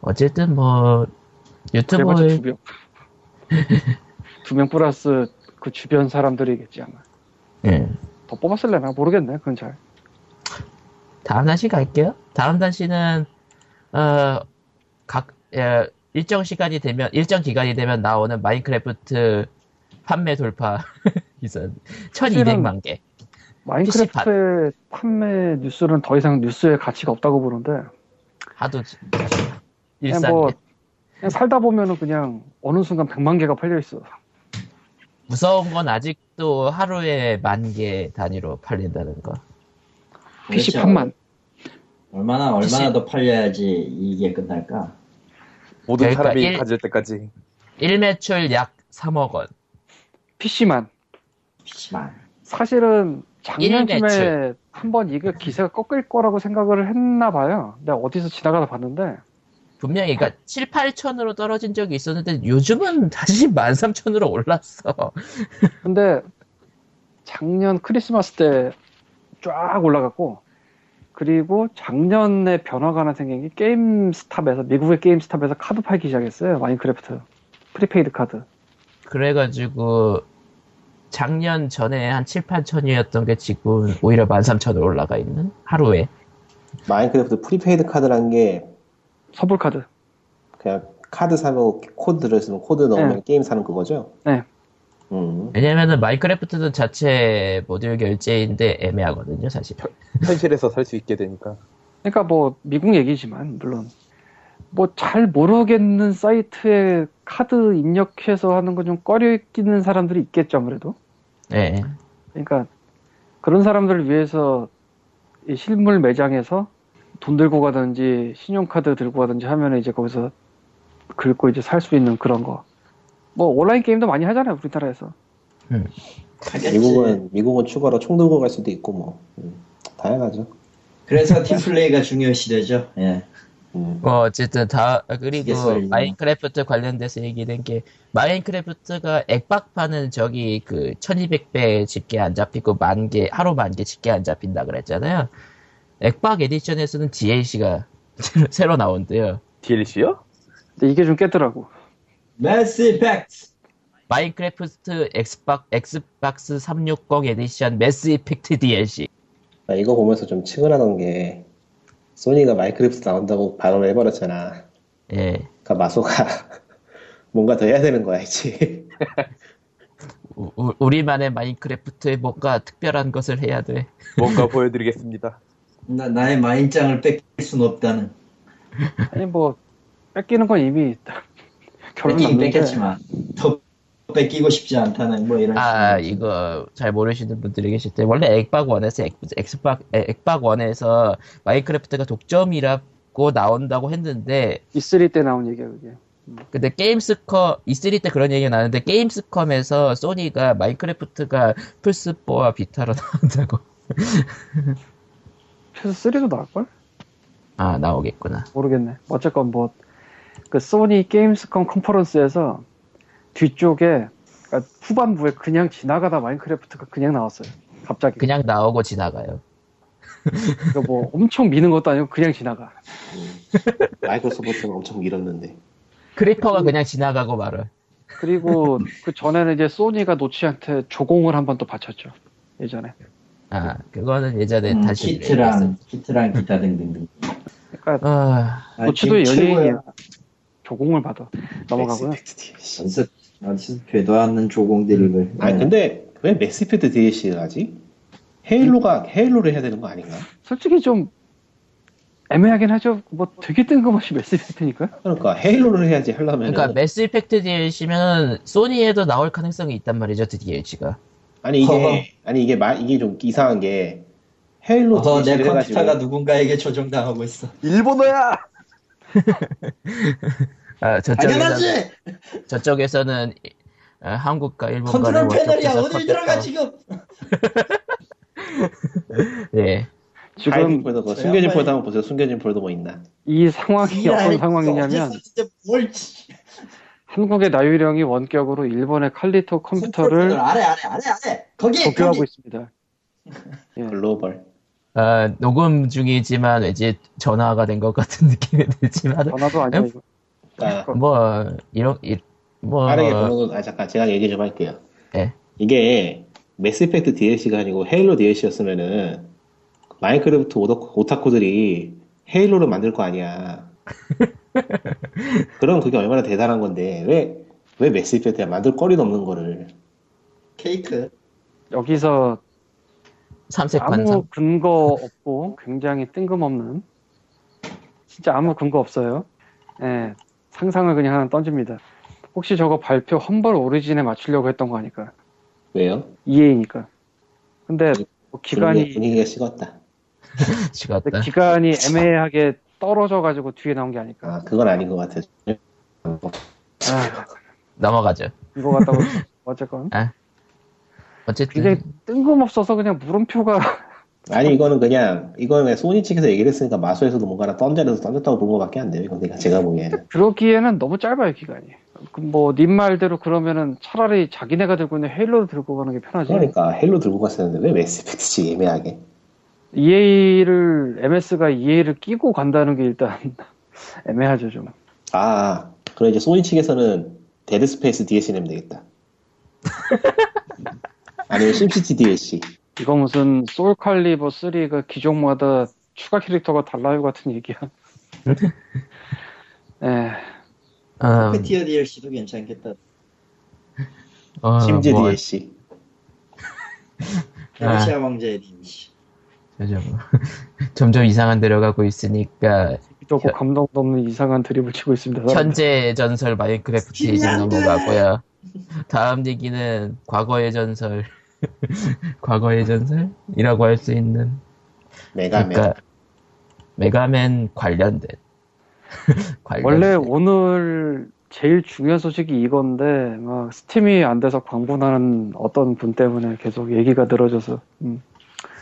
Speaker 1: 어쨌든 뭐,
Speaker 3: 그래봤자
Speaker 1: 유튜버의
Speaker 3: 두 명. 두 명 플러스 그 주변 사람들이겠지 아마.
Speaker 1: 예.
Speaker 3: 더 뽑았을래나 모르겠네. 그건 잘.
Speaker 1: 다음 단시 갈게요. 다음 단시는 어, 각 예, 일정 시간이 되면 일정 기간이 되면 나오는 마인크래프트 판매 돌파 기사 1,200만 개.
Speaker 3: 마인크래프트의 판매 뉴스는 더 이상 뉴스의 가치가 없다고 보는데
Speaker 1: 하도 지-
Speaker 3: 그냥
Speaker 1: 일산
Speaker 3: 뭐 그냥 살다 보면은 그냥 어느 순간 100만 개가 팔려 있어.
Speaker 1: 무서운 건 아직도 하루에 만 개 단위로 팔린다는 거.
Speaker 3: PC 판만.
Speaker 5: 그렇죠. 얼마나 얼마나
Speaker 1: PC.
Speaker 5: 더 팔려야지 이게 끝날까?
Speaker 4: 모든
Speaker 1: 그러니까
Speaker 4: 사람이
Speaker 1: 일-
Speaker 4: 가질 때까지.
Speaker 1: 1매출 약 3억 원.
Speaker 3: PC만.
Speaker 5: PC만.
Speaker 3: 사실은 작년쯤에
Speaker 1: 매출.
Speaker 3: 한번 이게 기세가 꺾일 거라고 생각을 했나 봐요. 내가 어디서 지나가다 봤는데
Speaker 1: 분명히 그러니까 7, 8천으로 떨어진 적이 있었는데 요즘은 다시 13,000으로 올랐어.
Speaker 3: 근데 작년 크리스마스 때 쫙 올라갔고 그리고 작년에 변화가 하나 생긴 게 게임스탑에서 미국의 게임스탑에서 카드 팔기 시작했어요 마인크래프트 프리페이드 카드
Speaker 1: 그래가지고 작년 전에 한 7, 8천이었던 게 지금 오히려 13,000으로 올라가 있는 하루에
Speaker 2: 마인크래프트 프리페이드 카드란 게
Speaker 3: 서불 카드
Speaker 2: 그냥 카드 사면 코드 들어있으면 코드 넣으면
Speaker 3: 네.
Speaker 2: 게임 사는 그거죠?
Speaker 3: 네.
Speaker 2: 음.
Speaker 1: 왜냐면은 마인크래프트는 자체 모듈 결제인데 애매하거든요 사실
Speaker 4: 현실에서 살 수 있게 되니까.
Speaker 3: 그러니까 뭐 미국 얘기지만 물론 뭐 잘 모르겠는 사이트에 카드 입력해서 하는 거 좀 꺼리끼는 사람들이 있겠죠 아무래도
Speaker 1: 네.
Speaker 3: 그러니까 그런 사람들을 위해서 이 실물 매장에서 돈 들고 가든지 신용카드 들고 가든지 하면 이제 거기서 긁고 이제 살 수 있는 그런 거. 뭐 온라인 게임도 많이 하잖아요 우리나라에서.
Speaker 5: 하겠지.
Speaker 2: 미국은 미국은 추가로 총 들고 갈 수도 있고 뭐 음, 다양하죠.
Speaker 5: 그래서 팀플레이가 중요시되죠. 예.
Speaker 2: 음.
Speaker 1: 뭐 어쨌든 다 그리고
Speaker 5: 알겠어요.
Speaker 1: 마인크래프트 관련돼서 얘기된 게 마인크래프트가 액박파는 저기 그 1200배 집게 안 잡히고 만 개 하루 만 개 집게 안 잡힌다 그랬잖아요 액박 에디션에서는 DLC가 새로 나온대요
Speaker 4: DLC요?
Speaker 3: 근데 이게 좀 깨더라고.
Speaker 5: Mass Effect.
Speaker 1: 마인크래프트 엑스박, 엑스박스 360 에디션 매스 이펙트 DLC.
Speaker 2: 나 아, 이거 보면서 좀 측은하던 게 소니가 마인크래프트 나온다고 발언을 해버렸잖아.
Speaker 1: 예.
Speaker 2: 그러니까 마소가 뭔가 더 해야 되는 거야 이제.
Speaker 1: 우- 우- 우리만의 마인크래프트에 뭔가 특별한 것을 해야 돼.
Speaker 4: 뭔가 보여드리겠습니다.
Speaker 5: 나, 나의 마인장을 뺏길 순 없다는.
Speaker 3: 아니 뭐 뺏기는 건 이미 결론
Speaker 5: 뺏기긴
Speaker 3: 났는데.
Speaker 5: 뺏겼지만 더 뺏기고 싶지 않다는 뭐 이런.
Speaker 1: 아,
Speaker 5: 식으로.
Speaker 1: 이거 잘 모르시는 분들이 계실 때, 원래 액박원에서, 액, 엑스박, 액박원에서 마인크래프트가 독점이라고 나온다고 했는데,
Speaker 3: E3 때 나온 얘기야 그게.
Speaker 1: 근데 게임스컴 E3 때 그런 얘기가 나는데 게임스컴에서 소니가 마인크래프트가 플스4와 비타로 나온다고
Speaker 3: 그래서 3도 나올 걸?
Speaker 1: 아 나오겠구나
Speaker 3: 모르겠네. 어쨌건 뭐 그 소니 게임스컴 컨퍼런스에서 뒤쪽에 그러니까 후반부에 그냥 지나가다 마인크래프트가 그냥 나왔어요. 갑자기.
Speaker 1: 그냥 나오고 지나가요
Speaker 3: 그러니까 뭐 엄청 미는 것도 아니고 그냥 지나가.
Speaker 2: 마이크로소프트는 엄청 밀었는데.
Speaker 1: 크리퍼가 그냥 지나가고 말아.
Speaker 3: 그리고 그 전에는 이제 소니가 노치한테 조공을 한 번 또 바쳤죠. 예전에.
Speaker 1: 아, 그거는 예전에
Speaker 5: 음,
Speaker 1: 다시.
Speaker 5: 키트랑 키트랑 기타 등등등.
Speaker 3: 그러니까
Speaker 1: 아,
Speaker 5: 아,
Speaker 3: 노치도
Speaker 5: 지금
Speaker 3: 연예인이야.
Speaker 5: 최고야.
Speaker 3: 조공을 받아. 넘어가고요.
Speaker 2: 엑스 DLC.
Speaker 5: 어디서 어디서 되도않는 조공
Speaker 1: 음.
Speaker 5: 드립을. 음.
Speaker 2: 아니 근데 왜 맥스피드 DLC를 하지? 헤일로가 헤일로를 해야 되는 거 아닌가?
Speaker 3: 솔직히 좀 애매하긴 하죠. 뭐 되게 뜬금없이 메시지니까.
Speaker 2: 그러니까 헤일로를 해야지 하려면
Speaker 5: 음.
Speaker 1: 그러니까
Speaker 2: 은
Speaker 1: 매스 이펙트 DLC면 소니에도 나올 가능성이 있단 말이죠, DLC가.
Speaker 2: 아니 이게
Speaker 5: 허허.
Speaker 2: 아니 이게 마, 이게 좀 이상한 게 헤일로
Speaker 5: 어, 내
Speaker 2: DLC를
Speaker 5: 컴퓨터가
Speaker 2: 해가지고
Speaker 5: 누군가에게 조종당하고 있어.
Speaker 4: 일본어야!
Speaker 1: 아, 저쪽에서는,
Speaker 5: 당연하지.
Speaker 1: 저쪽에서는 어, 한국과 뭐 일본 간의
Speaker 5: 컨트롤 패널이야.
Speaker 1: 원격에서
Speaker 5: 어딜 들어가
Speaker 1: 컴퓨터-
Speaker 5: 지금.
Speaker 1: 예.
Speaker 3: 지금
Speaker 2: 폴더 그거
Speaker 5: 저희
Speaker 2: 숨겨진
Speaker 5: 양반이-
Speaker 2: 폴더 한번 보세요. 숨겨진 폴더 뭐 있나?
Speaker 3: 이 상황이 어떤 상황이냐면 한국의 나유령이 원격으로 일본의 칼리토 아, 컴퓨터를
Speaker 5: 아래 아래 아래 아래 거기
Speaker 3: 도교하고
Speaker 5: 거기
Speaker 3: 있습니다.
Speaker 2: 글로벌.
Speaker 1: 아, 녹음 중이지만 왠지 전화가 된 것 같은 느낌이 들지만
Speaker 3: 전화도 아니야
Speaker 1: 엠?
Speaker 3: 이거. 그러니까
Speaker 2: 아,
Speaker 1: 뭐 이런 이- 뭐
Speaker 2: 빠르게 보는 건, 아, 잠깐, 제가 얘기 좀 할게요.
Speaker 1: 예.
Speaker 2: 이게, 매스 이펙트 DLC가 아니고 헤일로 DLC였으면은, 마인크래프트 오더- 오타쿠들이 헤일로를 만들 거 아니야. 그럼 그게 얼마나 대단한 건데, 왜, 왜 매스 이펙트야? 만들 거리도 없는 거를.
Speaker 5: 케이크
Speaker 3: 여기서 네,
Speaker 1: 삼색 관상
Speaker 3: 아무 근거 없고 굉장히 뜬금없는 진짜 아무 근거 없어요. 예, 상상을 그냥 하나 던집니다. 혹시 저거 발표 험벌 오리진에 맞추려고 했던 거 아닐까?
Speaker 2: 왜요?
Speaker 3: EA니까. 근데 뭐
Speaker 2: 분위기,
Speaker 3: 기간이
Speaker 2: 분위기가 식었다.
Speaker 1: 찍었다.
Speaker 3: 기간이 애매하게 떨어져 가지고 뒤에 나온 게 아닐까?
Speaker 2: 아, 그건 아닌 것 같아.
Speaker 3: 아,
Speaker 1: 넘어가죠.
Speaker 3: 이거 같다고 어쨌건 굉장히
Speaker 1: 어쨌든
Speaker 3: 뜬금없어서 그냥 물음표가
Speaker 2: 아니, 이거는 그냥, 이거는 그냥 소니 측에서 얘기를 했으니까 마소에서도 뭔가를 던져내서 던졌다고 본 것밖에 안 돼요. 이건 내가, 제가 보기에는.
Speaker 3: 그러기에는 너무 짧아요 기간이. 그 뭐님 말대로 그러면은 차라리 자기네가 들고 있는 헤일로를 들고 가는 게 편하지.
Speaker 2: 그러니까 헤일로 들고 갔었는데 왜 매스 이펙트지 예매하게?
Speaker 3: EA를 MS가 EA를 끼고 간다는 게 일단 애매하죠 좀.
Speaker 2: 아, 그럼 이제 소니 측에서는 데드 스페이스 DLC 내면 되겠다. 아니면 심시티 DLC.
Speaker 3: 이거 무슨 소울 칼리버 3가 기종마다 추가 캐릭터가 달라요 같은 얘기야. 예,
Speaker 1: 음,
Speaker 5: 페티어 DLC도 괜찮겠다
Speaker 1: 어,
Speaker 2: 심지
Speaker 1: 뭐,
Speaker 2: DLC.
Speaker 5: 페르시아 왕자의 DLC
Speaker 1: 저저 뭐. 점점 이상한 데려가고 있으니까
Speaker 3: 믿고 감동도 없는 이상한 드립을 치고 있습니다.
Speaker 1: 현재 전설 마인크래프트
Speaker 5: 스팀이
Speaker 1: 이제
Speaker 5: 안 돼!
Speaker 1: 넘어가고요. 다음 얘기는 과거의 전설, 과거의 전설이라고 할 수 있는
Speaker 2: 메가맨.
Speaker 1: 그러니까 메가맨 관련된 관련된.
Speaker 3: 원래 오늘 제일 중요한 소식이 이건데 막 스팀이 안 돼서 광분하는 어떤 분 때문에 계속 얘기가 늘어져서 음.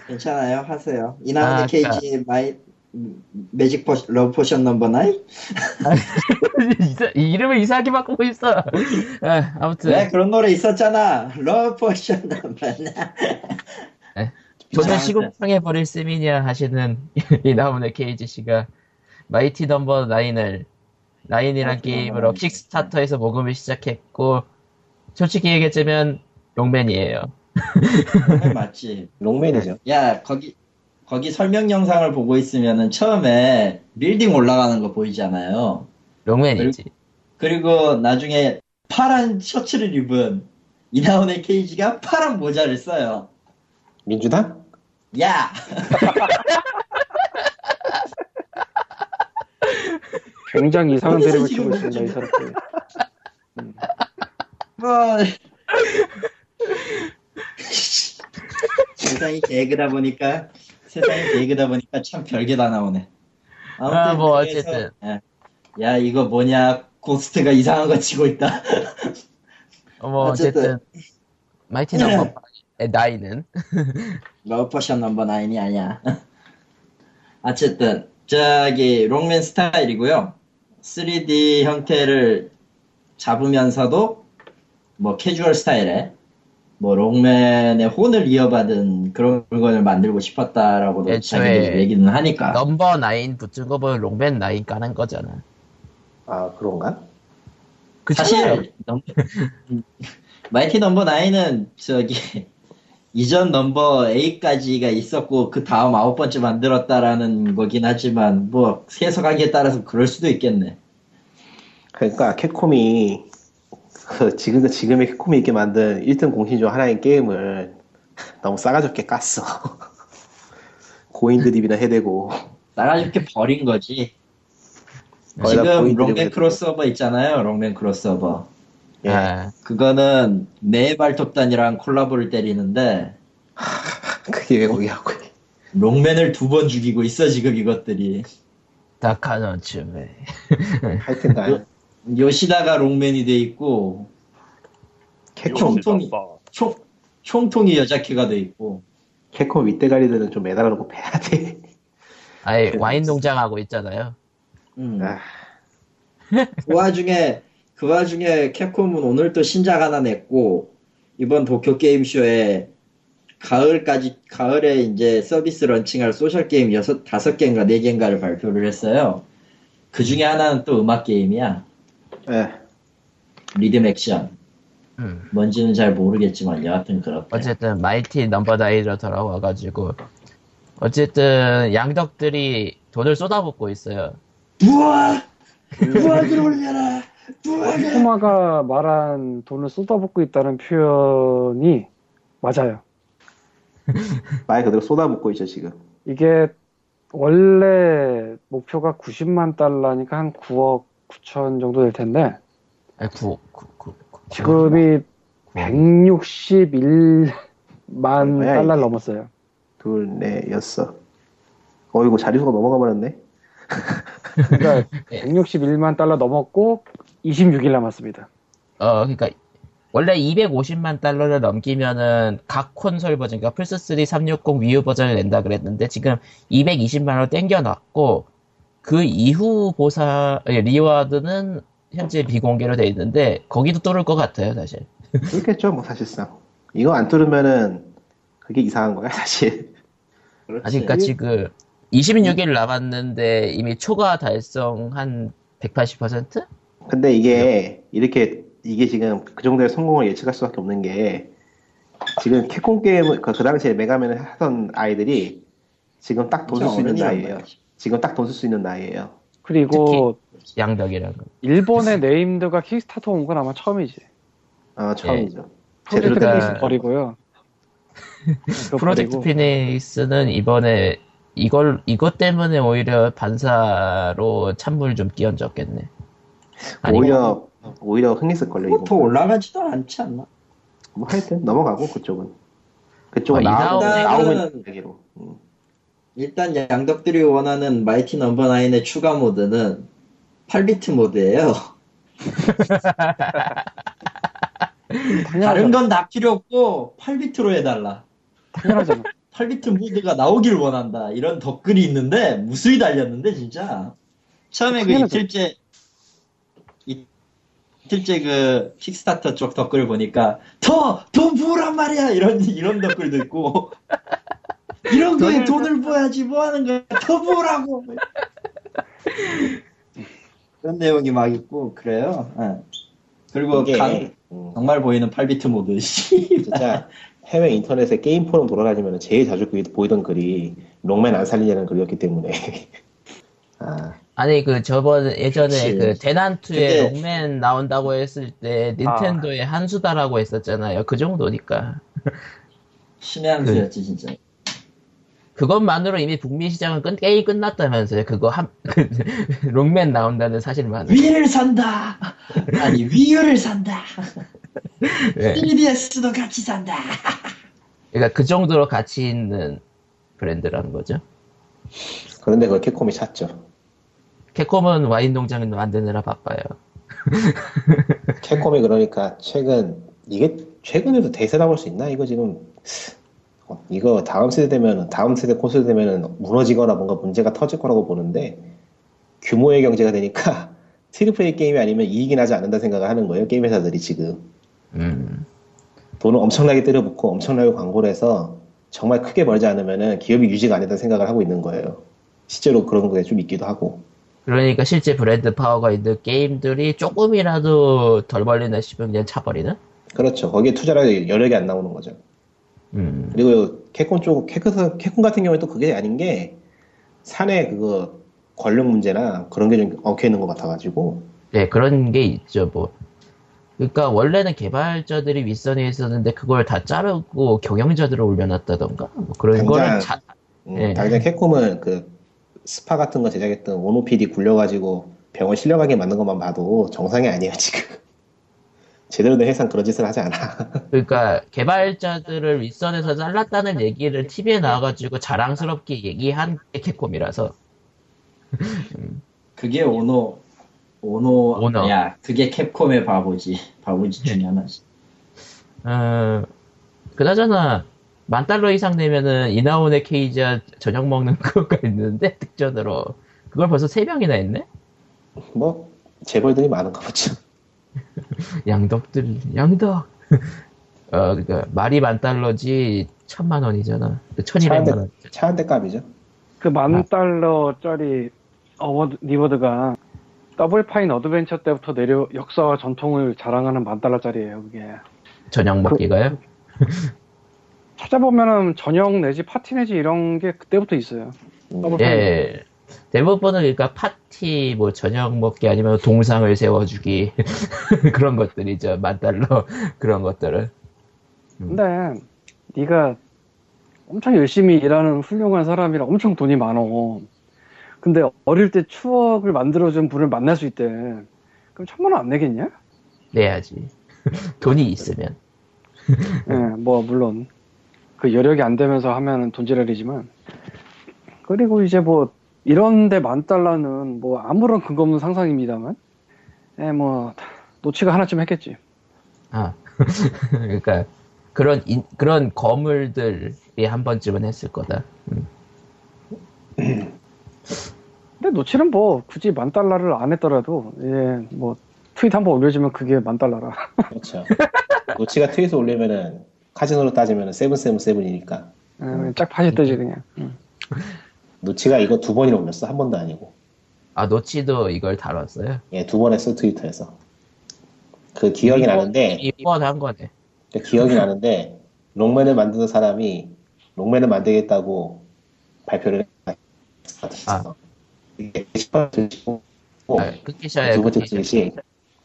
Speaker 5: 괜찮아요 하세요
Speaker 1: 아,
Speaker 5: 이나은의
Speaker 1: 그러니까-
Speaker 5: 케이지 마이 음, 매직 포 러브 포션 넘버 나이
Speaker 1: 이사- 이 이름을 이상하게 바꾸고 있어. 아, 아무튼
Speaker 5: 네 그런 노래 있었잖아 러브 포션 넘버 네, 나이
Speaker 1: 돈을
Speaker 5: 이상한데.
Speaker 1: 시궁창에 버릴 셈이냐 하시는 이나문의 케이지 씨가 마이티 넘버 나인을 나인이란
Speaker 5: 마이티 넘버
Speaker 1: 게임으로
Speaker 5: 나인.
Speaker 1: 킥스타터에서 모금을 시작했고 솔직히 얘기하자면 용맨이에요.
Speaker 5: 맞지
Speaker 2: 롱맨이죠.
Speaker 5: 야 거기 거기 설명 영상을 보고 있으면은 처음에 빌딩 올라가는 거 보이잖아요.
Speaker 1: 용맨이지.
Speaker 5: 그리고 나중에 파란 셔츠를 입은 이나온의 케이지가 파란 모자를 써요.
Speaker 2: 민주당?
Speaker 5: 야
Speaker 3: 굉장히 이상한
Speaker 5: 어디서
Speaker 3: 드립을
Speaker 5: 지금
Speaker 3: 치고 있습니다 이
Speaker 5: 뭔지
Speaker 3: 사람들.
Speaker 5: 뭐. 세상이 개그다 보니까 세상이 개그다 보니까 참 별게 다 나오네. 아무튼
Speaker 1: 아, 뭐
Speaker 5: 그래서-
Speaker 1: 어쨌든.
Speaker 5: 예. 야 이거 뭐냐 고스트가 이상한 거 치고 있다.
Speaker 1: 어머 어쨌든 마이티 넘버
Speaker 5: 네.
Speaker 1: 나인은
Speaker 5: 러브포션 넘버 9이 아니야. 어쨌든, 저기, 롱맨 스타일이고요 3D 형태를 잡으면서도, 뭐, 캐주얼 스타일에, 뭐, 롱맨의 혼을 이어받은 그런 물건을 만들고 싶었다라고도
Speaker 1: 애초에
Speaker 5: 자기들 얘기는 하니까.
Speaker 1: 넘버 나인 붙은 거 보면 롱맨 나인 까는 거잖아.
Speaker 2: 아, 그런가?
Speaker 5: 그 사실, 넘- 마이티 넘버 9은, 저기, 이전 넘버 8까지가 있었고, 그 다음 아홉 번째 만들었다라는 거긴 하지만, 뭐, 해석하기에 따라서 그럴 수도 있겠네.
Speaker 2: 그러니까 캡콤이 그 지금 지금의 캡콤이 이렇게 만든 1등 공신 중 하나인 게임을 너무 싸가지없게 깠어. 고인 드립이나 해대고
Speaker 5: 나가줄게 버린 거지.
Speaker 2: 거의 다
Speaker 5: 지금
Speaker 2: 보이드리고
Speaker 5: 롱맨
Speaker 2: 했던
Speaker 5: 크로스오버 있잖아요, 롱맨 크로스오버.
Speaker 2: 예.
Speaker 1: 아,
Speaker 5: 그거는 내 발톱단이랑 콜라보를 때리는데,
Speaker 2: 그게 왜 거기 하고 있-
Speaker 5: 롱맨을 두 번 죽이고 있어, 지금 이것들이.
Speaker 1: 다카노 춤에
Speaker 2: 하여튼
Speaker 1: 그
Speaker 2: 간
Speaker 5: 요시다가 롱맨이 돼 있고,
Speaker 2: 캡콤
Speaker 5: 총통이, 총, 총통이 여자캐가 돼 있고,
Speaker 2: 캡콤 윗대가리들은 좀 매달아놓고 패야 돼.
Speaker 1: 아예
Speaker 5: 그래서-
Speaker 1: 와인 농장하고 있잖아요.
Speaker 5: 음.
Speaker 4: 아.
Speaker 5: 그 와중에 그 와중에 캡콤은 오늘 또 신작 하나 냈고 이번 도쿄 게임 쇼에 가을까지 가을에 이제 서비스 런칭할 소셜 게임 여섯 다섯 개인가 네 개인가를 발표를 했어요. 그 중에 하나는 또 음악 게임이야.
Speaker 2: 예.
Speaker 5: 리듬 액션.
Speaker 1: 음.
Speaker 5: 뭔지는 잘 모르겠지만 여하튼 그렇대.
Speaker 1: 어쨌든 마이티 넘버 다이로 돌아와가지고 어쨌든 양덕들이 돈을 쏟아붓고 있어요.
Speaker 5: 부하 부하를 올려라. 부하를
Speaker 3: 코마가 말한 돈을 쏟아붓고 있다는 표현이 맞아요.
Speaker 2: 말 그대로 쏟아붓고 있죠 지금.
Speaker 3: 이게 원래 목표가 90만 달러니까 한 9억 9천 정도 될 텐데
Speaker 1: 아니, 구, 구, 구, 구,
Speaker 3: 지금이
Speaker 1: 구-
Speaker 3: 161만
Speaker 2: 음. 뭐야,
Speaker 3: 달러를
Speaker 2: 이게.
Speaker 3: 넘었어요.
Speaker 2: 둘, 넷, 여섯. 어이구 자리수가 넘어가 버렸네.
Speaker 3: 그러니까
Speaker 1: 네.
Speaker 3: 161만 달러 넘었고 26일 남았습니다.
Speaker 1: 어, 그러니까 원래 250만 달러를 넘기면은 각 콘솔 버전, 그러니까 플스 3, 360, 위유 버전을 낸다 그랬는데 지금 220만으로 땡겨놨고 그 이후 보사 예, 리워드는 현재 비공개로 돼 있는데 거기도 뚫을 것 같아요 사실.
Speaker 2: 그렇겠죠 뭐 사실상. 이거 안 뚫으면은 그게 이상한 거야 사실.
Speaker 1: 아직 그러니까 지금 26일 남았는데 이미 초과 달성한 180%?
Speaker 2: 근데 이게 이렇게 이게 지금 그 정도의 성공을 예측할 수밖에 없는 게 지금 캡콤 게임을 그, 그 당시에 메가맨을 하던 아이들이 지금 딱 돈 쓸 수 있는 나이예요. 지금 딱 돈 쓸 수 있는 나이예요.
Speaker 3: 그리고
Speaker 1: 양덕이라는 거.
Speaker 3: 일본의 네임드가 킥스타터 온 건 아마 처음이지.
Speaker 2: 아 처음이죠. 제대로
Speaker 3: 프로젝트
Speaker 1: 된-
Speaker 3: 피닉스 버리고요. 그거
Speaker 1: 프로젝트
Speaker 3: 버리고.
Speaker 1: 피닉스는 이번에 이걸 이것 때문에 오히려 반사로 찬물 좀 끼얹었겠네. 아니
Speaker 2: 오히려 오히려 흥했을 걸요.
Speaker 5: 더 올라가지도 않지 않나?
Speaker 2: 뭐 하여튼 넘어가고 그쪽은 그쪽은
Speaker 1: 아,
Speaker 2: 나오면
Speaker 5: 이사오는-
Speaker 2: 나오면 얘기로. 음.
Speaker 5: 일단 양덕들이 원하는 마이티 넘버 나인의 추가 모드는 8비트 모드예요. 다른
Speaker 3: 당연하잖아.
Speaker 5: 건 다 필요 없고 8비트로 해달라.
Speaker 3: 당연하잖아.
Speaker 5: 8비트 모드가 나오길 원한다. 이런 댓글이 있는데 무수히 달렸는데 진짜. 처음에 그
Speaker 3: 당연하죠.
Speaker 5: 이틀째 이- 이틀째 그 킥스타터 쪽 댓글 보니까 더돈 부으란 말이야 이런 이런 댓글도 있고 이런
Speaker 2: 그러니까.
Speaker 5: 거에 돈을 부어야지 뭐 하는 거야 더 부으라고 그런 내용이 막 있고 그래요. 예. 그리고
Speaker 2: 이게
Speaker 5: 강,
Speaker 2: 음,
Speaker 5: 정말 보이는 8비트 모드 씨.
Speaker 2: 진짜 해외 인터넷에 게임 포럼 돌아다니면 제일 자주 그 보이- 보이던 글이 롱맨 안 살리냐는 글이었기 때문에 아,
Speaker 1: 아니 그 저번 예전에
Speaker 5: 그치.
Speaker 1: 그 대난투에
Speaker 5: 근데-
Speaker 1: 롱맨 나온다고 했을 때 닌텐도의 한수다라고 했었잖아요. 그 정도니까
Speaker 5: 신의
Speaker 2: 네.
Speaker 5: 한 수였지 진짜.
Speaker 1: 그것만으로 이미 북미 시장은 끝 게임 끝났다면서요. 그거 한 그, 롱맨 나온다는 사실만.
Speaker 5: 위를 산다. 아니 위유를 산다. 네.
Speaker 1: 예.
Speaker 5: 3DS도 같이 산다.
Speaker 1: 그러니까 그 정도로 가치 있는 브랜드라는 거죠.
Speaker 2: 그런데 그걸 캡콤이 샀죠.
Speaker 1: 캡콤은 와인 동장을 만드느라 바빠요.
Speaker 2: 캡콤이 그러니까 최근 이게 최근에도 대세 나올 수 있나 이거 지금 어, 이거 다음 세대 되면 다음 세대 콘솔 되면 무너지거나 뭔가 문제가 터질 거라고 보는데 규모의 경제가 되니까 트리플 A 게임이 아니면 이익이 나지 않는다 생각을 하는 거예요 게임 회사들이 지금
Speaker 1: 음.
Speaker 2: 돈을 엄청나게 때려붓고 엄청나게 광고를 해서 정말 크게 벌지 않으면 기업이 유지가 안 된다 생각을 하고 있는 거예요 실제로 그런 게 좀 있기도 하고
Speaker 1: 그러니까 실제 브랜드 파워가 있는 게임들이 조금이라도 덜 벌리나 싶으면 그냥 차버리는?
Speaker 2: 그렇죠 거기에 투자를 여력이 안 나오는 거죠
Speaker 1: 음.
Speaker 2: 그리고 캡콤 쪽 캡콤, 캡콤 같은 경우에 또 그게 아닌 게 산에 그거 권력 문제나 그런 게 좀 엉켜 있는 것 같아가지고
Speaker 1: 네, 그런 게 있죠, 뭐. 그러니까 원래는 개발자들이 윗선에 있었는데 그걸 다 자르고 경영자들을 올려놨다던가 뭐 그런 거를
Speaker 2: 당장-
Speaker 1: 자,
Speaker 2: 음,
Speaker 1: 예.
Speaker 2: 당장 캡콤은 그 스파 같은 거 제작했던 오노피디 굴려가지고 병원 실려가게 만든 것만 봐도 정상이 아니에요 지금 제대로 된 회사는 그런 짓을 하지 않아
Speaker 1: 그러니까 개발자들을 윗선에서 잘랐다는 얘기를 TV에 나와가지고 자랑스럽게 얘기한 게 캡콤이라서
Speaker 5: 그게 오노 오노
Speaker 1: 오너.
Speaker 5: 야 그게 캡콤의 바보지 바보지 중에 하나지.
Speaker 1: 어, 그나저나 만 달러 이상 내면은 이나온의 케이지와 저녁 먹는 그거가 있는데 특전으로 그걸 벌써 세 명이나 했네?
Speaker 2: 뭐 재벌들이 많은가 보죠.
Speaker 1: 양덕들 양덕. 어, 그니까 말이 만 달러지 천만 원이잖아. 천이백만 원.
Speaker 2: 차 한 대 값이죠.
Speaker 3: 그
Speaker 1: 아.
Speaker 3: 만 달러짜리 어워드 리워드가 더블 파인 어드벤처 때부터 내려 역사와 전통을 자랑하는 만 달러짜리예요. 그게
Speaker 1: 저녁 먹기가요?
Speaker 3: 찾아보면은 저녁 내지 파티 내지 이런 게 그때부터 있어요. 더블 파인.
Speaker 1: 예. 대부분은 그러니까 파티 뭐 저녁 먹기 아니면 동상을 세워주기 그런 것들이죠 만 달러 그런 것들은
Speaker 3: 근데 네가 엄청 열심히 일하는 훌륭한 사람이라 엄청 돈이 많어. 근데 어릴 때 추억을 만들어준 분을 만날 수 있대. 그럼 천만 원 안 내겠냐?
Speaker 1: 내야지 돈이 있으면
Speaker 3: 예, 뭐 물론 그 여력이 안 되면서 하면은 돈지랄이지만 그리고 이제 뭐 이런데 만 달러는 뭐 아무런 근거 없는 상상입니다만, 예, 뭐 노치가 하나쯤 했겠지.
Speaker 1: 아 그러니까 그런 인- 그런 거물들이 한 번쯤은 했을 거다
Speaker 3: 근데 노치는 뭐 굳이 만 달러를 안 했더라도 예, 뭐 트윗 한 번 올려주면 그게 만 달러라.
Speaker 2: 그렇죠. 노치가 트윗에 올리면은 카지노로 따지면은 세븐세븐세븐이니까
Speaker 3: 예, 짝 파지 뜨지 그냥. 음.
Speaker 2: 노치가 이거 두 번이나 올렸어. 한 번도 아니고.
Speaker 1: 아 노치도 이걸 다뤘어요
Speaker 2: 예, 두 번 했어 트위터에서. 그 기억이 나는데
Speaker 1: 이번 한 거네
Speaker 2: 그 기억이 나는데 롱맨을 만드는 사람이 롱맨을 만들겠다고 발표를 했어. 이게 10번 들고 그
Speaker 1: 아, 끊기셔야
Speaker 2: 두 번째
Speaker 1: 끊기셔야
Speaker 2: 트윗이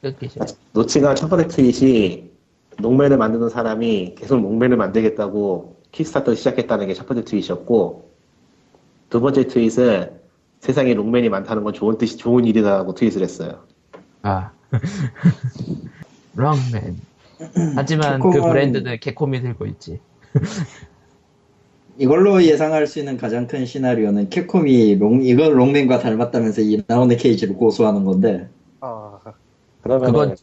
Speaker 1: 끊기셔야
Speaker 2: 노치가 첫 번째 트윗이 롱맨을 만드는 사람이 계속 롱맨을 만들겠다고 킥스타터를 시작했다는 게 첫 번째 트윗이었고 두 번째 트윗은 세상에 롱맨이 많다는 건 좋은 뜻이 좋은 일이다라고 트윗을 했어요.
Speaker 1: 아 롱맨 하지만 그
Speaker 5: 개콤은-
Speaker 1: 브랜드는 개콤이 들고 있지
Speaker 5: 이걸로 예상할 수 있는 가장 큰 시나리오는 캡콤이 롱, 이걸 롱맨과 닮았다면서 이 나온의 케이지를 고소하는 건데
Speaker 4: 아,
Speaker 2: 그러면
Speaker 1: 그건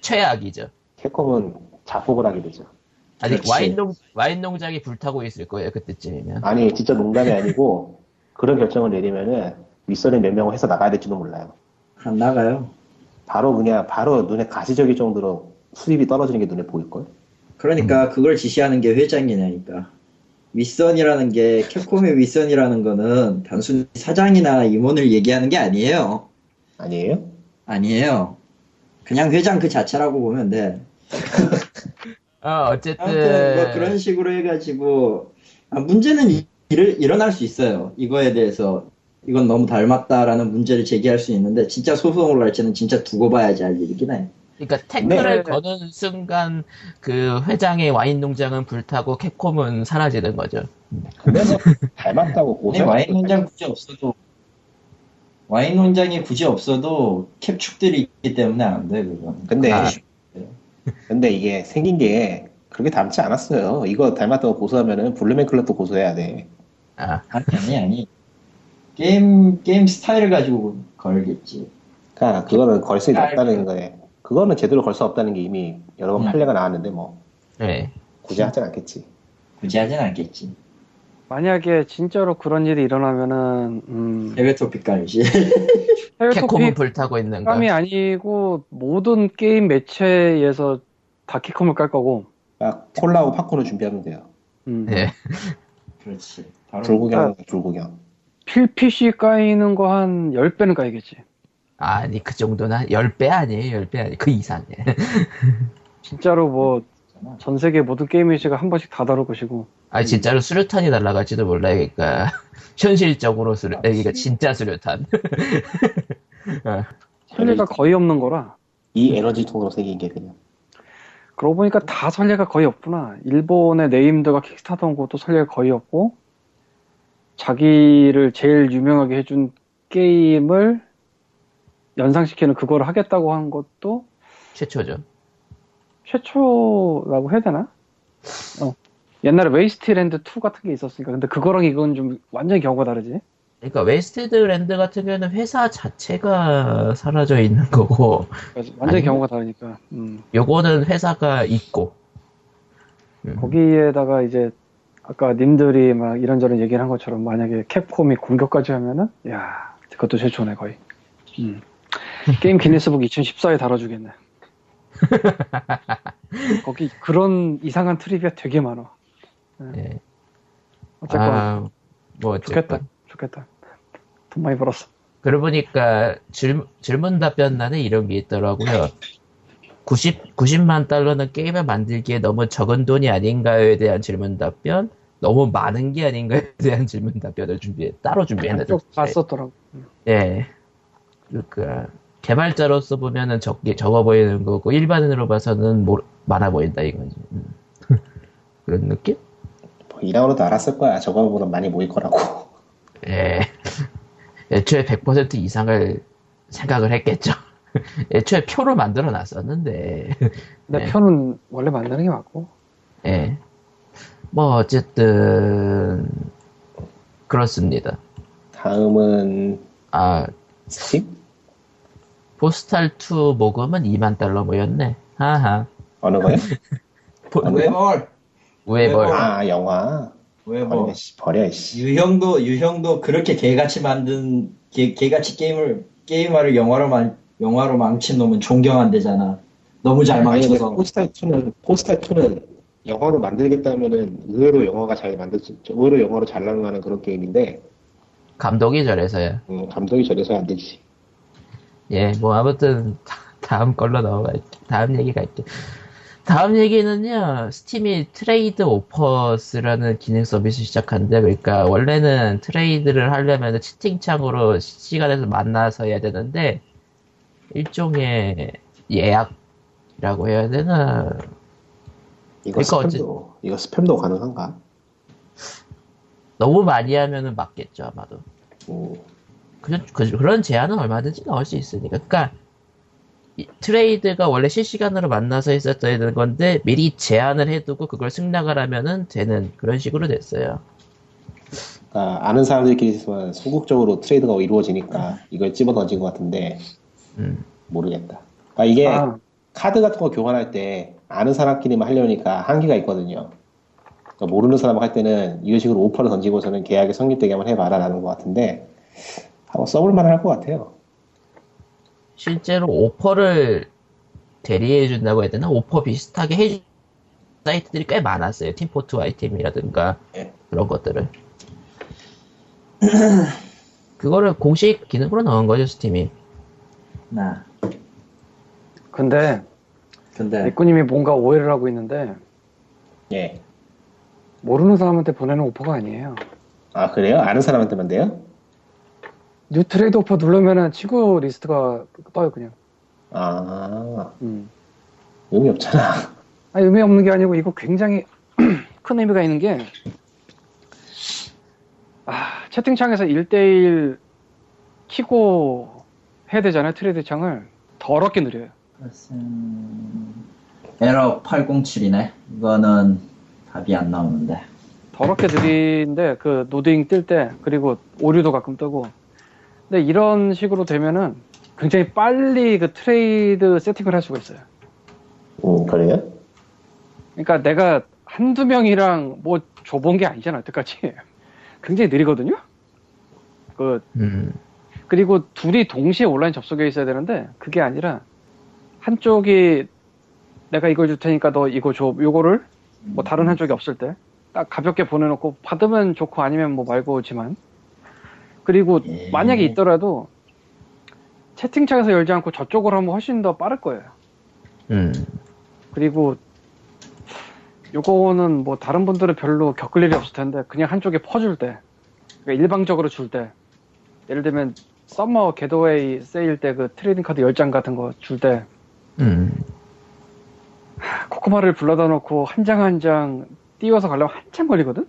Speaker 1: 최악이죠
Speaker 2: 캡콤은 자폭을 하게 되죠.
Speaker 1: 아니
Speaker 5: 그렇지.
Speaker 1: 와인 농 와인 농장이 불타고 있을 거예요 그때쯤이면.
Speaker 2: 아니 진짜 농담이 아니고 그런 결정을 내리면은 윗선에 몇 명을 해서 나가야 될지도 몰라요.
Speaker 5: 안 나가요.
Speaker 2: 바로 그냥 바로 눈에 가시적일 정도로 수입이 떨어지는 게 눈에 보일 걸.
Speaker 5: 그러니까 그걸 지시하는 게 회장이냐니까. 윗선이라는 게 캡콤의 윗선이라는 거는 단순히 사장이나 임원을 얘기하는 게 아니에요.
Speaker 2: 아니에요?
Speaker 5: 아니에요. 그냥 회장 그 자체라고 보면 돼.
Speaker 1: 어
Speaker 5: 아무튼 뭐
Speaker 1: 어쨌든
Speaker 5: 그런 식으로 해가지고 아, 문제는 이- 일을 일어날 수 있어요. 이거에 대해서 이건 너무 닮았다라는 문제를 제기할 수 있는데 진짜 소송으로 갈지는 진짜 두고 봐야지 알 일이긴 해.
Speaker 1: 그러니까 태클을
Speaker 3: 네.
Speaker 1: 거는 순간 그 회장의 와인 농장은 불타고 캡콤은 사라지는 거죠.
Speaker 2: 근데 뭐 닮았다고
Speaker 5: 근데
Speaker 2: 고소.
Speaker 5: 와인 농장 굳이 없어도 와인 농장이 굳이 없어도 캡축들이 있기 때문에 안 돼 그건.
Speaker 2: 근데
Speaker 1: 아.
Speaker 2: 근데 이게 생긴 게 그렇게 닮지 않았어요. 이거 닮았다고 고소하면은 블루맨 클럽도 고소해야 돼.
Speaker 1: 아
Speaker 5: 아니 아니 아니 게임 게임 스타일을 가지고 걸겠지.
Speaker 2: 그러니까 그거는 걸 수
Speaker 5: 아,
Speaker 2: 없다는 거에 그거는 제대로 걸 수 없다는 게 이미 여러 번
Speaker 5: 음.
Speaker 2: 판례가 나왔는데 뭐
Speaker 1: 네.
Speaker 2: 굳이 하진 않겠지.
Speaker 5: 굳이 하진 않겠지.
Speaker 3: 만약에 진짜로 그런 일이 일어나면은 음,
Speaker 5: 해외 토픽감이지.
Speaker 3: 해외
Speaker 1: 캡콤은
Speaker 3: 토픽
Speaker 1: 불타고 있는 거.
Speaker 3: 감이 아니고 모든 게임 매체에서 다키컴을 깔 거고.
Speaker 2: 막 콜라하고 팝콘을 준비하면 돼요.
Speaker 3: 음.
Speaker 1: 네.
Speaker 5: 그렇지. 바로 그러니까
Speaker 2: 불구경 불구경.
Speaker 3: 필피시 까이는 거 한 10배는 까이겠지.
Speaker 1: 아니 그 정도는 한 10배 아니에요. 10배 아니. 그 이상해.
Speaker 3: 진짜로 뭐 전
Speaker 1: 음.
Speaker 5: 그거잖아.
Speaker 3: 세계 모든 게임 매체가 한 번씩 다 다룰 것이고.
Speaker 1: 아 진짜로 수류탄이 날아갈지도 몰라요. 그러니까 현실적으로 수류 아니, 그러니까 진짜 수류탄. 네.
Speaker 3: 설례가 거의 없는 거라.
Speaker 2: 이 에너지 통으로 생긴 게 그냥.
Speaker 3: 그러고 보니까 다 설례가 거의 없구나. 일본의 네임드가 킥스타터 온 것도 설례가 거의 없고 자기를 제일 유명하게 해준 게임을 연상시키는 그걸 하겠다고 한 것도
Speaker 1: 최초죠.
Speaker 3: 최초라고 해야 되나? 어. 옛날에 웨이스트랜드 2 같은 게 있었으니까 근데 그거랑 이건 좀 완전히 경우가 다르지.
Speaker 1: 그러니까 웨스트드랜드 같은 경우는 회사 자체가 사라져 있는 거고
Speaker 3: 그래서 완전히
Speaker 1: 아니면-
Speaker 3: 경우가 다르니까. 음.
Speaker 1: 요거는 회사가 있고 음.
Speaker 3: 거기에다가 음. 이제 아까 님들이 막 이런저런 얘기를 한 것처럼 만약에 캡콤이 공격까지 하면은 야 그것도 최초네 거의. 음. 게임 기네스북 2014에 달아주겠네. 거기 그런 이상한 트립이 되게 많아. 네.
Speaker 1: 예.
Speaker 3: 어쨌거나
Speaker 1: 아, 뭐
Speaker 3: 좋겠다.
Speaker 1: 어쨌든.
Speaker 3: 좋겠다. 돈 많이 벌었어.
Speaker 1: 그러고 보니까 질, 질문 답변란에 이런 게 있더라고요. 90, 90만 달러는 게임을 만들기에 너무 적은 돈이 아닌가요에 대한 질문 답변, 너무 많은 게 아닌가요에 대한 질문 답변을 준비해, 따로 준비해놨죠.
Speaker 3: 쭉 아, 봤었더라고.
Speaker 1: 예. 그러니까, 개발자로서 보면은 적게, 적어 보이는 거고, 일반인으로 봐서는 모- 많아 보인다, 이거지. 음. 그런 느낌?
Speaker 2: 뭐 이라고도 알았을 거야. 저거보다 많이 모일 거라고.
Speaker 1: 예. 애초에 100% 이상을 생각을 했겠죠. 애초에 표로 만들어 놨었는데,
Speaker 3: 내
Speaker 1: 네.
Speaker 3: 표는 원래 만드는 게 맞고.
Speaker 1: 예. 뭐, 어쨌든, 그렇습니다.
Speaker 2: 다음은
Speaker 1: 아,
Speaker 2: 스팀?
Speaker 1: 포스탈2 모금은 2만 달러 모였네. 하하.
Speaker 2: 어느 거요?
Speaker 1: 포-
Speaker 2: 아니,
Speaker 5: 웨벌
Speaker 1: 우에볼.
Speaker 2: 아 영화.
Speaker 5: 웨벌
Speaker 2: 버리네 씨. 버려 씨.
Speaker 5: 유형도 유형도 그렇게 개같이 만든 개, 개같이 게임을 게임화를 영화로 만 영화로 망친 놈은 존경한대잖아. 너무 뭐 잘 망쳐서
Speaker 6: 포스타 2는 포스타 2는 영화로 만들겠다면은 의외로 영화가 잘 만들지 의외로 영화로 잘 나가는 그런 게임인데
Speaker 1: 감독이 저래서요.
Speaker 6: 음, 감독이 저래서 안 되지.
Speaker 1: 예, 뭐, 아무튼, 다- 다음 걸로 넘어갈게. 다음 얘기 갈게. 다음 얘기는요, 스팀이 트레이드 오퍼스라는 기능 서비스 시작한데, 그러니까, 원래는 트레이드를 하려면 채팅창으로 시- 시간에서 만나서 해야 되는데, 일종의 예약이라고 해야 되나,
Speaker 6: 이거
Speaker 1: 그러니까
Speaker 6: 스팸도
Speaker 1: 어째-
Speaker 6: 이거 스팸도 가능한가?
Speaker 1: 너무 많이 하면은 맞겠죠, 아마도.
Speaker 6: 음,
Speaker 1: 그, 런 제안은 얼마든지 나올 수 있으니까. 그러니까 이 트레이드가 원래 실시간으로 만나서 했었던 건데 미리 제안을 해두고 그걸 승낙을 하면은 되는 그런 식으로 됐어요.
Speaker 2: 그러니까 아는 사람들끼리만 소극적으로 트레이드가 이루어지니까 이걸 집어 던진 것 같은데
Speaker 1: 음.
Speaker 2: 모르겠다. 그러니까
Speaker 1: 예.
Speaker 2: 이게
Speaker 3: 아,
Speaker 2: 카드 같은 거 교환할 때 아는 사람끼리만 하려니까 한계가 있거든요. 그러니까 모르는 사람 할 때는 이런 식으로 오퍼를 던지고서는 계약이 성립되게 한번 해봐라라는 것 같은데 한번 써볼만 할 것 같아요.
Speaker 1: 실제로 오퍼를 대리해 준다고 해야 되나? 오퍼 비슷하게 해준 사이트들이 꽤 많았어요. 팀포트 아이템이라든가
Speaker 2: 예.
Speaker 1: 그런 것들을. 그거를 공식 기능으로 넣은 거죠, 스팀이.
Speaker 5: 나.
Speaker 3: 근데
Speaker 5: 근데
Speaker 3: 니꾸님이 뭔가 오해를 하고 있는데
Speaker 2: 예.
Speaker 3: 모르는 사람한테 보내는 오퍼가 아니에요.
Speaker 2: 아 그래요? 아는 사람한테만 돼요?
Speaker 3: 뉴 트레이드 오퍼 누르면은 친구 리스트가 떠요 그냥.
Speaker 2: 아
Speaker 3: 음.
Speaker 2: 의미 없잖아.
Speaker 3: 아니, 의미 없는 게 아니고 이거 굉장히 큰 의미가 있는 게 아, 채팅창에서 1대1 키고 해야 되잖아요 트레이드 창을 더럽게 느려요.
Speaker 5: 음, 에러 807이네. 이거는 답이 안 나오는데.
Speaker 3: 더럽게 느린데 그 노딩 뜰 때 그리고 오류도 가끔 뜨고 근데 이런 식으로 되면은 굉장히 빨리 그 트레이드 세팅을 할 수가 있어요
Speaker 2: 음 그래요?
Speaker 3: 그러니까 내가 한두 명이랑 뭐 줘본 게 아니잖아 여태까지 굉장히 느리거든요 그
Speaker 1: 음.
Speaker 3: 그리고 둘이 동시에 온라인 접속해 있어야 되는데 그게 아니라 한쪽이 내가 이걸 줄 테니까 너 이거 줘 요거를 뭐 다른 한쪽이 없을 때 딱 가볍게 보내놓고 받으면 좋고 아니면 뭐 말고지만 그리고
Speaker 5: 예.
Speaker 3: 만약에 있더라도 채팅창에서 열지 않고 저쪽으로 하면 훨씬 더 빠를 거예요
Speaker 1: 음.
Speaker 3: 그리고 요거는 뭐 다른 분들은 별로 겪을 일이 없을 텐데 그냥 한쪽에 퍼줄 때 그러니까 일방적으로 줄 때 예를 들면 썸머 겟어웨이 세일 때 그 트레이딩 카드 10장 같은 거 줄 때
Speaker 1: 음.
Speaker 3: 코코마를 불러다 놓고 한 장 한 장 띄워서 가려면 한참 걸리거든?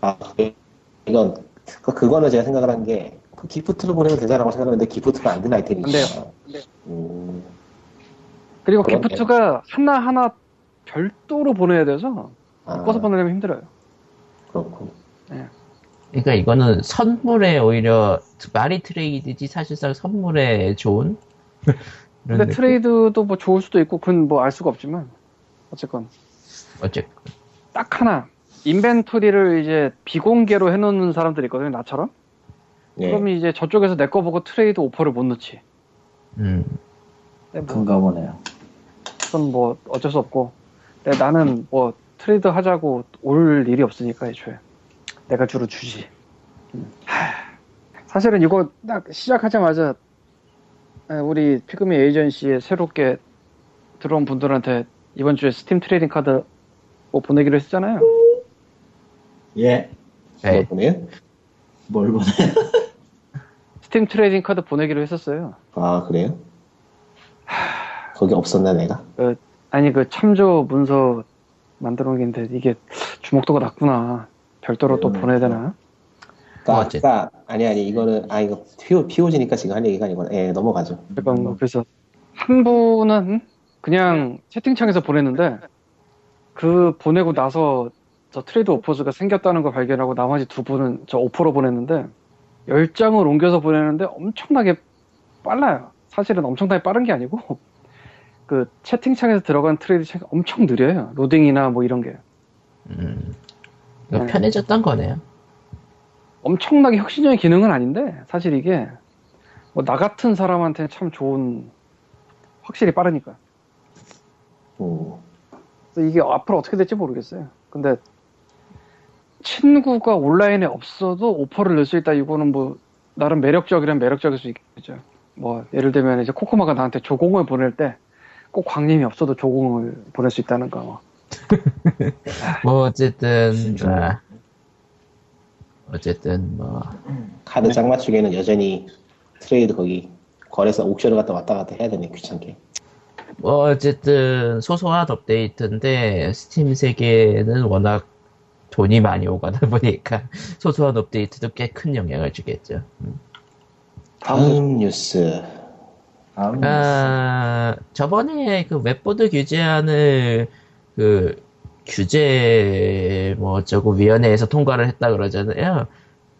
Speaker 2: 아, 그- 이건, 그- 그거는 제가 생각을 한 게, 그 기프트로 보내면 되잖아고 생각했는데, 기프트가 안 된 아이템이니까.
Speaker 3: 근데요. 네.
Speaker 2: 음,
Speaker 3: 그리고
Speaker 2: 그러네.
Speaker 3: 기프트가 하나하나 별도로 보내야 돼서
Speaker 2: 아,
Speaker 3: 묶어서 보내려면 힘들어요
Speaker 2: 그렇군.
Speaker 1: 그러니까 이거는 선물에 오히려 말이 트레이드지 사실상 선물에 좋은 그런
Speaker 3: 근데
Speaker 1: 느낌?
Speaker 3: 트레이드도 뭐 좋을 수도 있고 그건 뭐 알 수가 없지만 어쨌건
Speaker 1: 어쨌
Speaker 3: 딱 하나 인벤토리를 이제 비공개로 해놓는 사람들이 있거든요, 나처럼.
Speaker 2: 예.
Speaker 3: 그럼 이제 저쪽에서 내 거 보고 트레이드 오퍼를 못 넣지.
Speaker 1: 음.
Speaker 3: 근데 뭐
Speaker 5: 그런가 보네요.
Speaker 3: 그건 뭐 어쩔 수 없고. 근데 나는 뭐 트레이드 하자고 올 일이 없으니까 애초에 내가 주로 주지. 음. 하, 사실은 이거 딱 시작하자마자 에, 우리 피그미 에이전시에 새롭게 들어온 분들한테 이번 주에 스팀 트레이딩 카드 뭐 보내기로 했잖아요.
Speaker 5: 예,
Speaker 1: 네.
Speaker 3: 뭐-
Speaker 2: 보네요.
Speaker 5: 뭘 보네.
Speaker 3: 스팀 트레이딩 카드 보내기로 했었어요.
Speaker 2: 아 그래요? 거기 없었나 내가?
Speaker 3: 아니 그 참조 문서 만들어 놓은 게 있는데 이게 주목도가 낮구나. 별도로 또
Speaker 5: 음.
Speaker 3: 보내야 되나?
Speaker 2: 그러니까
Speaker 1: 어, 어쨌든.
Speaker 2: 아까 아니 아니 이거는 아 이거 피오 피오지니까 지금 할 얘기가 아니고 예 넘어가죠.
Speaker 3: 약간 뭐 그래서 한 분은 그냥 채팅창에서 보냈는데 그 보내고 나서 저 트레이드 오퍼즈가 생겼다는 걸 발견하고 나머지 두 분은 저 오퍼로 보냈는데 열장을 옮겨서 보내는데 엄청나게 빨라요. 사실은 엄청나게 빠른 게 아니고 그 채팅창에서 들어간 트레이드 창이 엄청 느려요. 로딩이나 뭐 이런 게.
Speaker 1: 음. 그러니까
Speaker 3: 네.
Speaker 1: 편해졌던 거네요.
Speaker 3: 엄청나게 혁신적인 기능은 아닌데 사실 이게 뭐 나 같은 사람한테는 참 좋은 확실히 빠르니까
Speaker 2: 음.
Speaker 3: 그래서 이게 앞으로 어떻게 될지 모르겠어요 근데 친구가 온라인에 없어도 오퍼를 낼 수 있다 이거는 뭐 나름 매력적이란 매력적일 수 있겠죠 뭐 예를 들면 이제 코코마가 나한테 조공을 보낼 때 꼭 광님이 없어도 조공을 보낼 수 있다는 거 뭐.
Speaker 1: 뭐 어쨌든
Speaker 3: 그렇죠.
Speaker 5: 진짜.
Speaker 1: 아, 어쨌든 뭐
Speaker 3: 네.
Speaker 2: 카드 짝 맞추기에는 여전히 트레이드 거기 거래소 옥션을 갔다 왔다 갔다 해야 되네 귀찮게.
Speaker 1: 뭐 어쨌든 소소한 업데이트인데 스팀 세계는 워낙 돈이 많이 오가다 보니까 소소한 업데이트도 꽤 큰 영향을 주겠죠.
Speaker 2: 다음 뉴스.
Speaker 5: 다음
Speaker 1: 아, 저번에 그 웹보드 규제안을 그 규제 뭐 어쩌고 위원회에서 통과를 했다 그러잖아요.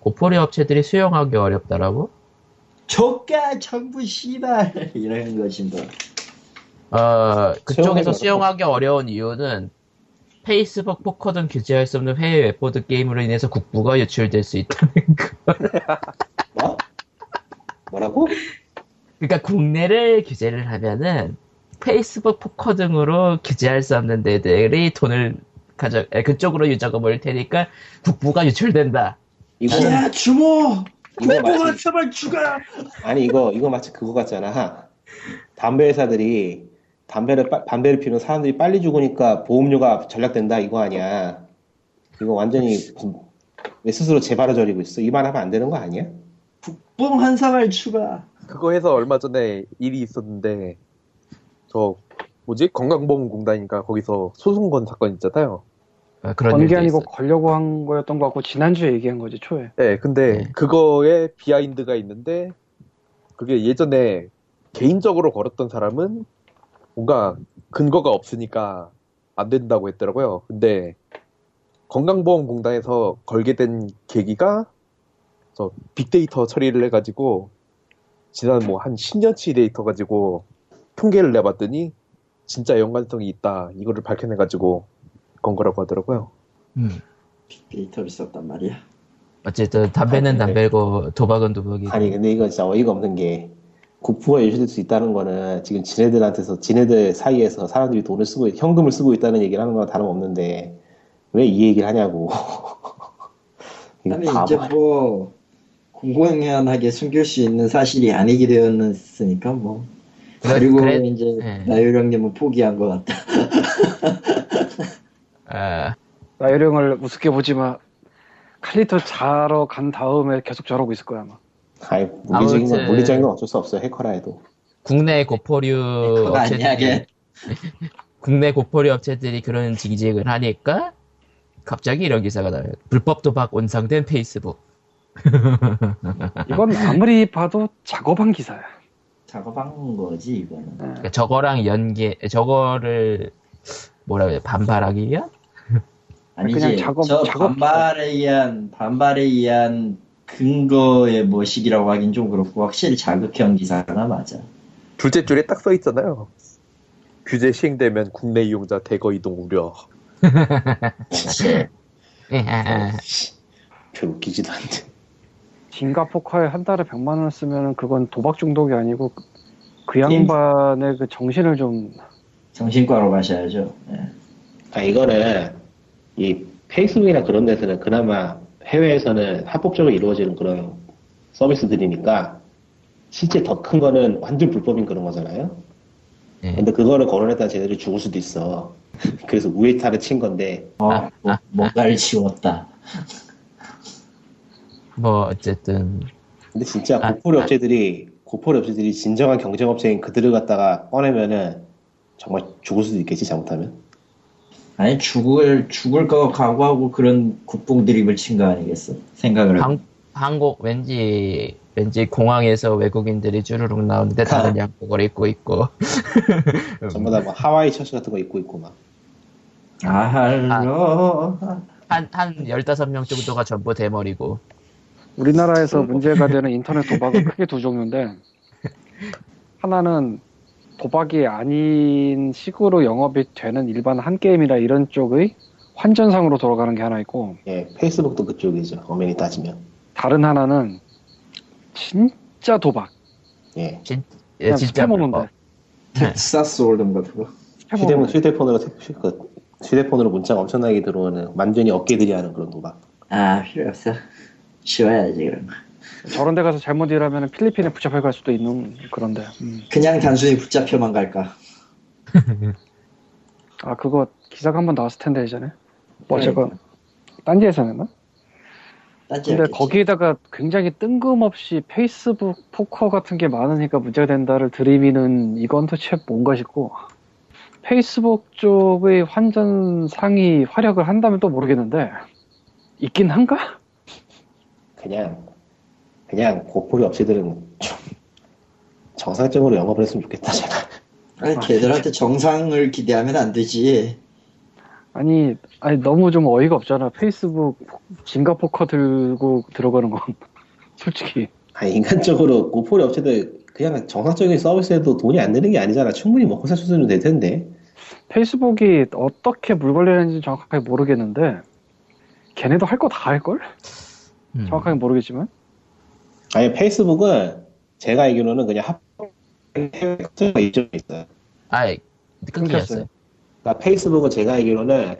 Speaker 1: 고포리 업체들이 수용하기 어렵다라고?
Speaker 5: 조가 정부 씨발 이런 것인데
Speaker 1: 어, 그쪽에서
Speaker 2: 수용하기
Speaker 1: 수용하기 어려운 이유는 페이스북 포커 등 규제할 수 없는 해외 웹보드 게임으로 인해서 국부가 유출될 수 있다는 거.
Speaker 2: 뭐? 뭐라고?
Speaker 1: 그러니까 국내를 규제를 하면은 페이스북 포커 등으로 규제할 수 없는 데들이 돈을 가져 에, 그쪽으로 유저가 몰 테니까 국부가 유출된다.
Speaker 2: 이거
Speaker 5: 야 주모
Speaker 3: 네,
Speaker 5: 뭐
Speaker 2: 이거
Speaker 5: 국보가
Speaker 2: 마치
Speaker 5: 제발 죽어
Speaker 2: 아니 이거 이거 마치 그거 같잖아. 담배 회사들이 담배를 빨- 담배를 피우면 사람들이 빨리 죽으니까 보험료가 전략된다 이거 아니야. 이거 완전히 무슨- 왜 스스로 재발을저리고 있어? 이 말 하면 안 되는 거 아니야?
Speaker 5: 음. 국뽕 한 사발 추가
Speaker 4: 그거 해서 얼마 전에 일이 있었는데 저 뭐지 건강보험공단인가 거기서 소송 건 사건 있잖아요.
Speaker 1: 어, 그런
Speaker 3: 번개
Speaker 1: 일도
Speaker 3: 아니고
Speaker 1: 있어요.
Speaker 3: 걸려고 한 거였던 것 같고 지난주에 얘기한 거지 초에
Speaker 4: 네, 근데
Speaker 1: 네.
Speaker 4: 그거에 비하인드가 있는데 그게 예전에 개인적으로 걸었던 사람은 뭔가 근거가 없으니까 안 된다고 했더라고요. 근데 건강보험공단에서 걸게 된 계기가 저 빅데이터 처리를 해가지고 지난 뭐 한 10년치 데이터 가지고 통계를 내봤더니 진짜 연관성이 있다 이거를 밝혀내가지고 건 거라고 하더라고요.
Speaker 1: 음.
Speaker 5: 데이터를 썼단 말이야
Speaker 1: 어쨌든 담배는
Speaker 2: 아니, 근데-
Speaker 1: 담배고 도박은 도박이고.
Speaker 2: 아니 네. 근데 이건 진짜 어이가 없는 게 국부가 유출될 수 있다는 거는 지금 지네들한테서 지네들 사이에서 사람들이 돈을 쓰고 있- 현금을 쓰고 있다는 얘기를 하는 거랑 다름없는데 왜 이 얘기를 하냐고. 이거
Speaker 5: 아니
Speaker 2: 바보
Speaker 5: 이제
Speaker 2: 아니야?
Speaker 5: 뭐 공공연하게 숨길 수 있는 사실이 아니게 되었으니까 뭐
Speaker 1: 그래-
Speaker 5: 그리고
Speaker 1: 그래-
Speaker 5: 이제
Speaker 1: 예.
Speaker 5: 나유령님은 포기한 것 같다
Speaker 1: 아,
Speaker 3: 나유령을 우습게 보지만 칼리터 자러 간 다음에 계속 저러고 있을 거야 아마
Speaker 2: 아이 물리적인 건
Speaker 1: 아무튼-
Speaker 2: 물리적인 건 어쩔 수 없어요 해커라 해도.
Speaker 1: 국내 고포류
Speaker 5: 네, 그거 아니야
Speaker 1: 업체들이
Speaker 5: 걔
Speaker 1: 국내 고포류 업체들이 그런 징징을 하니까 갑자기 이런 기사가 나요. 불법 도박 온상된 페이스북.
Speaker 3: 이건 아무리 봐도 작업한 기사야
Speaker 5: 작업한 거지 이거는
Speaker 1: 그러니까 저거랑 연계 저거를 뭐라 그래 반발하기 위한?
Speaker 5: 아니지.
Speaker 3: 그냥 작업-
Speaker 5: 저
Speaker 3: 작업-
Speaker 5: 반발에 의한 반발에 의한 근거의 뭐식이라고 하긴 좀 그렇고 확실히 자극형 기사가 맞아.
Speaker 4: 둘째 줄에 딱 써 있잖아요. 규제 시행되면 국내 이용자 대거 이동 우려.
Speaker 1: 예,
Speaker 2: 별 웃기지도 않는데.
Speaker 3: 딩가 포카에 한 달에 100만 원 쓰면 그건 도박 중독이 아니고 그- 그 양반의 그 정신을 좀
Speaker 5: 정신과로 가셔야죠. 예.
Speaker 2: 아, 이거는 이 페이스북이나 그런 데서는 그나마 해외에서는 합법적으로 이루어지는 그런 서비스들이니까 실제 더 큰 거는 완전 불법인 그런 거잖아요.
Speaker 1: 네.
Speaker 2: 근데 그거를 거론했다 쟤네들이 죽을 수도 있어. 그래서 우회타를 친 건데
Speaker 5: 어, 뭐- 뭔가를 지웠다.
Speaker 1: 뭐 어쨌든
Speaker 2: 근데 진짜
Speaker 1: 아,
Speaker 2: 고포리
Speaker 1: 아.
Speaker 2: 업체들이 고포리 업체들이 진정한 경쟁업체인 그들을 갖다가 꺼내면은 정말 죽을 수도 있겠지 잘못하면.
Speaker 5: 아니 죽을 죽을 거 각오하고 그런 국뽕 드립을 친 거 아니겠어? 생각을.
Speaker 1: 방, 한국 왠지 왠지 공항에서 외국인들이 주르륵 나오는데 다른 양복을 입고 있고 음.
Speaker 2: 전부 다 뭐 하와이 셔츠 같은 거 입고 있고 막.
Speaker 5: 아, 아할로.
Speaker 1: 한한 15명 정도가 전부 대머리고
Speaker 3: 우리나라에서 문제가 되는 인터넷 도박은 크게 두 종류인데 하나는 도박이 아닌 식으로 영업이 되는 일반 한 게임이나 이런 쪽의 환전상으로 돌아가는 게 하나 있고
Speaker 2: 예, 페이스북도 그쪽이죠. 엄연히 따지면.
Speaker 3: 다른 하나는 진짜 도박
Speaker 2: 예.
Speaker 1: 진, 예,
Speaker 3: 그냥
Speaker 1: 진짜
Speaker 3: 스팸 오는데
Speaker 1: 불법
Speaker 4: 네.
Speaker 5: 텍사스 홀덤 같은 거.
Speaker 3: 스팸
Speaker 2: 휴대폰,
Speaker 3: 오는데.
Speaker 2: 휴대폰으로, 태- 휴- 그 휴대폰으로 문자가 엄청나게 들어오는 완전히 어깨들이 하는 그런 도박.
Speaker 5: 아 필요 없어. 쉬어야지 그럼.
Speaker 3: 그러니까 저런 데 가서 잘못 일하면 필리핀에 붙잡혀 갈 수도 있는 그런데 음.
Speaker 5: 그냥 단순히 붙잡혀만 갈까?
Speaker 3: 아 그거 기사가 한 번 나왔을 텐데 예전에 뭐 어쨌건 딴지에서 냈나?
Speaker 5: 딴지
Speaker 3: 근데
Speaker 5: 없겠지.
Speaker 3: 거기에다가 굉장히 뜬금없이 페이스북 포커 같은 게 많으니까 문제가 된다를 들이미는 이건 도대체 뭔가 싶고 페이스북 쪽의 환전상이 활약을 한다면 또 모르겠는데 있긴 한가?
Speaker 2: 그냥, 그냥 고포리 업체들은 좀 정상적으로 영업을 했으면 좋겠다, 제가.
Speaker 5: 아니, 걔들한테 정상을 기대하면 안 되지.
Speaker 3: 아니 아니 너무 좀 어이가 없잖아 페이스북 진가 포커 들고 들어가는 건 솔직히
Speaker 2: 아니, 인간적으로 고포리 업체들 그냥 정상적인 서비스에도 돈이 안 드는 게 아니잖아. 충분히 먹고 살 수준은 될 텐데.
Speaker 3: 페이스북이 어떻게 물걸레는지 정확하게 모르겠는데 걔네도 할 거 다 할걸?
Speaker 1: 음.
Speaker 3: 정확하게 모르겠지만
Speaker 2: 아니, 페이스북은 제가 알기로는 그냥 합, 해외가 입점이 있어요.
Speaker 1: 아이 예, 끊겼어요
Speaker 2: 그러니까 페이스북은 제가 알기로는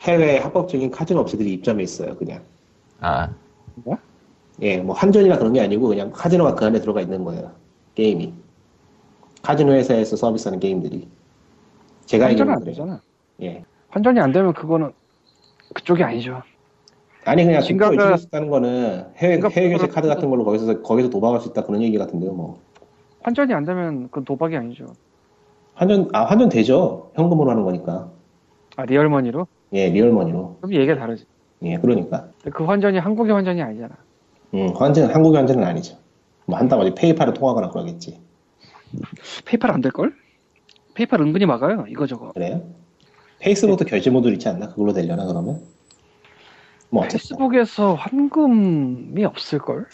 Speaker 2: 해외 합법적인 카지노 업체들이 입점해 있어요, 그냥.
Speaker 1: 아
Speaker 2: 예, 뭐 한전이나 그런 게 아니고 그냥 카지노가 그 안에 들어가 있는 거예요. 게임이. 카지노 회사에서 서비스하는 게임들이. 제가
Speaker 3: 환전이
Speaker 2: 알기로는
Speaker 3: 안
Speaker 2: 그래요.
Speaker 3: 되잖아
Speaker 2: 예.
Speaker 3: 환전이 안 되면 그거는 그쪽이 아니죠
Speaker 2: 아니 그냥
Speaker 3: 심각한-
Speaker 2: 국가 유출할 수 있다는 거는 해외
Speaker 3: 심각한
Speaker 2: 해외 결제
Speaker 3: 거라고
Speaker 2: 카드 같은 걸로 거기서 거기서 도박할 수 있다 그런 얘기 같은데요, 뭐.
Speaker 3: 환전이 안 되면 그건 도박이 아니죠
Speaker 2: 환전 아 환전 되죠. 현금으로 하는 거니까.
Speaker 3: 아 리얼머니로?
Speaker 2: 예, 리얼머니로.
Speaker 3: 그럼 얘기가 다르지
Speaker 2: 예, 그러니까.
Speaker 3: 근데 그 환전이 한국의 환전이 아니잖아
Speaker 2: 음, 환전 한국의 환전은 아니죠. 뭐 한다 말이 페이팔을 통하거나 그러겠지.
Speaker 3: 페이팔 안 될걸? 페이팔 은근히 막아요 이거저거
Speaker 2: 그래요? 페이스북도 결제 모듈 있지 않나? 그걸로 되려나 그러면? 뭐 어쨌든.
Speaker 3: 페이스북에서 환금이 없을걸?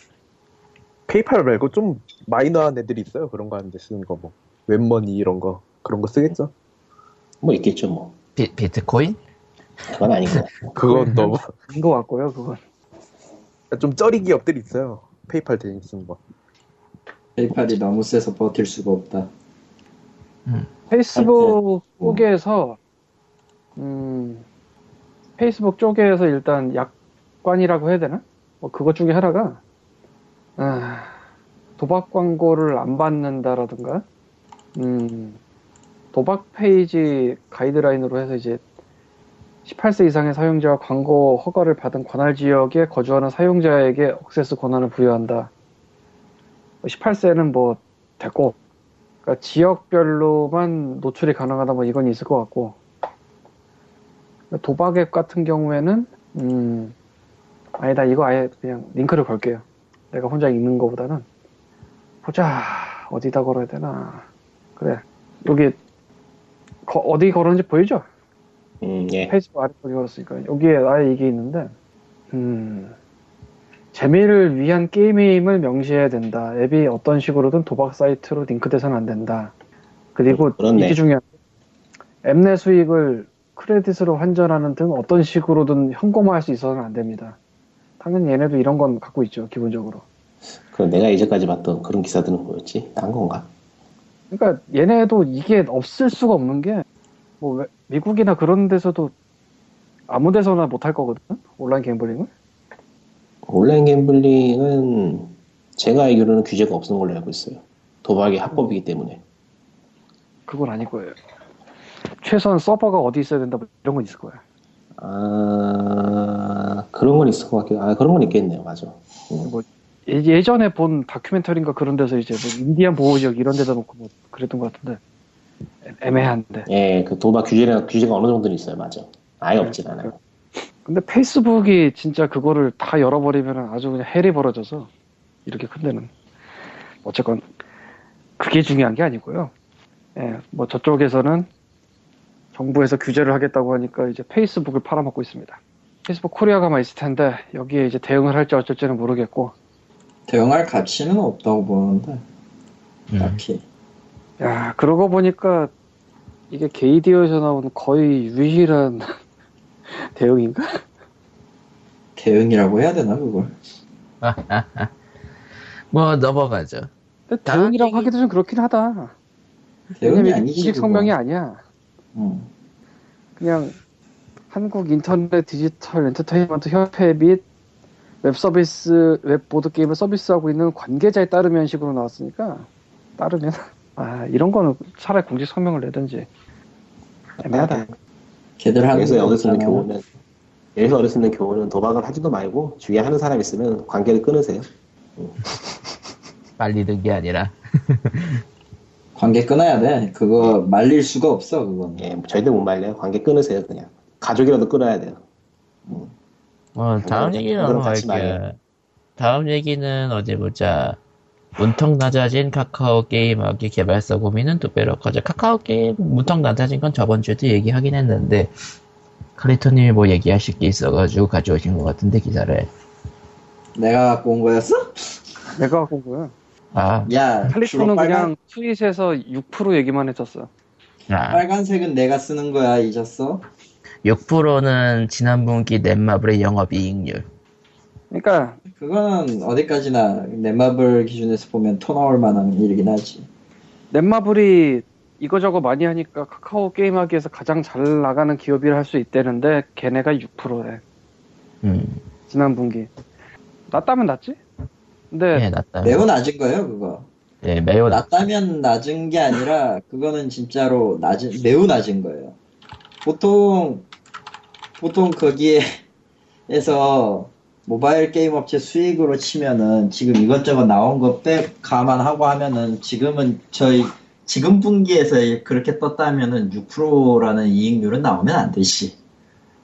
Speaker 4: 페이팔 말고 좀 마이너한 애들이 있어요. 그런 거 하는데 쓰는 거 뭐. 웹머니 이런 거. 그런 거 쓰겠죠?
Speaker 2: 뭐 있겠죠, 뭐.
Speaker 1: 비, 비트코인?
Speaker 2: 그건 아닌 것 같고.
Speaker 4: 그건 너무.
Speaker 3: 안 거 같고요 그건
Speaker 4: 네. 좀 쩌리 기업들이 있어요. 페이팔 대신 쓰는 거.
Speaker 5: 페이팔이 너무 세서 버틸 수가 없다.
Speaker 3: 페이스북 쪽에서 음, 페이스북 쪽에서 일단 약관이라고 해야 되나? 뭐 그것 중에 하나가 아, 도박 광고를 안 받는다라든가 음, 도박 페이지 가이드라인으로 해서 이제 18세 이상의 사용자와 광고 허가를 받은 관할 지역에 거주하는 사용자에게 억세스 권한을 부여한다. 18세는 뭐 됐고 그러니까 지역별로만 노출이 가능하다 뭐 이건 있을 것 같고 도박 앱 같은 경우에는 음 아니다 이거 아예 그냥 링크를 걸게요 내가 혼자 읽는 거보다는 보자 어디다 걸어야 되나 그래 여기 거- 어디 걸었는지 보이죠?
Speaker 2: 음, 예.
Speaker 3: 페이스북 아래쪽에 걸었으니까 여기에 아예 이게 있는데 음 재미를 위한 게임임을 명시해야 된다. 앱이 어떤 식으로든 도박 사이트로 링크돼서는 안 된다. 그리고
Speaker 2: 그렇네.
Speaker 3: 이게 중요한 게 앱 내 수익을 크레딧으로 환전하는 등 어떤 식으로든 현금화할 수 있어서는 안 됩니다. 당연히 얘네도 이런 건 갖고 있죠, 기본적으로.
Speaker 2: 그럼 내가 이제까지 봤던 그런 기사들은 뭐였지? 딴 건가?
Speaker 3: 그러니까 얘네도 이게 없을 수가 없는 게, 뭐, 외- 미국이나 그런 데서도 아무 데서나 못 할 거거든? 온라인 갬블링을?
Speaker 2: 온라인 갬블링은 제가 알기로는 규제가 없는 걸로 알고 있어요. 도박이 합법이기 때문에.
Speaker 3: 그건 아닐 거예요. 최소한 서버가 어디 있어야 된다, 뭐 이런 건 있을 거야.
Speaker 2: 아, 그런 건 있을 것 같기도, 아, 그런 건 있겠네요. 맞아. 음.
Speaker 3: 예- 예전에 본 다큐멘터리인가 그런 데서 이제 뭐 인디안 보호지역 이런 데다 놓고 뭐 그랬던 것 같은데 애- 애매한데
Speaker 2: 예, 그 도박 규제나 규제가 어느 정도는 있어요. 맞아. 아예 없진 않아요.
Speaker 3: 근데 페이스북이 진짜 그거를 다 열어버리면 아주 그냥 헬이 벌어져서 이렇게 큰 데는 어쨌건 그게 중요한 게 아니고요 예, 뭐 저쪽에서는 정부에서 규제를 하겠다고 하니까 이제 페이스북을 팔아먹고 있습니다 페이스북 코리아가만 있을 텐데 여기에 이제 대응을 할지 어쩔지는 모르겠고
Speaker 5: 대응할 가치는 없다고 보는데
Speaker 3: 네.
Speaker 1: 음.
Speaker 5: 딱히
Speaker 3: 야, 그러고 보니까 이게 게이디어에서 나온 거의 유일한 대응인가?
Speaker 5: 대응이라고 해야 되나 그걸?
Speaker 1: 뭐 넘어가죠.
Speaker 3: 근데
Speaker 1: 나는
Speaker 3: 대응이라고
Speaker 1: 이게-
Speaker 3: 하기도 좀 그렇긴 하다.
Speaker 5: 대응이
Speaker 3: 왜냐면
Speaker 5: 아니지.
Speaker 3: 공식
Speaker 5: 그거.
Speaker 3: 성명이 아니야.
Speaker 5: 응.
Speaker 3: 그냥 한국 인터넷 디지털 엔터테인먼트 협회 및 웹서비스, 웹보드 게임을 서비스하고 있는 관계자에 따르면 식으로 나왔으니까 따르면 아 이런 거는 차라리 공식 성명을 내든지
Speaker 5: 아,
Speaker 3: 애매하다.
Speaker 5: 네. 걔들 하는
Speaker 2: 여기서
Speaker 5: 거
Speaker 2: 얻을 수 있는
Speaker 5: 있잖아.
Speaker 2: 교훈은, 여기서 얻을 수 있는 교훈은 도박을 하지도 말고, 주위에 하는 사람 있으면 관계를 끊으세요.
Speaker 1: 말리는 게 아니라.
Speaker 5: 관계 끊어야 돼. 그거 말릴 수가 없어 그건.
Speaker 2: 예, 절대 못 말려요. 관계 끊으세요, 그냥. 가족이라도 끊어야 돼요.
Speaker 1: 어, 다음 얘기
Speaker 2: 그럼 같이
Speaker 1: 넘어갈게요.
Speaker 2: 말해요.
Speaker 1: 다음 얘기는 어디 보자. 문턱 낮아진 카카오 게임하기 개발사 고민은 두 배로 커져. 카카오 게임 문턱 낮아진 건 저번 주에도 얘기하긴 했는데 클리토님이 뭐 얘기하실 게 있어가지고 가져오신 것 같은데 기사를.
Speaker 5: 내가 갖고 온 거였어?
Speaker 3: 내가 갖고 온 거야.
Speaker 1: 아,
Speaker 5: 야 주로
Speaker 3: 칼리토는
Speaker 5: 빨간
Speaker 3: 그냥 트윗에서 6% 얘기만 했었어.
Speaker 1: 아.
Speaker 5: 빨간색은 내가 쓰는 거야 잊었어?
Speaker 1: 6%는 지난 분기 넷마블의 영업이익률.
Speaker 3: 그러니까
Speaker 5: 그거는 어디까지나 넷마블 기준에서 보면 토 나올 만한 일이긴 하지.
Speaker 3: 넷마블이 이거저거 많이 하니까 카카오 게임하기에서 가장 잘 나가는 기업이라 할 수 있대는데 걔네가 6%래
Speaker 1: 음,
Speaker 3: 지난 분기 낮다면 낮지? 근데
Speaker 1: 예, 낮다.
Speaker 5: 네. 매우 낮은 거예요 그거.
Speaker 1: 예, 매우 낮.
Speaker 5: 낮다면 낮은 게 아니라 그거는 진짜로 낮은 매우 낮은 거예요. 보통 보통 거기에서 모바일 게임 업체 수익으로 치면은 지금 이것저것 나온 것 때 감안하고 하면은 지금은 저희 지금 분기에서 그렇게 떴다면은 6%라는 이익률은 나오면 안 되지.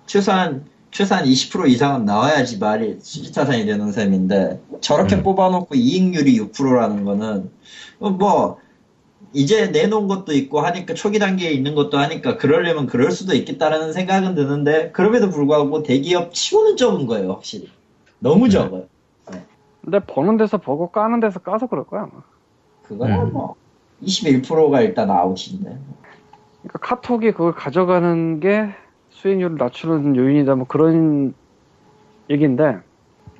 Speaker 5: 최소한 최소한 20% 이상은 나와야지 말이 수지타산이 되는 셈인데 저렇게
Speaker 1: 음.
Speaker 5: 뽑아놓고 이익률이 6%라는 거는 어, 뭐 이제 내놓은 것도 있고 하니까 초기 단계에 있는 것도 하니까 그러려면 그럴 수도 있겠다라는 생각은 드는데 그럼에도 불구하고 대기업 치고는 적은 거예요 확실히
Speaker 2: 네.
Speaker 5: 너무 적어요
Speaker 3: 근데 버는 데서 버고 까는 데서 까서 그럴 거야 아마.
Speaker 5: 그거는
Speaker 2: 네.
Speaker 1: 음.
Speaker 5: 뭐 21%가 일단 아웃인데
Speaker 3: 그러니까 카톡이 그걸 가져가는 게 수익률을 낮추는 요인이다 뭐 그런 얘기인데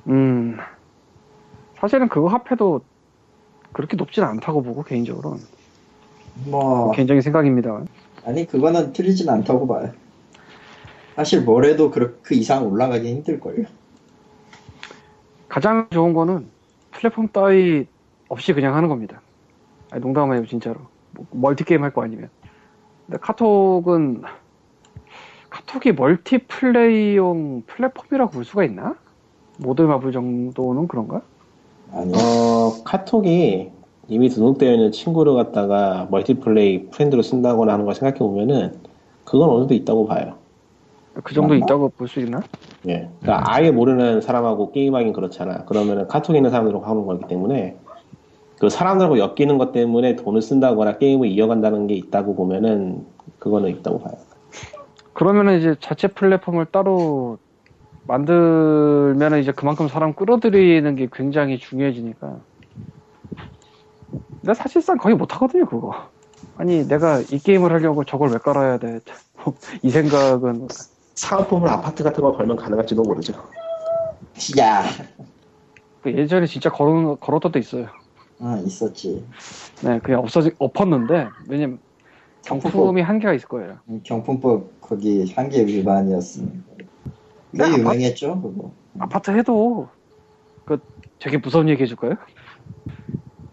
Speaker 3: 음 사실은 그거 합해도 그렇게 높진 않다고 보고 개인적으로는
Speaker 5: 뭐
Speaker 3: 개인적인 생각입니다만
Speaker 5: 아니 그거는 틀리진 않다고 봐요 사실 뭐래도 그, 그 이상 올라가기 힘들걸요
Speaker 3: 가장 좋은 거는 플랫폼 따위 없이 그냥 하는 겁니다. 아니, 농담 아니고 진짜로. 뭐, 멀티게임 할 거 아니면. 근데 카톡은, 카톡이 멀티플레이용 플랫폼이라고 볼 수가 있나? 모델 마블 정도는 그런가?
Speaker 5: 아니
Speaker 2: 어, 카톡이 이미 등록되어 있는 친구를 갖다가 멀티플레이 프렌드로 쓴다거나 하는 걸 생각해 보면은 그건 어느 정도 있다고 봐요.
Speaker 3: 그 정도
Speaker 5: 맞나?
Speaker 3: 있다고 볼 수 있나?
Speaker 2: 예. 그러니까 아예 모르는 사람하고 게임하긴 그렇잖아. 그러면은 카톡에 있는 사람들하고 하는 거기 때문에 그 사람들하고 엮이는 것 때문에 돈을 쓴다거나 게임을 이어간다는 게 있다고 보면은 그거는 있다고 봐요.
Speaker 3: 그러면은 이제 자체 플랫폼을 따로 만들면은 이제 그만큼 사람 끌어들이는 게 굉장히 중요해지니까. 근데 사실상 거의 못하거든요, 그거. 아니 내가 이 게임을 하려고 저걸 왜 깔아야 돼? 이 생각은
Speaker 2: 사은품을 아파트 같은 거 걸면 가능할지도 모르죠.
Speaker 5: 야,
Speaker 3: 그 예전에 진짜 걸은 걸었던 데 있어요.
Speaker 5: 아 있었지.
Speaker 3: 네, 그냥 없어지 엎었는데 왜냐면 경품이 한계가 있을 거예요.
Speaker 5: 경품법 거기 한계 위반이었으니까. 왜
Speaker 3: 야,
Speaker 5: 유명했죠 그거?
Speaker 3: 아파트 해도 그 되게 무서운 얘기 해줄까요?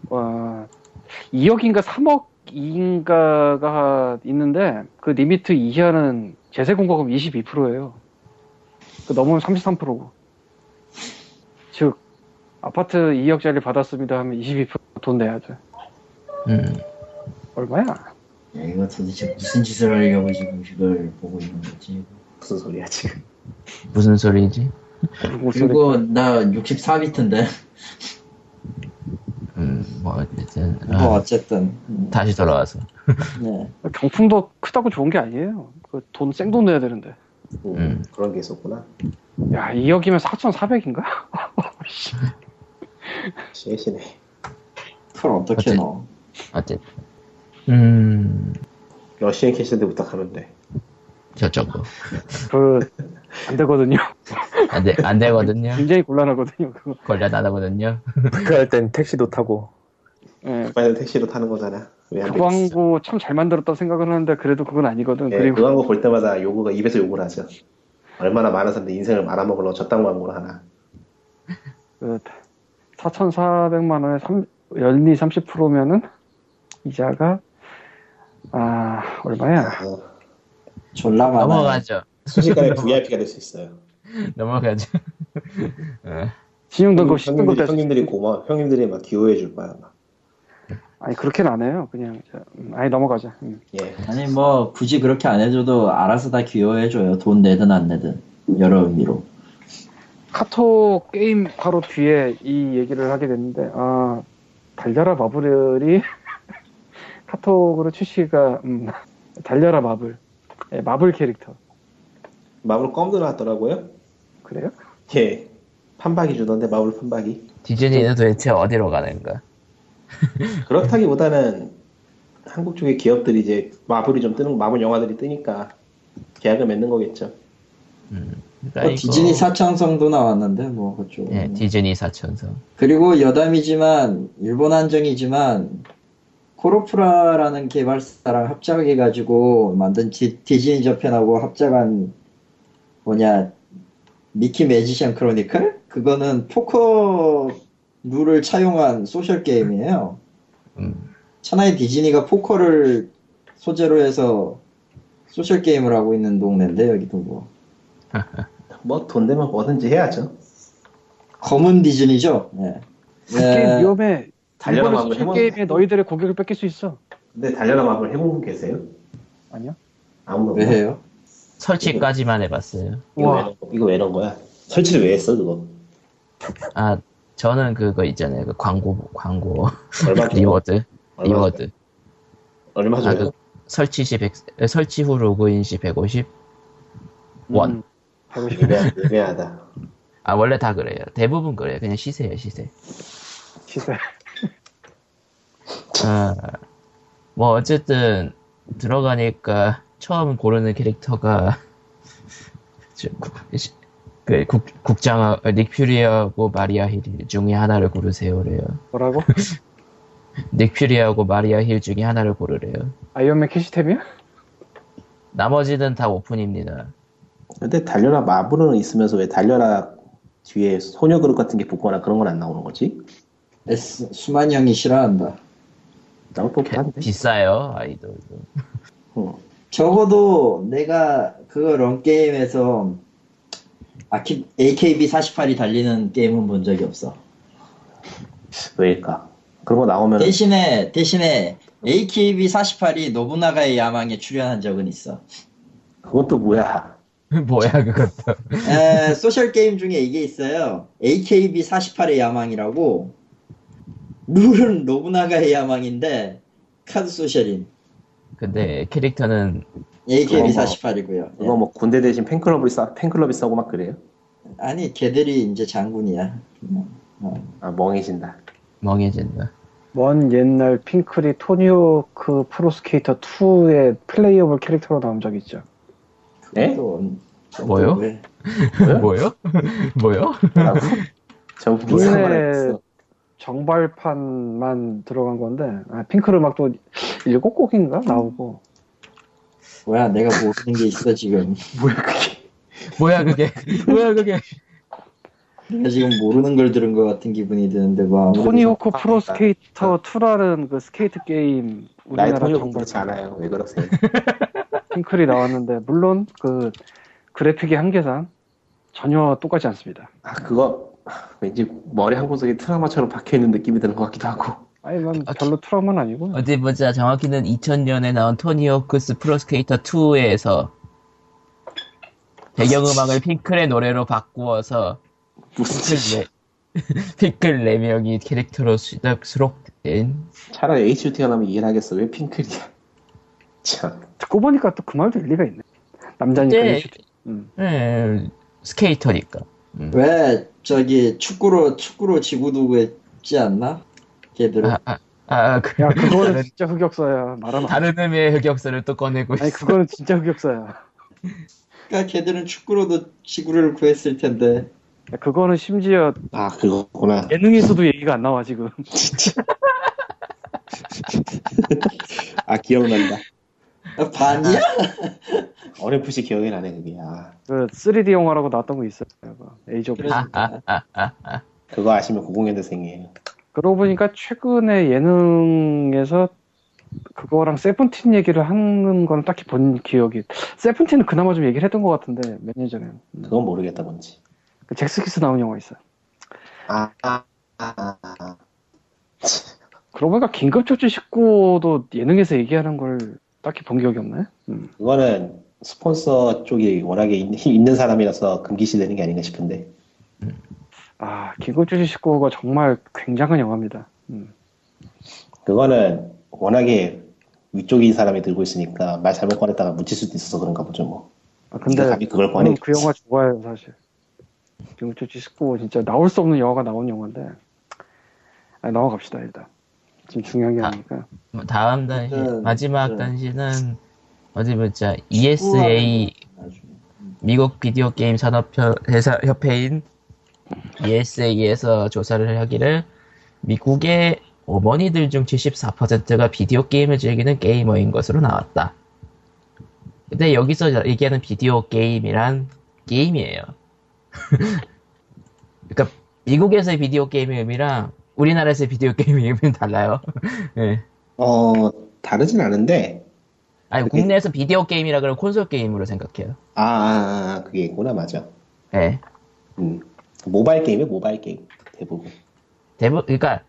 Speaker 3: 와 2억인가 3억인가가 있는데 그 리미트 이하는 재세 공과금 22%예요. 그 넘으면 33%고. 즉 아파트 2억짜리 받았습니다 하면 22%돈 내야 돼.
Speaker 1: 음.
Speaker 3: 얼마야?
Speaker 5: 야 네, 이거 도대체 무슨 짓을 하려고 지금 이걸 보고 있는 거지?
Speaker 2: 무슨 소리야 지금?
Speaker 1: 무슨 소리인지.
Speaker 3: 그리고
Speaker 5: 그리고 나 64비트인데.
Speaker 1: 음, 뭐, 어쨌든. 아,
Speaker 5: 뭐 어쨌든. 음,
Speaker 1: 다시 돌아와서.
Speaker 5: 네.
Speaker 3: 경품도 크다고 좋은 게 아니에요. 그 돈 생돈 내야 되는데.
Speaker 2: 음,
Speaker 1: 음.
Speaker 2: 그런 게 있었구나.
Speaker 3: 야 2억이면 4,400인가?
Speaker 2: 시시네.
Speaker 5: 그걸
Speaker 1: 어째-
Speaker 5: 어떻게 뭐, 넣어?
Speaker 1: 어쨌든. 음,
Speaker 2: 러시아 캐시한테 부탁하는데.
Speaker 1: 저쪽 거.
Speaker 3: 그, 안 되거든요.
Speaker 1: 안 돼, 안 되거든요.
Speaker 3: 굉장히 곤란하거든요, 그거.
Speaker 1: 걸려나가거든요.
Speaker 4: 그럴 땐 택시도 타고
Speaker 3: 예.
Speaker 2: 빨리 택시로 타는 거잖아. 왜안
Speaker 3: 그 광고 참 잘 만들었다고 생각을 하는데, 그래도 그건 아니거든.
Speaker 2: 예, 그
Speaker 3: 그리고,
Speaker 2: 광고 볼 때마다 요구가 입에서 욕을 하죠. 얼마나 많은 사람들 인생을 말아먹으려고 저딴 광고를 하나.
Speaker 3: 그, 4,400만원에 3, 연리 30%면은, 이자가, 아, 얼마야?
Speaker 2: 아,
Speaker 5: 졸라 많아.
Speaker 1: 넘어가죠.
Speaker 2: 순식간에 VIP가 될 수 있어요.
Speaker 1: 넘어가죠. 어,
Speaker 3: 신용등급 10등급
Speaker 2: 형님들이,
Speaker 3: 됐어.
Speaker 2: 형님들이 고마워. 형님들이 막 기호해 줄 거야. 막.
Speaker 3: 아니, 그렇게는 안 해요. 그냥, 저, 음, 아니, 넘어가자. 음.
Speaker 2: 예.
Speaker 5: 아니 뭐 굳이 그렇게 안 해줘도 알아서 다 기여해줘요. 돈 내든 안 내든 여러 의미로.
Speaker 3: 카톡 게임 바로 뒤에 이 얘기를 하게 됐는데, 아, 달려라 마블이 카톡으로 출시가, 음, 달려라 마블. 예, 마블 캐릭터.
Speaker 2: 마블 껌도 나왔더라고요.
Speaker 3: 그래요?
Speaker 2: 예. 판박이 주던데 마블 판박이.
Speaker 1: 디즈니는 도대체 어디로 가는가?
Speaker 2: 그렇다기보다는 한국 쪽의 기업들이 이제 마블이 좀 뜨는 마블 영화들이 뜨니까 계약을 맺는 거겠죠.
Speaker 1: 그러니까
Speaker 5: 뭐
Speaker 1: 이거-
Speaker 5: 디즈니 사창성도 나왔는데 뭐 그쪽.
Speaker 1: 예, 디즈니 사천성.
Speaker 5: 그리고 여담이지만 일본 한정이지만 코로프라라는 개발사랑 합작해가지고 만든 디, 디즈니 저편하고 합작한 뭐냐 미키 매지션 크로니클? 그거는 포커 룰을 차용한 소셜 게임이에요.
Speaker 1: 음,
Speaker 5: 천하의 디즈니가 포커를 소재로 해서 소셜 게임을 하고 있는 동네인데 여기도 뭐
Speaker 2: 뭐 돈 되면 뭐든지 해야죠.
Speaker 5: 검은 디즈니죠. 예.
Speaker 3: 게임
Speaker 5: 예.
Speaker 3: 위험해.
Speaker 2: 달려라
Speaker 3: 일본에서
Speaker 2: 마블
Speaker 3: 첫
Speaker 2: 해본-
Speaker 3: 게임에 너희들의 고객을 뺏길 수 있어.
Speaker 2: 근데 달려라 마블 해본 분 계세요?
Speaker 3: 아니요?
Speaker 2: 아무도
Speaker 5: 왜 해요?
Speaker 1: 설치까지만 해봤어요.
Speaker 2: 이거 왜,
Speaker 3: 와.
Speaker 2: 넣은 거- 이거 왜 넣은 거야? 설치를 왜 했어 그거?
Speaker 1: 아, 저는 그거 있잖아요. 그 광고, 광고.
Speaker 2: 얼마 주
Speaker 1: 리워드.
Speaker 2: 얼마
Speaker 1: 리워드.
Speaker 2: 얼마
Speaker 1: 아,
Speaker 2: 줘요?
Speaker 1: 그, 설치 시 100, 에, 설치 후 로그인 시 150? 원.
Speaker 3: 음, 150.
Speaker 2: 예매- 예매하다.
Speaker 1: 아, 원래 다 그래요. 대부분 그래요. 그냥 시세예요, 시세.
Speaker 3: 시세.
Speaker 1: 아, 뭐, 어쨌든, 들어가니까, 처음 고르는 캐릭터가, 저 국- 시- 그, 국, 국장, 닉퓨리하고 마리아 힐 중에 하나를 고르세요래요.
Speaker 3: 뭐라고?
Speaker 1: 닉퓨리하고 마리아 힐 중에 하나를 고르래요.
Speaker 3: 아이언맨 캐시템이야?
Speaker 1: 나머지는 다 오픈입니다.
Speaker 2: 근데 달려라 마블은 있으면서 왜 달려라 뒤에 소녀 그룹 같은 게 붙거나 그런 건 안 나오는 거지?
Speaker 5: S, 수만 형이 싫어한다.
Speaker 2: 나올 법도 한데.
Speaker 1: 비싸요, 아이돌도.
Speaker 2: 응.
Speaker 5: 적어도 내가 그거 런게임에서 AKB48이 달리는 게임은 본 적이 없어.
Speaker 2: 왜일까? 그런 거 나오면
Speaker 5: 대신에, 대신에 AKB48이 노부나가의 야망에 출연한 적은 있어.
Speaker 2: 그것도 뭐야?
Speaker 1: 뭐야, 그것도.
Speaker 5: 에, 소셜 게임 중에 이게 있어요. AKB48의 야망이라고. 룰은 노부나가의 야망인데, 카드 소셜인
Speaker 1: 근데 캐릭터는
Speaker 5: AKB48이고요.
Speaker 3: 예.
Speaker 2: 그거 뭐 군대 대신 팬클럽을 싸 팬클럽이 싸고 막 그래요?
Speaker 5: 예. 아니, 걔들이 이제 장군이야. 뭐,
Speaker 2: 아 멍해진다.
Speaker 1: 멍해진다.
Speaker 3: 먼 옛날 핑클이 토니오크 그 프로스케이터 2의 플레이어블 캐릭터로 나온 적 있죠.
Speaker 2: 네?
Speaker 5: 또, 또
Speaker 1: 뭐요?
Speaker 5: 왜?
Speaker 1: 뭐요? 뭐요?
Speaker 2: 뭐라고? 전부
Speaker 3: 국내
Speaker 2: 뭐 이상한 했어.
Speaker 3: 정발판만 들어간 건데 아, 핑클 음악도 일곱 곡인가 나오고
Speaker 5: 뭐야 내가 모르는 게 있어 지금
Speaker 2: 뭐야 그게?
Speaker 1: 뭐야 그게? 뭐야 그게?
Speaker 5: 내가 지금 모르는 걸 들은 것 같은 기분이 드는데 뭐 아무래도
Speaker 3: 토니오크 프로스케이터 2라는 그 스케이트 게임
Speaker 6: 나의
Speaker 3: 우리나라
Speaker 6: 통역 그렇지
Speaker 3: 정발판
Speaker 6: 않아요. 왜 그러세요?
Speaker 3: 핑클이 나왔는데 물론 그 그래픽의 한계상 전혀 똑같지 않습니다.
Speaker 2: 아 그거 아, 왠지 머리 한 구석에 트라우마처럼 박혀 있는 느낌이 드는 것 같기도 하고.
Speaker 3: 아니 난
Speaker 1: 아,
Speaker 3: 별로 트라우마는 아니고
Speaker 1: 어디 보자. 정확히는 2000년에 나온 토니 호크스 프로스케이터 2에서 배경음악을 핑클의 노래로 바꾸어서
Speaker 2: 무슨 짓이야?
Speaker 1: 핑클 네- 핑클 네 명이 캐릭터로 수락- 수록된
Speaker 2: 차라리 HUT가 나면 이해를 하겠어. 왜 핑클이야? 참.
Speaker 3: 듣고 보니까 또 그 말도 일리가 있네. 남자니까
Speaker 1: 네.
Speaker 3: 이슈- 음.
Speaker 1: 음, 스케이터니까.
Speaker 5: 왜 저기 축구로 축구로 지구도 했지 않나? 걔들은
Speaker 1: 아, 아, 아, 그,
Speaker 3: 야 그거는 진짜 흑역사야 말하면 안 돼.
Speaker 1: 다른 의미의 흑역사를 또 꺼내고 있어.
Speaker 3: 아니 그거는 진짜 흑역사야.
Speaker 5: 그러니까 걔들은 축구로도 지구를 구했을 텐데
Speaker 3: 야, 그거는 심지어
Speaker 2: 아 그거구나.
Speaker 3: 예능에서도 얘기가 안 나와 지금.
Speaker 2: 아 기억난다.
Speaker 5: 아, 반이야?
Speaker 2: 어렴풋이 기억이 나네 그게. 아,
Speaker 3: 그 3D 영화라고 나왔던 거 있어요. 그 에이즈 오브.
Speaker 5: 그래서
Speaker 1: 아,
Speaker 2: 그거 아시면 90년대생이에요.
Speaker 3: 그러고 보니까 최근에 예능에서 그거랑 세븐틴 얘기를 하는 건 딱히 본 기억이. 세븐틴은 그나마 좀 얘기를 했던 것 같은데 몇 년 전에.
Speaker 2: 그건 모르겠다 뭔지.
Speaker 3: 그 잭스키스 나온 영화 있어요.
Speaker 2: 아, 아, 아, 아.
Speaker 3: 그러고 보니까 긴급조치 19도 예능에서 얘기하는 걸 딱히 본 기억이 없네. 음.
Speaker 2: 그거는 스폰서 쪽이 워낙에 있- 힘 있는 사람이라서 금기시되는 게 아닌가 싶은데.
Speaker 3: 아 긴급조치 19가 정말 굉장한 영화입니다. 음.
Speaker 2: 그거는 워낙에 위쪽인 사람이 들고 있으니까 말 잘못 꺼냈다가 묻힐 수도 있어서 그런가 보죠 뭐.
Speaker 3: 아,
Speaker 2: 근데
Speaker 3: 근데
Speaker 2: 감히 그걸 꺼내.
Speaker 3: 저는 그 영화 좋아해요 사실 빙초치 19 진짜 나올 수 없는 영화가 나온 영화인데 아, 넘어갑시다 일단 지금 중요한 게
Speaker 1: 아.
Speaker 3: 아니니까
Speaker 1: 뭐 다음 단신,
Speaker 5: 네,
Speaker 1: 마지막
Speaker 5: 네.
Speaker 1: 단신은 어디 보자. ESA
Speaker 5: 아, 네.
Speaker 1: 미국 비디오 게임 산업 협회인 ESA에서 조사를 하기를 미국의 어머니들 중 74%가 비디오 게임을 즐기는 게이머인 것으로 나왔다. 근데 여기서 얘기하는 비디오 게임이란 게임이에요. 그러니까 미국에서의 비디오 게임의 의미랑 우리나라에서의 비디오 게임의 의미는 달라요. 예.
Speaker 2: 어 다르진 않은데.
Speaker 1: 아니
Speaker 2: 그게-
Speaker 1: 국내에서 비디오 게임이라 그러면 콘솔 게임으로 생각해요.
Speaker 2: 아, 아, 아, 그게 있구나 맞아.
Speaker 1: 예.
Speaker 2: 음. 모바일 게임이 모바일 게임 대부분.
Speaker 1: 대부 그러니까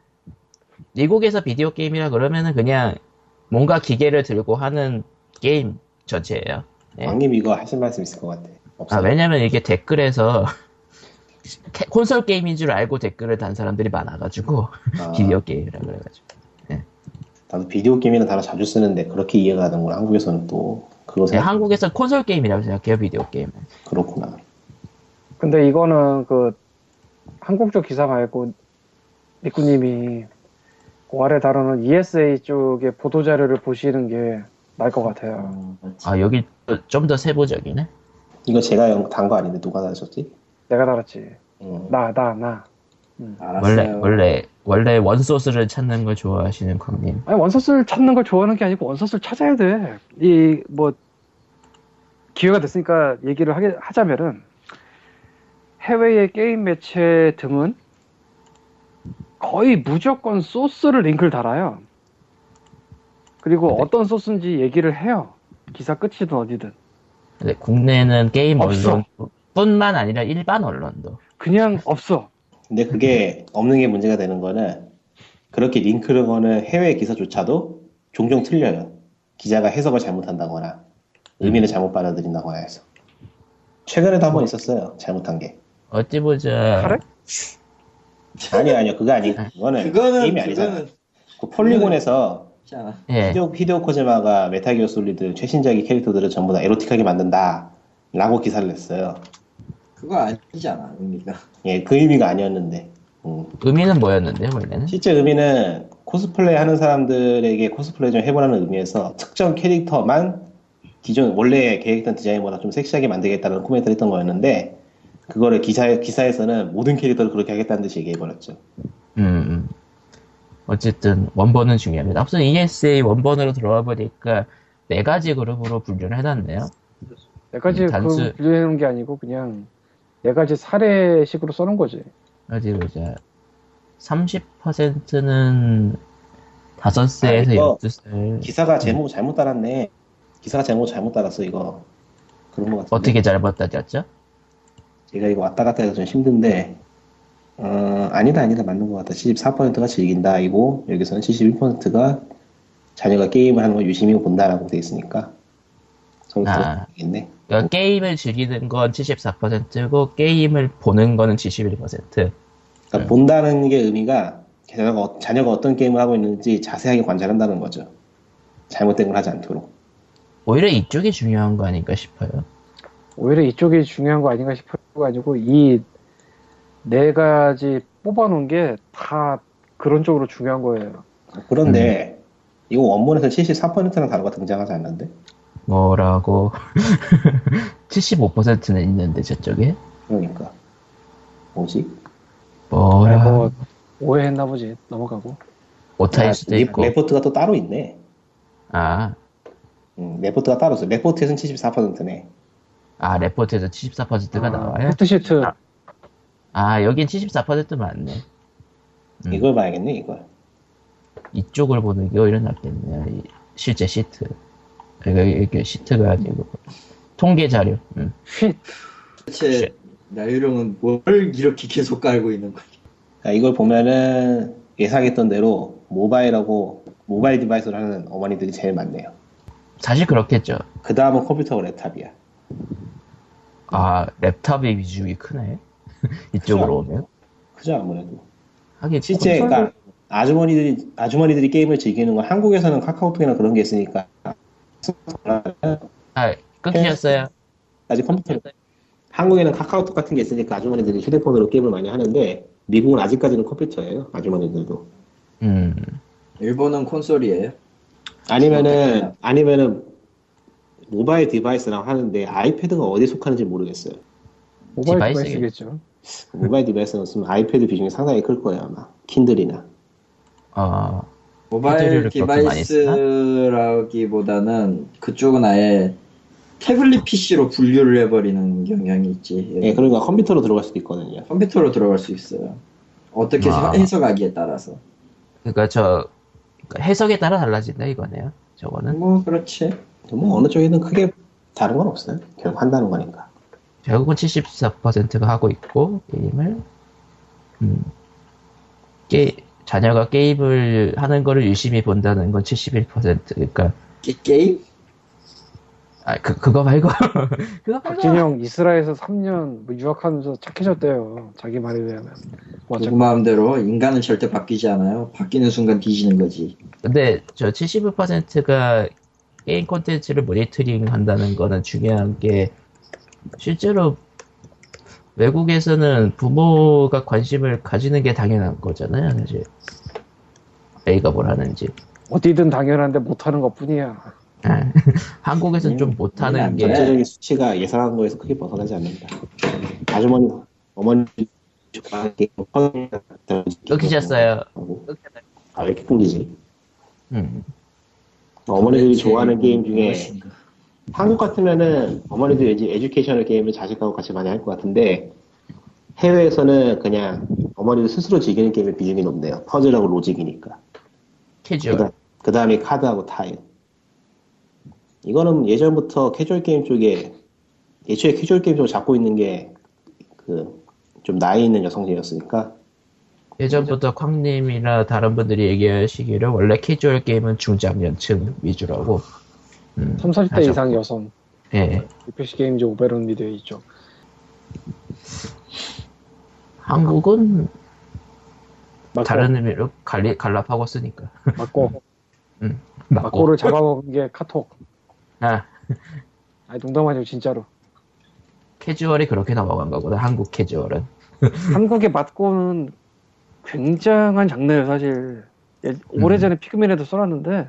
Speaker 1: 미국에서 비디오 게임이라 그러면은 그냥 뭔가 기계를 들고 하는 게임 전체예요. 예.
Speaker 2: 왕님 이거 하실 말씀 있을 것 같아.
Speaker 1: 아
Speaker 2: 없어요.
Speaker 1: 왜냐면 이게 댓글에서 캐- 콘솔 게임인 줄 알고 댓글을 단 사람들이 많아가지고
Speaker 2: 아,
Speaker 1: 비디오 게임이라 그래가지고
Speaker 2: 나도 비디오 게임이라는 단어 자주 쓰는데 그렇게 이해가 하는구나. 한국에서는 또 그거
Speaker 1: 네,
Speaker 2: 생각
Speaker 1: 한국에서 콘솔 게임이라고 생각해요 비디오 게임.
Speaker 2: 그렇구나.
Speaker 3: 근데 이거는 그 한국적 기사 말고 니꾸님이 그 아래 다루는 ESA 쪽의 보도 자료를 보시는 게 나을 것 같아요
Speaker 1: 아 여기 좀 더 세부적이네.
Speaker 2: 이거 제가 단 거 아닌데 누가 다셨지?
Speaker 3: 내가 다뤘지
Speaker 2: 음.
Speaker 3: 나 나 나,
Speaker 1: 아, 원래 원래 원래 원소스를 찾는 걸 좋아하시는 광님.
Speaker 3: 아니 원서스를 찾는 걸 좋아하는 게 아니고 원서스를 찾아야 돼. 이 뭐 기회가 됐으니까 얘기를 하게, 하자면은 해외의 게임 매체 등은 거의 무조건 소스를 링크를 달아요. 그리고 어떤 소스인지 얘기를 해요. 기사 끝이든 어디든.
Speaker 1: 근데 국내는 게임
Speaker 3: 없어.
Speaker 1: 언론뿐만 아니라 일반 언론도
Speaker 3: 그냥 없어.
Speaker 2: 근데 그게 없는 게 문제가 되는 거는 그렇게 링크를 거는 해외 기사조차도 종종 틀려요. 기자가 해석을 잘못한다거나
Speaker 1: 음.
Speaker 2: 의미를 잘못 받아들인다거나 해서 최근에도 한 번 있었어요. 잘못한 게
Speaker 1: 어찌 보자
Speaker 3: 그래?
Speaker 2: 아니요 아니요 그거 아니 그거는
Speaker 5: 그거는
Speaker 2: 게임이 아니잖아.
Speaker 5: 그거는
Speaker 2: 그 폴리곤에서
Speaker 5: 자
Speaker 1: 예
Speaker 2: 히데오, 히데오 코지마가 메타기어 솔리드 최신작의 캐릭터들을 전부 다 에로틱하게 만든다라고 기사를 냈어요.
Speaker 5: 그거 아니잖아 의미가
Speaker 2: 예, 그 의미가 아니었는데. 음.
Speaker 1: 의미는 뭐였는데 원래는
Speaker 2: 실제 의미는 코스플레이 하는 사람들에게 코스플레이 좀 해보라는 의미에서 특정 캐릭터만 기존 원래 계획했던 디자인보다 좀 섹시하게 만들겠다는 코멘트를 했던 거였는데 그거를 기사에, 기사에서는 모든 캐릭터를 그렇게 하겠다는 듯이 얘기해버렸죠.
Speaker 1: 음, 음. 어쨌든 원본은 중요합니다. 앞서 ESA 원본으로 들어와 보니까 네 가지 그룹으로 분류를 해놨네요.
Speaker 3: 네 가지
Speaker 1: 음, 단수-
Speaker 3: 그 분류해놓은 게 아니고 그냥 네 가지 사례식으로 써놓은 거지.
Speaker 1: 어디 보자. 30%는 5세에서
Speaker 2: 아, 이거
Speaker 1: 12살.
Speaker 2: 기사가 제목 잘못 따랐네. 기사가 제목 잘못 따랐어 이거. 그런 것 같은데.
Speaker 1: 어떻게 잘봤다졌죠
Speaker 2: 제가 이거 왔다 갔다 해서 좀 힘든데 어, 아니다 아니다 맞는 것 같다 74%가 즐긴다 이고 여기서는 71%가 자녀가 게임을 하는 걸 유심히 본다라고 돼 있으니까
Speaker 1: 아.
Speaker 2: 점수가 있네
Speaker 1: 그러니까 게임을 즐기는 건 74%고 게임을 보는 거는 71%.
Speaker 2: 그러니까
Speaker 1: 네.
Speaker 2: 본다는 게 의미가 자녀가, 어- 자녀가 어떤 게임을 하고 있는지 자세하게 관찰한다는 거죠 잘못된 걸 하지 않도록
Speaker 1: 오히려 이쪽이 중요한 거 아닐까 싶어요.
Speaker 3: 오히려 이쪽이 중요한 거 아닌가 싶어가 아니고 이 네 가지 뽑아놓은 게 다 그런 쪽으로 중요한 거예요.
Speaker 2: 그런데
Speaker 1: 음.
Speaker 2: 이거 원문에서 74%랑 단어가 등장하지 않는데
Speaker 1: 뭐라고 75%는 있는데 저쪽에
Speaker 2: 그러니까 뭐지?
Speaker 1: 뭐라
Speaker 3: 아니, 뭐 오해했나 보지. 넘어가고.
Speaker 1: 오타일 수도
Speaker 2: 아,
Speaker 1: 있고
Speaker 2: 레포트가 또 따로 있네
Speaker 1: 아,
Speaker 2: 음, 레포트가 따로 있어 레포트에서는 74%네
Speaker 1: 아 레포트에서 74%가
Speaker 3: 아,
Speaker 1: 나와요?
Speaker 3: 포트시트
Speaker 1: 아. 아 여긴 74% 맞네 음.
Speaker 2: 이걸 봐야겠네 이걸
Speaker 1: 이쪽을 보는 게 오히려 낫겠네요 이 실제 시트 그러니까 이게, 이게 시트가 아니고 통계 자료 음.
Speaker 3: 휙
Speaker 5: 대체 나유령은 뭘 이렇게 계속 깔고 있는 거야?
Speaker 2: 그러니까 이걸 보면은 예상했던 대로 모바일하고 모바일 디바이스로 하는 어머니들이 제일 많네요
Speaker 1: 사실 그렇겠죠
Speaker 2: 그 다음은 컴퓨터고 랩탑이야
Speaker 1: 아 랩탑의 위주이 크네 이쪽으로 오면
Speaker 2: 그죠 아무래도
Speaker 1: 하긴
Speaker 2: 실제
Speaker 1: 콘솔-
Speaker 2: 그러니까 아주머니들이 아주머니들이 게임을 즐기는 건 한국에서는 카카오톡이나 그런 게 있으니까
Speaker 1: 아 끊기셨어요
Speaker 2: 아직 컴퓨터 한국에는 카카오톡 같은 게 있으니까 아주머니들이 휴대폰으로 게임을 많이 하는데 미국은 아직까지는 컴퓨터예요 아주머니들도
Speaker 1: 음
Speaker 5: 일본은 콘솔이에요.
Speaker 1: 네.
Speaker 2: 아니면은 아니면은 모바일 디바이스랑 하는데 아이패드가 어디에 속하는지 모르겠어요
Speaker 3: 모바일
Speaker 1: 디바이스겠-
Speaker 3: 디바이스겠죠.
Speaker 2: 모바일 디바이스는 쓰면 아이패드 비중이 상당히 클 거예요 아마 킨들이나
Speaker 1: 아, 배터리를
Speaker 5: 모바일
Speaker 1: 그렇게 많이 쓰나?
Speaker 5: 디바이스라기보다는 그쪽은 아예 태블릿 PC로 분류를 해버리는 경향이 있지.
Speaker 2: 예 그러니까 컴퓨터로 들어갈 수도 있거든요
Speaker 5: 컴퓨터로 들어갈 수 있어요. 어떻게
Speaker 1: 아.
Speaker 5: 해석하기에 따라서.
Speaker 1: 그러니까 저 그러니까 해석에 따라 달라진다 이거네요. 저거는
Speaker 5: 뭐 그렇지.
Speaker 2: 뭐 어느 쪽이든 크게 다른 건 없어요 결국 한다는 거니까
Speaker 1: 결국은 74%가 하고 있고 게임을 음, 게 자녀가 게임을 하는 거를 유심히 본다는 건 71% 그러니까
Speaker 5: 게, 게임?
Speaker 1: 아 그 그거 말고 그거
Speaker 3: 박진이
Speaker 1: 말고
Speaker 3: 형 이스라엘에서 3년 뭐 유학하면서 착해졌대요. 자기 말에 의하면. 뭐
Speaker 5: 누구 마음대로 인간은 절대 바뀌지 않아요. 바뀌는 순간 뒤지는 거지.
Speaker 1: 근데 저 75%가 게임 콘텐츠를 모니터링 한다는 거는 중요한 게 실제로 외국에서는 부모가 관심을 가지는 게 당연한 거잖아요, 사실. 애가 뭘 하는지.
Speaker 3: 어디든 당연한데 못하는 것 뿐이야.
Speaker 1: 예. 한국에서는 좀
Speaker 5: 안
Speaker 1: 못하는
Speaker 5: 네.
Speaker 1: 게
Speaker 5: 돼.
Speaker 2: 전체적인 수치가 예상한 거에서 크게 벗어나지 않는다 아주머니 어머니 좋아하게
Speaker 1: 끊기셨어요.
Speaker 2: 아왜 이렇게 끊기지
Speaker 1: 음.
Speaker 2: 어머니들이 좋아하는
Speaker 5: 도대체
Speaker 2: 게임 중에
Speaker 5: 무엇인가.
Speaker 2: 한국 같으면은 어머니도 왠지 에듀케이셔널 게임을 자식하고 같이 많이 할 것 같은데 해외에서는 그냥 어머니도 스스로 즐기는 게임의 비중이 높네요. 퍼즐하고 로직이니까.
Speaker 1: 캐주얼.
Speaker 2: 그 다음에 카드하고 타일. 이거는 예전부터 캐주얼 게임 쪽에 예초에 캐주얼 게임 쪽을 잡고 있는 게 그 좀 나이 있는 여성들이었으니까
Speaker 1: 예전부터 쾅님이나 다른 분들이 얘기하시기를 원래 캐주얼 게임은 중장년층 위주라고. 음,
Speaker 3: 3, 40대
Speaker 1: 하죠.
Speaker 3: 이상 여성.
Speaker 1: 예.
Speaker 3: PC 게임즈 오베론 미디어 이쪽.
Speaker 1: 한국은
Speaker 3: 맞고,
Speaker 1: 다른 의미로 갈리, 갈라파고스니까.
Speaker 3: 맞고,
Speaker 1: 맞고.
Speaker 3: 맞고를 잡아먹은 게 카톡.
Speaker 1: 뭐. 아,
Speaker 3: 아니 농담 아니고 진짜로.
Speaker 1: 캐주얼이 그렇게 넘어간 거구나, 한국 캐주얼은.
Speaker 3: 한국의 맞고는 굉장한 장르예요 사실. 예,
Speaker 1: 음.
Speaker 3: 오래전에 피그민에도 써놨는데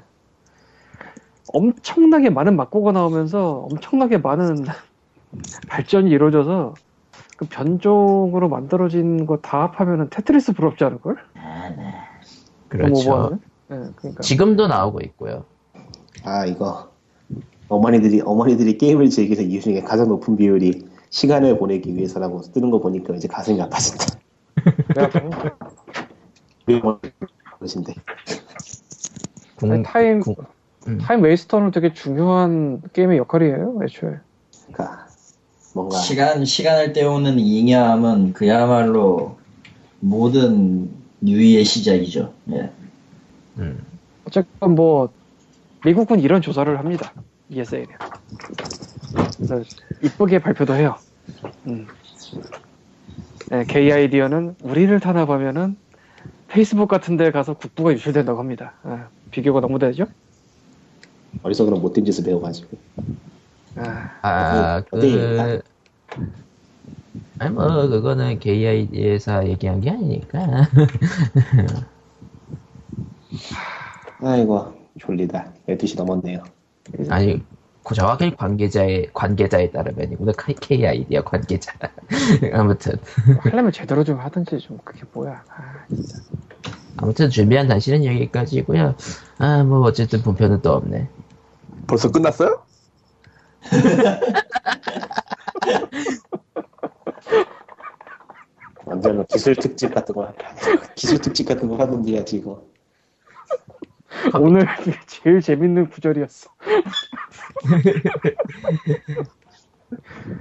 Speaker 3: 엄청나게 많은 맞고가 나오면서 엄청나게 많은 발전이 이루어져서 그 변종으로 만들어진 거 다 합하면은 테트리스 부럽지 않을걸?
Speaker 1: 그렇죠.
Speaker 3: 오버하면? 예, 그러니까
Speaker 1: 지금도 나오고 있고요.
Speaker 2: 아 이거 어머니들이 어머니들이 게임을 즐기는 이유 중에 가장 높은 비율이 시간을 보내기 위해서라고 뜨는 거 보니까 이제 가슴이 아파진다.
Speaker 3: 내가 보면
Speaker 2: 뭐 그러신데
Speaker 1: 궁-
Speaker 3: 타임
Speaker 1: 궁- 음.
Speaker 3: 타임 웨이스터는 되게 중요한 게임의 역할이에요, 애초에.
Speaker 2: 그러니까 뭔가
Speaker 5: 시간 시간을 때우는 잉여함은 그야말로 모든 유의의 시작이죠. 예.
Speaker 1: 음.
Speaker 3: 어쨌건 뭐 미국은 이런 조사를 합니다. ESA는. 그래서 이쁘게 발표도 해요. 음. 네, 게이 아이디어는 우리를 탄압하면은 페이스북 같은 데 가서 국부가 유출된다고 합니다. 아, 비교가 너무 되죠?
Speaker 2: 어리석은 못된 짓을 배워가지고
Speaker 3: 아,
Speaker 1: 아,
Speaker 2: 어디- 어디입니까?
Speaker 1: 그, 아니, 뭐, 그거는 KID에서 얘기한 게 아니니까.
Speaker 2: 아이고 졸리다 12시 넘었네요
Speaker 1: 아니, 그 정확히 관계자의, 관계자에 따르면이구나. KID야, 관계자. 아무튼.
Speaker 3: 하려면 제대로 좀 하든지 좀 그게 뭐야. 아, 진짜.
Speaker 1: 아무튼 준비한 단신은 여기까지고요 아, 뭐, 어쨌든 본편은 또 없네.
Speaker 4: 벌써 끝났어요?
Speaker 2: 완전 기술 특집 같은 거 기술 특집 같은 거 하던데야 지금
Speaker 3: 오늘 제일 재밌는 구절이었어.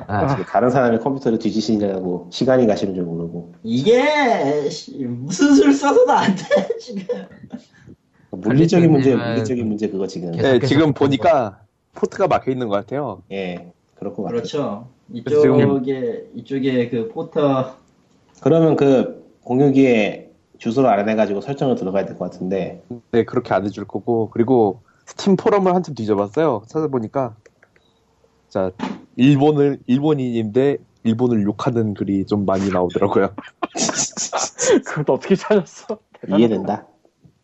Speaker 1: 아,
Speaker 2: 지금 다른 사람의 컴퓨터를 뒤지시느라고 시간이 가시는 줄 모르고
Speaker 5: 이게 씨, 무슨 술 써서도 안 돼 지금.
Speaker 2: 물리적인 문제
Speaker 1: 아니,
Speaker 2: 물리적인 문제 그거 지금
Speaker 1: 계속-
Speaker 4: 네,
Speaker 1: 계속해서
Speaker 4: 지금
Speaker 1: 보는
Speaker 4: 보니까 포트가 막혀 있는 것 같아요.
Speaker 2: 예 그럴 것 같아요
Speaker 5: 그렇죠.
Speaker 4: 그래서 지금-
Speaker 5: 이쪽에 이쪽에 그 포터
Speaker 2: 그러면 그 공유기에 주소를 알아내가지고 설정을 들어가야 될 것 같은데
Speaker 4: 네, 그렇게 안 해줄 거고. 그리고 스팀 포럼을 한참 뒤져봤어요. 찾아보니까. 자, 일본을, 일본인인데, 일본을 욕하는 글이 좀 많이 나오더라고요.
Speaker 3: 그걸 어떻게 찾았어?
Speaker 2: 이해된다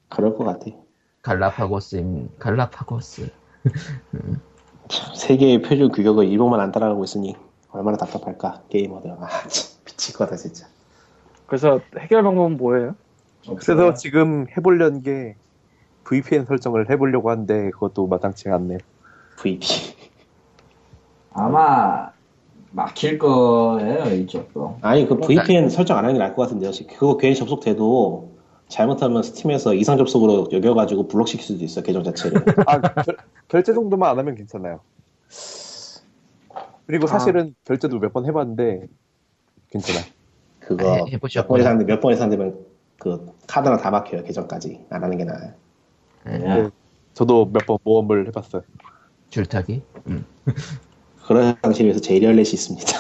Speaker 2: 그럴 것 같아
Speaker 1: 갈라파고스임, 갈라파고스.
Speaker 2: 참, 세계의 표준 규격을 일본만 안 따라가고 있으니 얼마나 답답할까 게이머들 아 참, 미칠 거다 진짜
Speaker 3: 그래서 해결 방법은 뭐예요?
Speaker 4: 그래서 지금 해보려는 게, VPN 설정을 해보려고 하는데, 그것도 마땅치 않네.
Speaker 2: VP
Speaker 5: 아마 막힐 거예요 이쪽도.
Speaker 2: 아니 그 VPN 설정 안 하는 게 나을 것 같은데요 지금 그거 괜히 접속돼도 잘못하면 스팀에서 이상 접속으로 여겨가지고 블록시킬 수도 있어 계정 자체를
Speaker 4: 아, 결, 결제 정도만 안 하면 괜찮아요. 그리고 사실은 결제도 몇 번 해봤는데, 괜찮아요.
Speaker 2: 그거
Speaker 1: 해- 해보셨구나.
Speaker 2: 몇 번 이상 몇 번 이상 되면 그 카드나 다 막혀요 계정까지 안 하는 게 나아요
Speaker 5: 예.
Speaker 4: 저도 몇 번 모험을 해봤어요.
Speaker 1: 줄타기? 음.
Speaker 2: 그런 상식에서 제일 열렛이 있습니다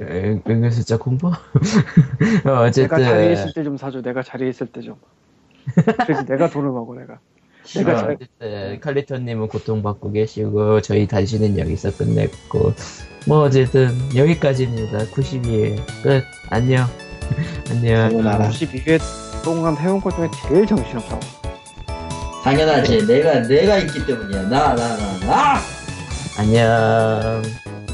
Speaker 1: 에, 은근슬쩍 공부? 어,
Speaker 3: 내가 자리에 있을
Speaker 1: 어쨌든.
Speaker 3: 때 좀 사줘. 내가 자리에 있을 때 좀. 그래서 내가 돈을 먹어 내가. 내가 자-
Speaker 1: 어쨌든 칼리터님은 고통받고 계시고 저희 단신은 여기서 끝냈고 뭐 어쨌든 여기까지입니다. 92일 끝. 안녕. 안녕.
Speaker 2: 당연하라
Speaker 3: 92회 동안 해온 것 중에 제일 정신없다고.
Speaker 5: 당연하지. 내가 내가 있기 때문이야. 나 나, 나, 나.
Speaker 1: 안녕.